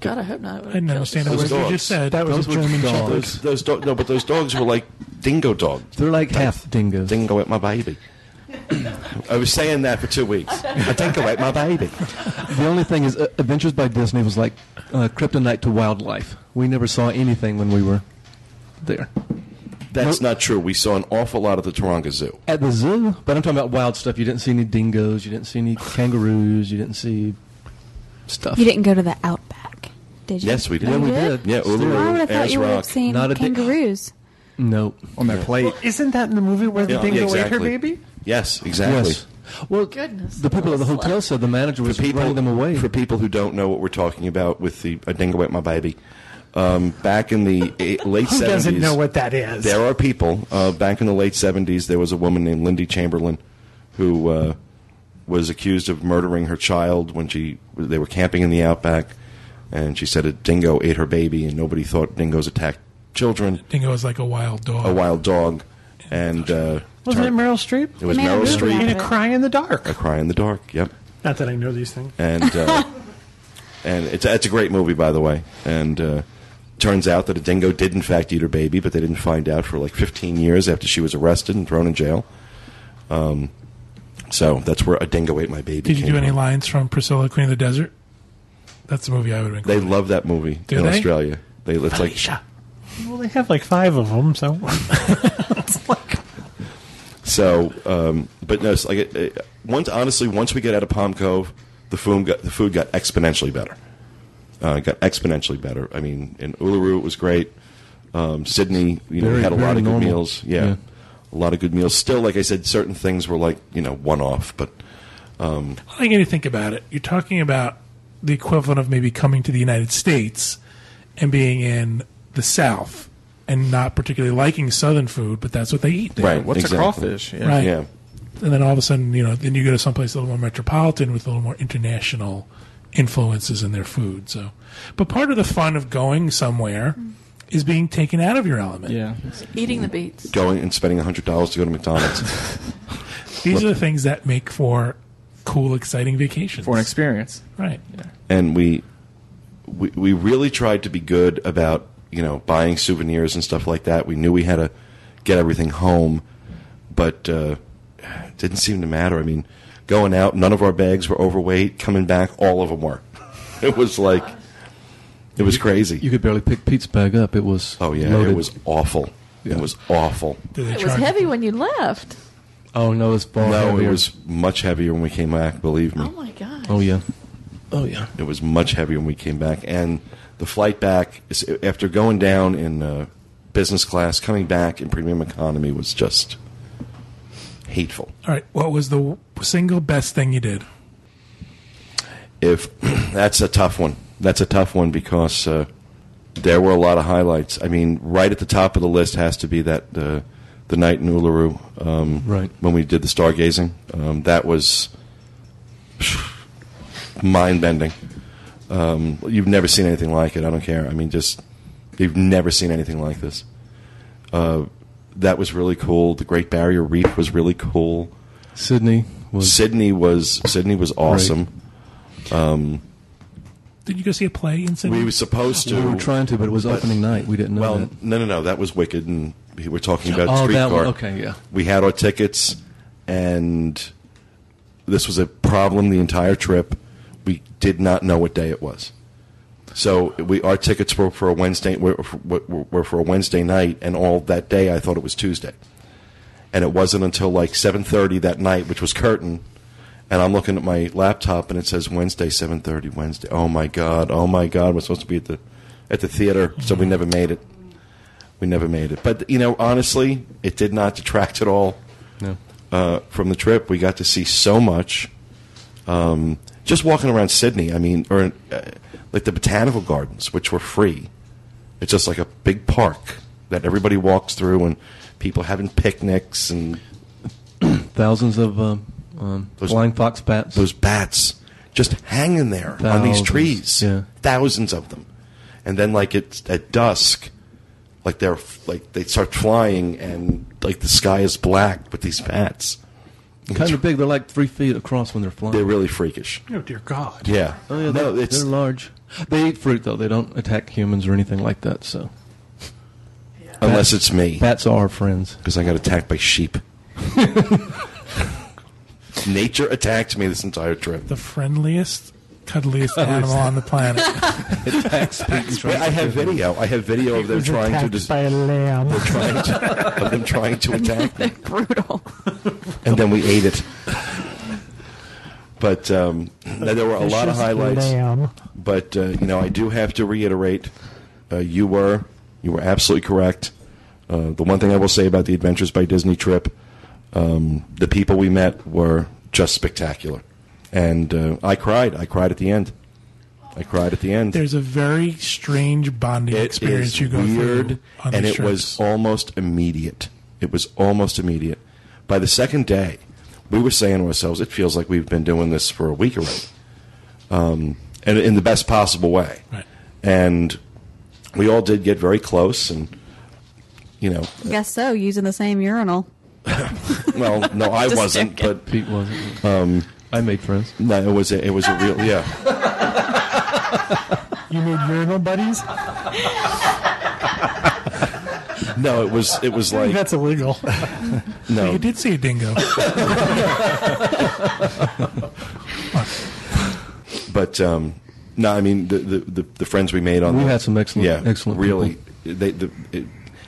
God, I hope not.
I didn't understand a
Those
word you
dogs.
just said.
That was
Those
a
were
German
dogs.
Shepherd.
Those, those do- no, but those dogs were like dingo dog.
They're like half dingoes.
Dingo ate my baby. [clears throat] I was saying that for two weeks. A dingo ate my baby.
The only thing is, uh, Adventures by Disney was like uh, kryptonite to wildlife. We never saw anything when we were there
That's not true. We saw an awful lot at the Taronga Zoo.
at the zoo. But I'm talking about wild stuff. You didn't see any dingoes. You didn't see any kangaroos. You didn't see stuff.
You didn't go to the Outback, did you?
Yes, we did.
Yeah, we
did?
did.
Yeah, Uluru,
I would have thought
Ayers
you would
Rock.
have seen
Not a di-
kangaroos.
No.
on their plate.
Isn't that in the movie where the
Yeah,
thing dingo
exactly.
ate her baby?
Yes, exactly.
Yes. Well,
Goodness.
the people at the hotel said the manager was
For people,
running them away.
for people who don't know what we're talking about with the a dingo ate my baby, um, back in the eight, late
[laughs] Who
70s,
doesn't know what that is?
There are people. Uh, back in the late 70s, there was a woman named Lindy Chamberlain who uh, was accused of murdering her child when she they were camping in the outback, and she said a dingo ate her baby, and nobody thought dingoes attacked children.
Dingo was like a wild dog.
A wild dog, and uh,
Wasn't it
turn-
Meryl Streep?
It was
They made a
Meryl
movie
Streep.
out
In
of
a
it.
cry in the
A
dark.
Cry in the Dark. Yep,
Not that I know these things.
and uh, and it's it's a great movie, by the way, and. Uh, Turns out that a dingo did, in fact, eat her baby, but they didn't find out for like 15 years after she was arrested and thrown in jail. Um, so that's where a dingo ate my baby.
Did you
came
do any
from.
lines from Priscilla, Queen of the Desert? That's the movie I would have been.
They love that movie
Do
in
they?
Australia. They it's like
Well, they have like five of them, so. [laughs] It's like-
so. Um, but no, it's like it, it, once honestly, once we get out of Palm Cove, the food got the food got exponentially better. Uh, it got exponentially better. I mean, in Uluru it was great. Um, Sydney, you know, we
Very-
had a
very
lot of good
normal.
meals. Yeah,
Yeah.
a lot of good meals. Still, like I said, certain things were like you know one off, but
I think you think about it. You're talking about the equivalent of maybe coming to the United States and being in the South and not particularly liking Southern food, but that's what they eat there.
Right.
What's
Exactly.
a crawfish? Yeah.
Right.
yeah.
And then all of a sudden, you know, then you go to someplace a little more metropolitan with a little more international influences in their food. So, but part of the fun of going somewhere is being taken out of your element.
Yeah.
Eating the beets.
Going and spending hundred dollars to go to
[laughs]
McDonald's.
These are the things that make for cool, exciting vacations.
For an experience.
right.
and we, we we really tried to be good about you know buying souvenirs and stuff like that. We knew we had to get everything home, but uh, it didn't seem to matter. I mean, going out, none of our bags were overweight. Coming back, all of them were. [laughs] It was like it was
you
crazy.
could barely pick Pete's bag up. It was
Oh yeah,
loaded.
it was awful. It was awful.
Do they
It was
charge-
heavy when you left.
Oh no, it's far
No, it
heavier.
was much heavier when we came back. Believe me.
Oh my god.
Oh yeah, oh yeah.
it was much heavier when we came back. And the flight back, is- after going down in uh, business class, coming back in premium economy was just hateful.
All right. What was the w- single best thing you did?
if [clears throat] that's a tough one. That's a tough one because uh, there were a lot of highlights. I mean, right at the top of the list has to be that uh, the night in Uluru, um,
Right.
when we did the stargazing. Um, that was mind bending. Um, you've never seen anything like it. I don't care. I mean, just you've never seen anything like this. Uh, that was really cool. The Great Barrier Reef was really cool.
Sydney was
Sydney was Sydney was awesome. Um,
Did you go see a play in Sydney?
we were supposed to.
we were trying to, but it was opening night. We didn't know
Well,
that.
no, no, no. That was Wicked, and we were talking about
Oh, that
Streetcar.
one. Okay, yeah.
We had our tickets, and this was a problem the entire trip. We did not know what day it was. So we our tickets were for a Wednesday were, were, were for a Wednesday night, and all that day I thought it was Tuesday, and it wasn't until like seven thirty that night, which was curtain, and I'm looking at my laptop and it says Wednesday seven thirty Wednesday. Oh my god! Oh my god! We're supposed to be at the at the theater, so we never made it. We never made it, but you know, honestly, it did not detract at all
No.
uh, from the trip. We got to see so much. Um, just walking around Sydney, I mean, or uh, like the botanical gardens, which were free. It's just like a big park that everybody walks through, and people having picnics and
Thousands of um, um,
Those-
flying fox bats.
those bats just hanging there on these
Thousands,
trees,
yeah.
thousands of them. And then, like it's at dusk, like they're like they start flying, and like the sky is black with these bats.
kind of big. They're like three feet across when they're flying.
They're really freakish.
Oh dear God!
Yeah.
oh, yeah,
no,
they're,
it's
they're large. They eat fruit, though. They don't attack humans or anything like that, so.
unless it's me
Bats are our friends.
because I got attacked by sheep. [laughs] Nature attacked me this entire trip.
The friendliest,
[laughs]
cuddliest animal on the planet.
Attacks people.
I
[laughs]
have video. I have video of them trying to,
attacked
dis-
by a lamb.
trying to [laughs] of them trying to attack me.
Brutal.
and then we ate it. But um, no, there were a lot of
Vicious
highlights.
Lamb.
But uh, you know, I do have to reiterate: uh, you were you were absolutely correct. Uh, the one thing I will say about the Adventures by Disney trip, um, the people we met were just spectacular, and uh, I cried. I cried at the end. I cried at the end.
There's a very strange bonding
It
experience
is
you go
weird,
through, on
and
these
it was
trips.
almost immediate. It was almost immediate. By the second day, we were saying to ourselves, "It feels like we've been doing this for a week already," um, and in the best possible way.
Right.
And we all did get very close, and you know,
I guess so. Using the same urinal.
well, no, I
Just
wasn't,
joking.
but
Pete wasn't.
Um,
I made friends.
no, it was a, it was a real, yeah.
You made urinal buddies?
No, it was it
[laughs]
was like [laughs]
That's illegal.
no,
You did see a dingo.
but um, no, I mean the, the the the friends we made on
We
the-
had some excellent-
yeah,
excellent
really. They the, it,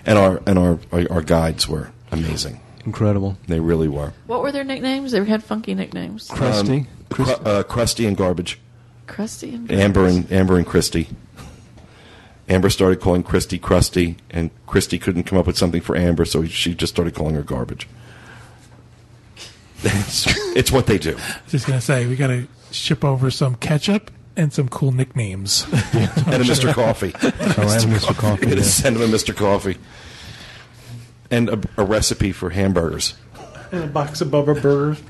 and our and our, our our guides were amazing.
Incredible.
They really were.
What were their nicknames? They had funky nicknames.
Crusty.
Cru-
Crusty.
uh, crusty and garbage.
Crusty and
Amber and Amber and Christy. Amber started calling Christy Crusty, and Christy couldn't come up with something for Amber, so she just started calling her garbage. [laughs] It's, it's what they do.
Just gonna say we gotta ship over some ketchup and some cool nicknames.
and a Mr. [laughs] Coffee.
Oh, and Mr. Coffee.
Gonna [laughs]
yeah.
Send him a Mr. Coffee. And a, a recipe for hamburgers.
and a box of Bubba Burgers.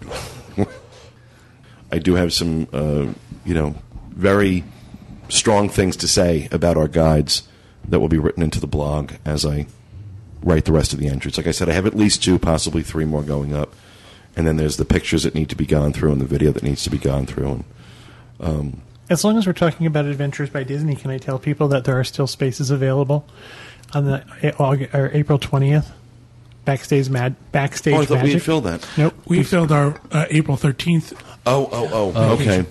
I do have some, uh, you know, very strong things to say about our guides that will be written into the blog as I write the rest of the entries. Like I said, I have at least two, possibly three more going up, and then there's the pictures that need to be gone through and the video that needs to be gone through. And
As long as we're talking about Adventures by Disney, can I tell people that there are still spaces available on the A- Aug or April twentieth? Backstage mad backstage
oh, I thought we
magic.
had filled that.
nope.
We filled our uh, April thirteenth,
Oh, oh, oh. Okay.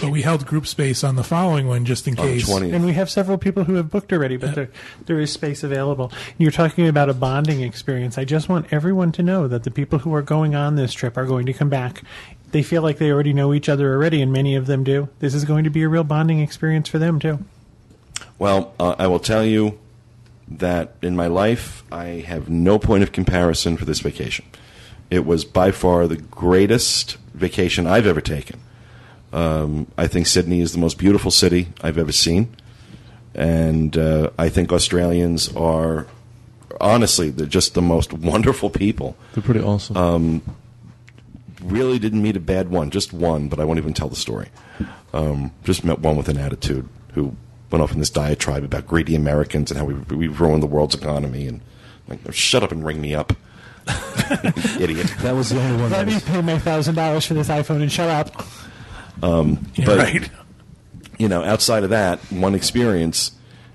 but we held group space on the following one just in
On the
case.
20th.
And we have several people who have booked already, but there there is space available. You're talking about a bonding experience. I just want everyone to know that the people who are going on this trip are going to come back. They feel like they already know each other already, and many of them do. This is going to be a real bonding experience for them too.
Well, uh, I will tell you that in my life, I have no point of comparison for this vacation. It was by far the greatest vacation I've ever taken. Um, I think Sydney is the most beautiful city I've ever seen, and uh, I think Australians are honestly they're just the most wonderful people.
They're pretty awesome.
Uh, Really didn't meet a bad one, just one, but I won't even tell the story. Um, just met one with an attitude who went off in this diatribe about greedy Americans and how we we ruined the world's economy and like shut up and ring me up, [laughs] idiot.
that was the only one.
Let
that
me
was,
pay my thousand dollars for this iPhone and shut up.
Yeah,
But-
right.
you know, outside of that one experience,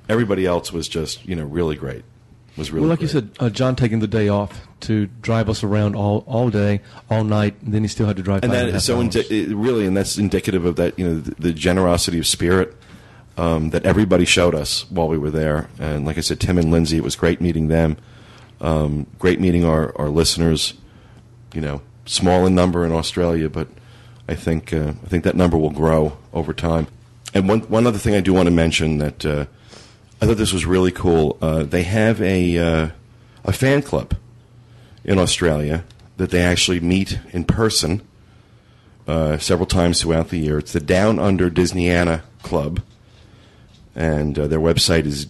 everybody else was just, you know, really great. Was really
well, like you
great.
said, uh, John taking the day off to drive us around all, all day, all night, and then he still had to drive.
and
five
that
a half
is so
hours.
indi- it- really, and that's indicative of that, you know, the, the generosity of spirit um, that everybody showed us while we were there. And like I said, Tim and Lindsay, it was great meeting them. Um, great meeting our our listeners. You know, small in number in Australia, but I think uh, I think that number will grow over time. And one one other thing I do want to mention that uh, I thought this was really cool. Uh, they have a uh, a fan club in Australia that they actually meet in person uh, several times throughout the year. It's the Down Under Disneyana Club, and uh, their website is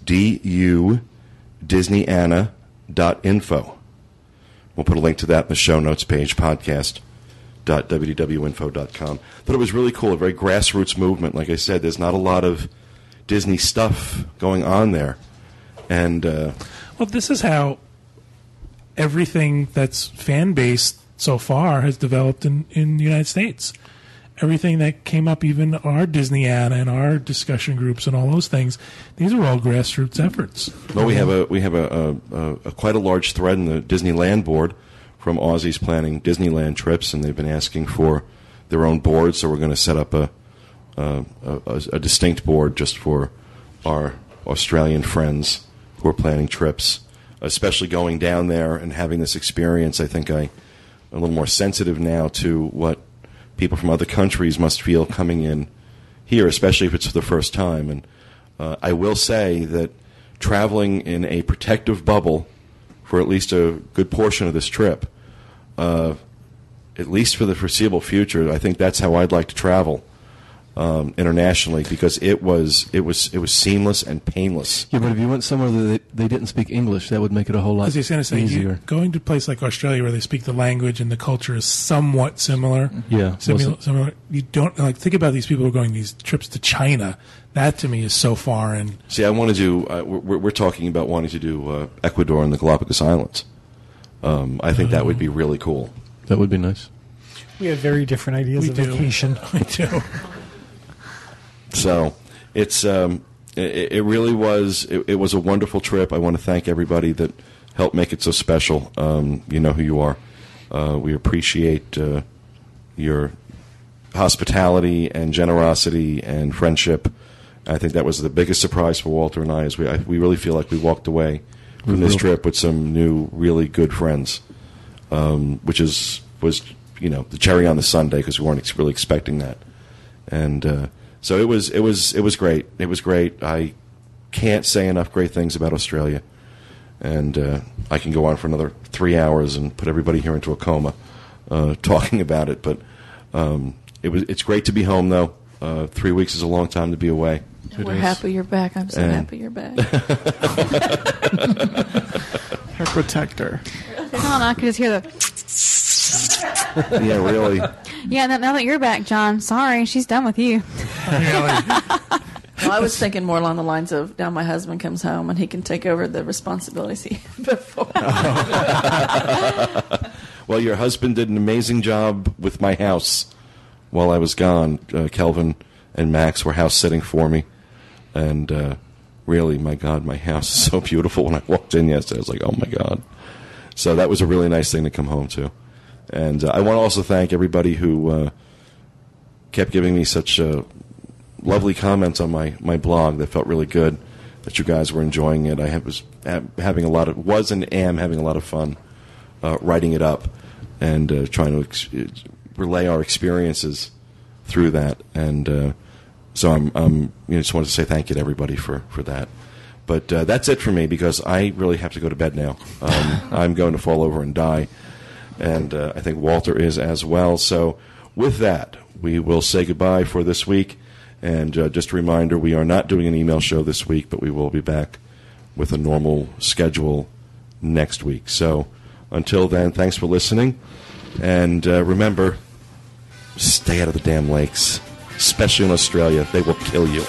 dudisneyana.info. We'll put a link to that in the show notes page, podcast.wdwinfo.com. Thought it was really cool, a very grassroots movement. Like I said, there's not a lot of Disney stuff going on there. And uh,
Well, this is how everything that's fan based so far has developed in, in the United States. Everything that came up, even our Disney ad and our discussion groups and all those things, these are all grassroots efforts.
Well, we have a we have a, a, a, a quite a large thread in the Disneyland board from Aussies planning Disneyland trips, and they've been asking for their own board. So we're going to set up a a, a a distinct board just for our Australian friends who are planning trips, especially going down there and having this experience. I think I am a little more sensitive now to what people from other countries must feel coming in here, especially if it's for the first time. And uh, I will say that traveling in a protective bubble for at least a good portion of this trip, uh, at least for the foreseeable future, I think that's how I'd like to travel um, internationally because it was it was it was seamless and painless.
Yeah, but if you went somewhere that they, they didn't speak English, that would make it a whole lot
As he's going to say, you,
easier.
going to a place like Australia where they speak the language and the culture is somewhat similar.
Yeah,
similar,
wasn't-
similar. You don't like think about these people who are going these trips to China. That to me is so
[laughs]
foreign. [laughs]
See, I want to do. Uh, we're, we're talking about wanting to do uh, Ecuador and the Galapagos Islands. Um, I think that would be really cool.
that would be nice.
We have very different ideas
We
of
do.
vacation.
I do.
So it's um, it, it really was it, it was a wonderful trip. I want to thank everybody that helped make it so special. Um, you know who you are. Uh, we appreciate uh, your hospitality and generosity and friendship. I think that was the biggest surprise for Walter and I. Is we I, we really feel like we walked away from this trip with some new, really good friends, um, which is was you know the cherry on the Sunday because we weren't ex- really expecting that and uh, so it was it was it was great it was great i can't say enough great things about australia and uh, i can go on for another three hours and put everybody here into a coma uh, [laughs] talking about it but um, it was it's great to be home though uh, three weeks is a long time to be away
We're happy you're back. I'm so
And-
happy you're
[laughs]
back.
Her protector.
No, no, I could just hear the.
yeah really
Yeah, now now that you're back, John. Sorry, she's done with you.
Well, I was thinking more along the lines of now my husband comes home and he can take over the responsibilities he had [laughs] before.
well your husband did an amazing job with my house while i was gone uh, kelvin and max were house sitting for me and uh, really, my God, my house is [laughs] so beautiful. When I walked in yesterday, I was like, oh my God. So that was a really nice thing to come home to. And uh, I want to also thank everybody who uh, kept giving me such uh, lovely comments on my, my blog that felt really good that you guys were enjoying it. I ha- was ha- having a lot of, was and am having a lot of fun uh, writing it up and uh, trying to ex- relay our experiences through that. And uh, so I'm, I'm you know, just wanted to say thank you to everybody for, for that. But uh, that's it for me because I really have to go to bed now. Um, I'm going to fall over and die. And uh, I think Walter is as well. So With that, we will say goodbye for this week. And uh, just a reminder, we are not doing an email show this week, but we will be back with a normal schedule next week. So until then, thanks for listening. And uh, remember, stay out of the damn lakes, especially in Australia. They will kill you.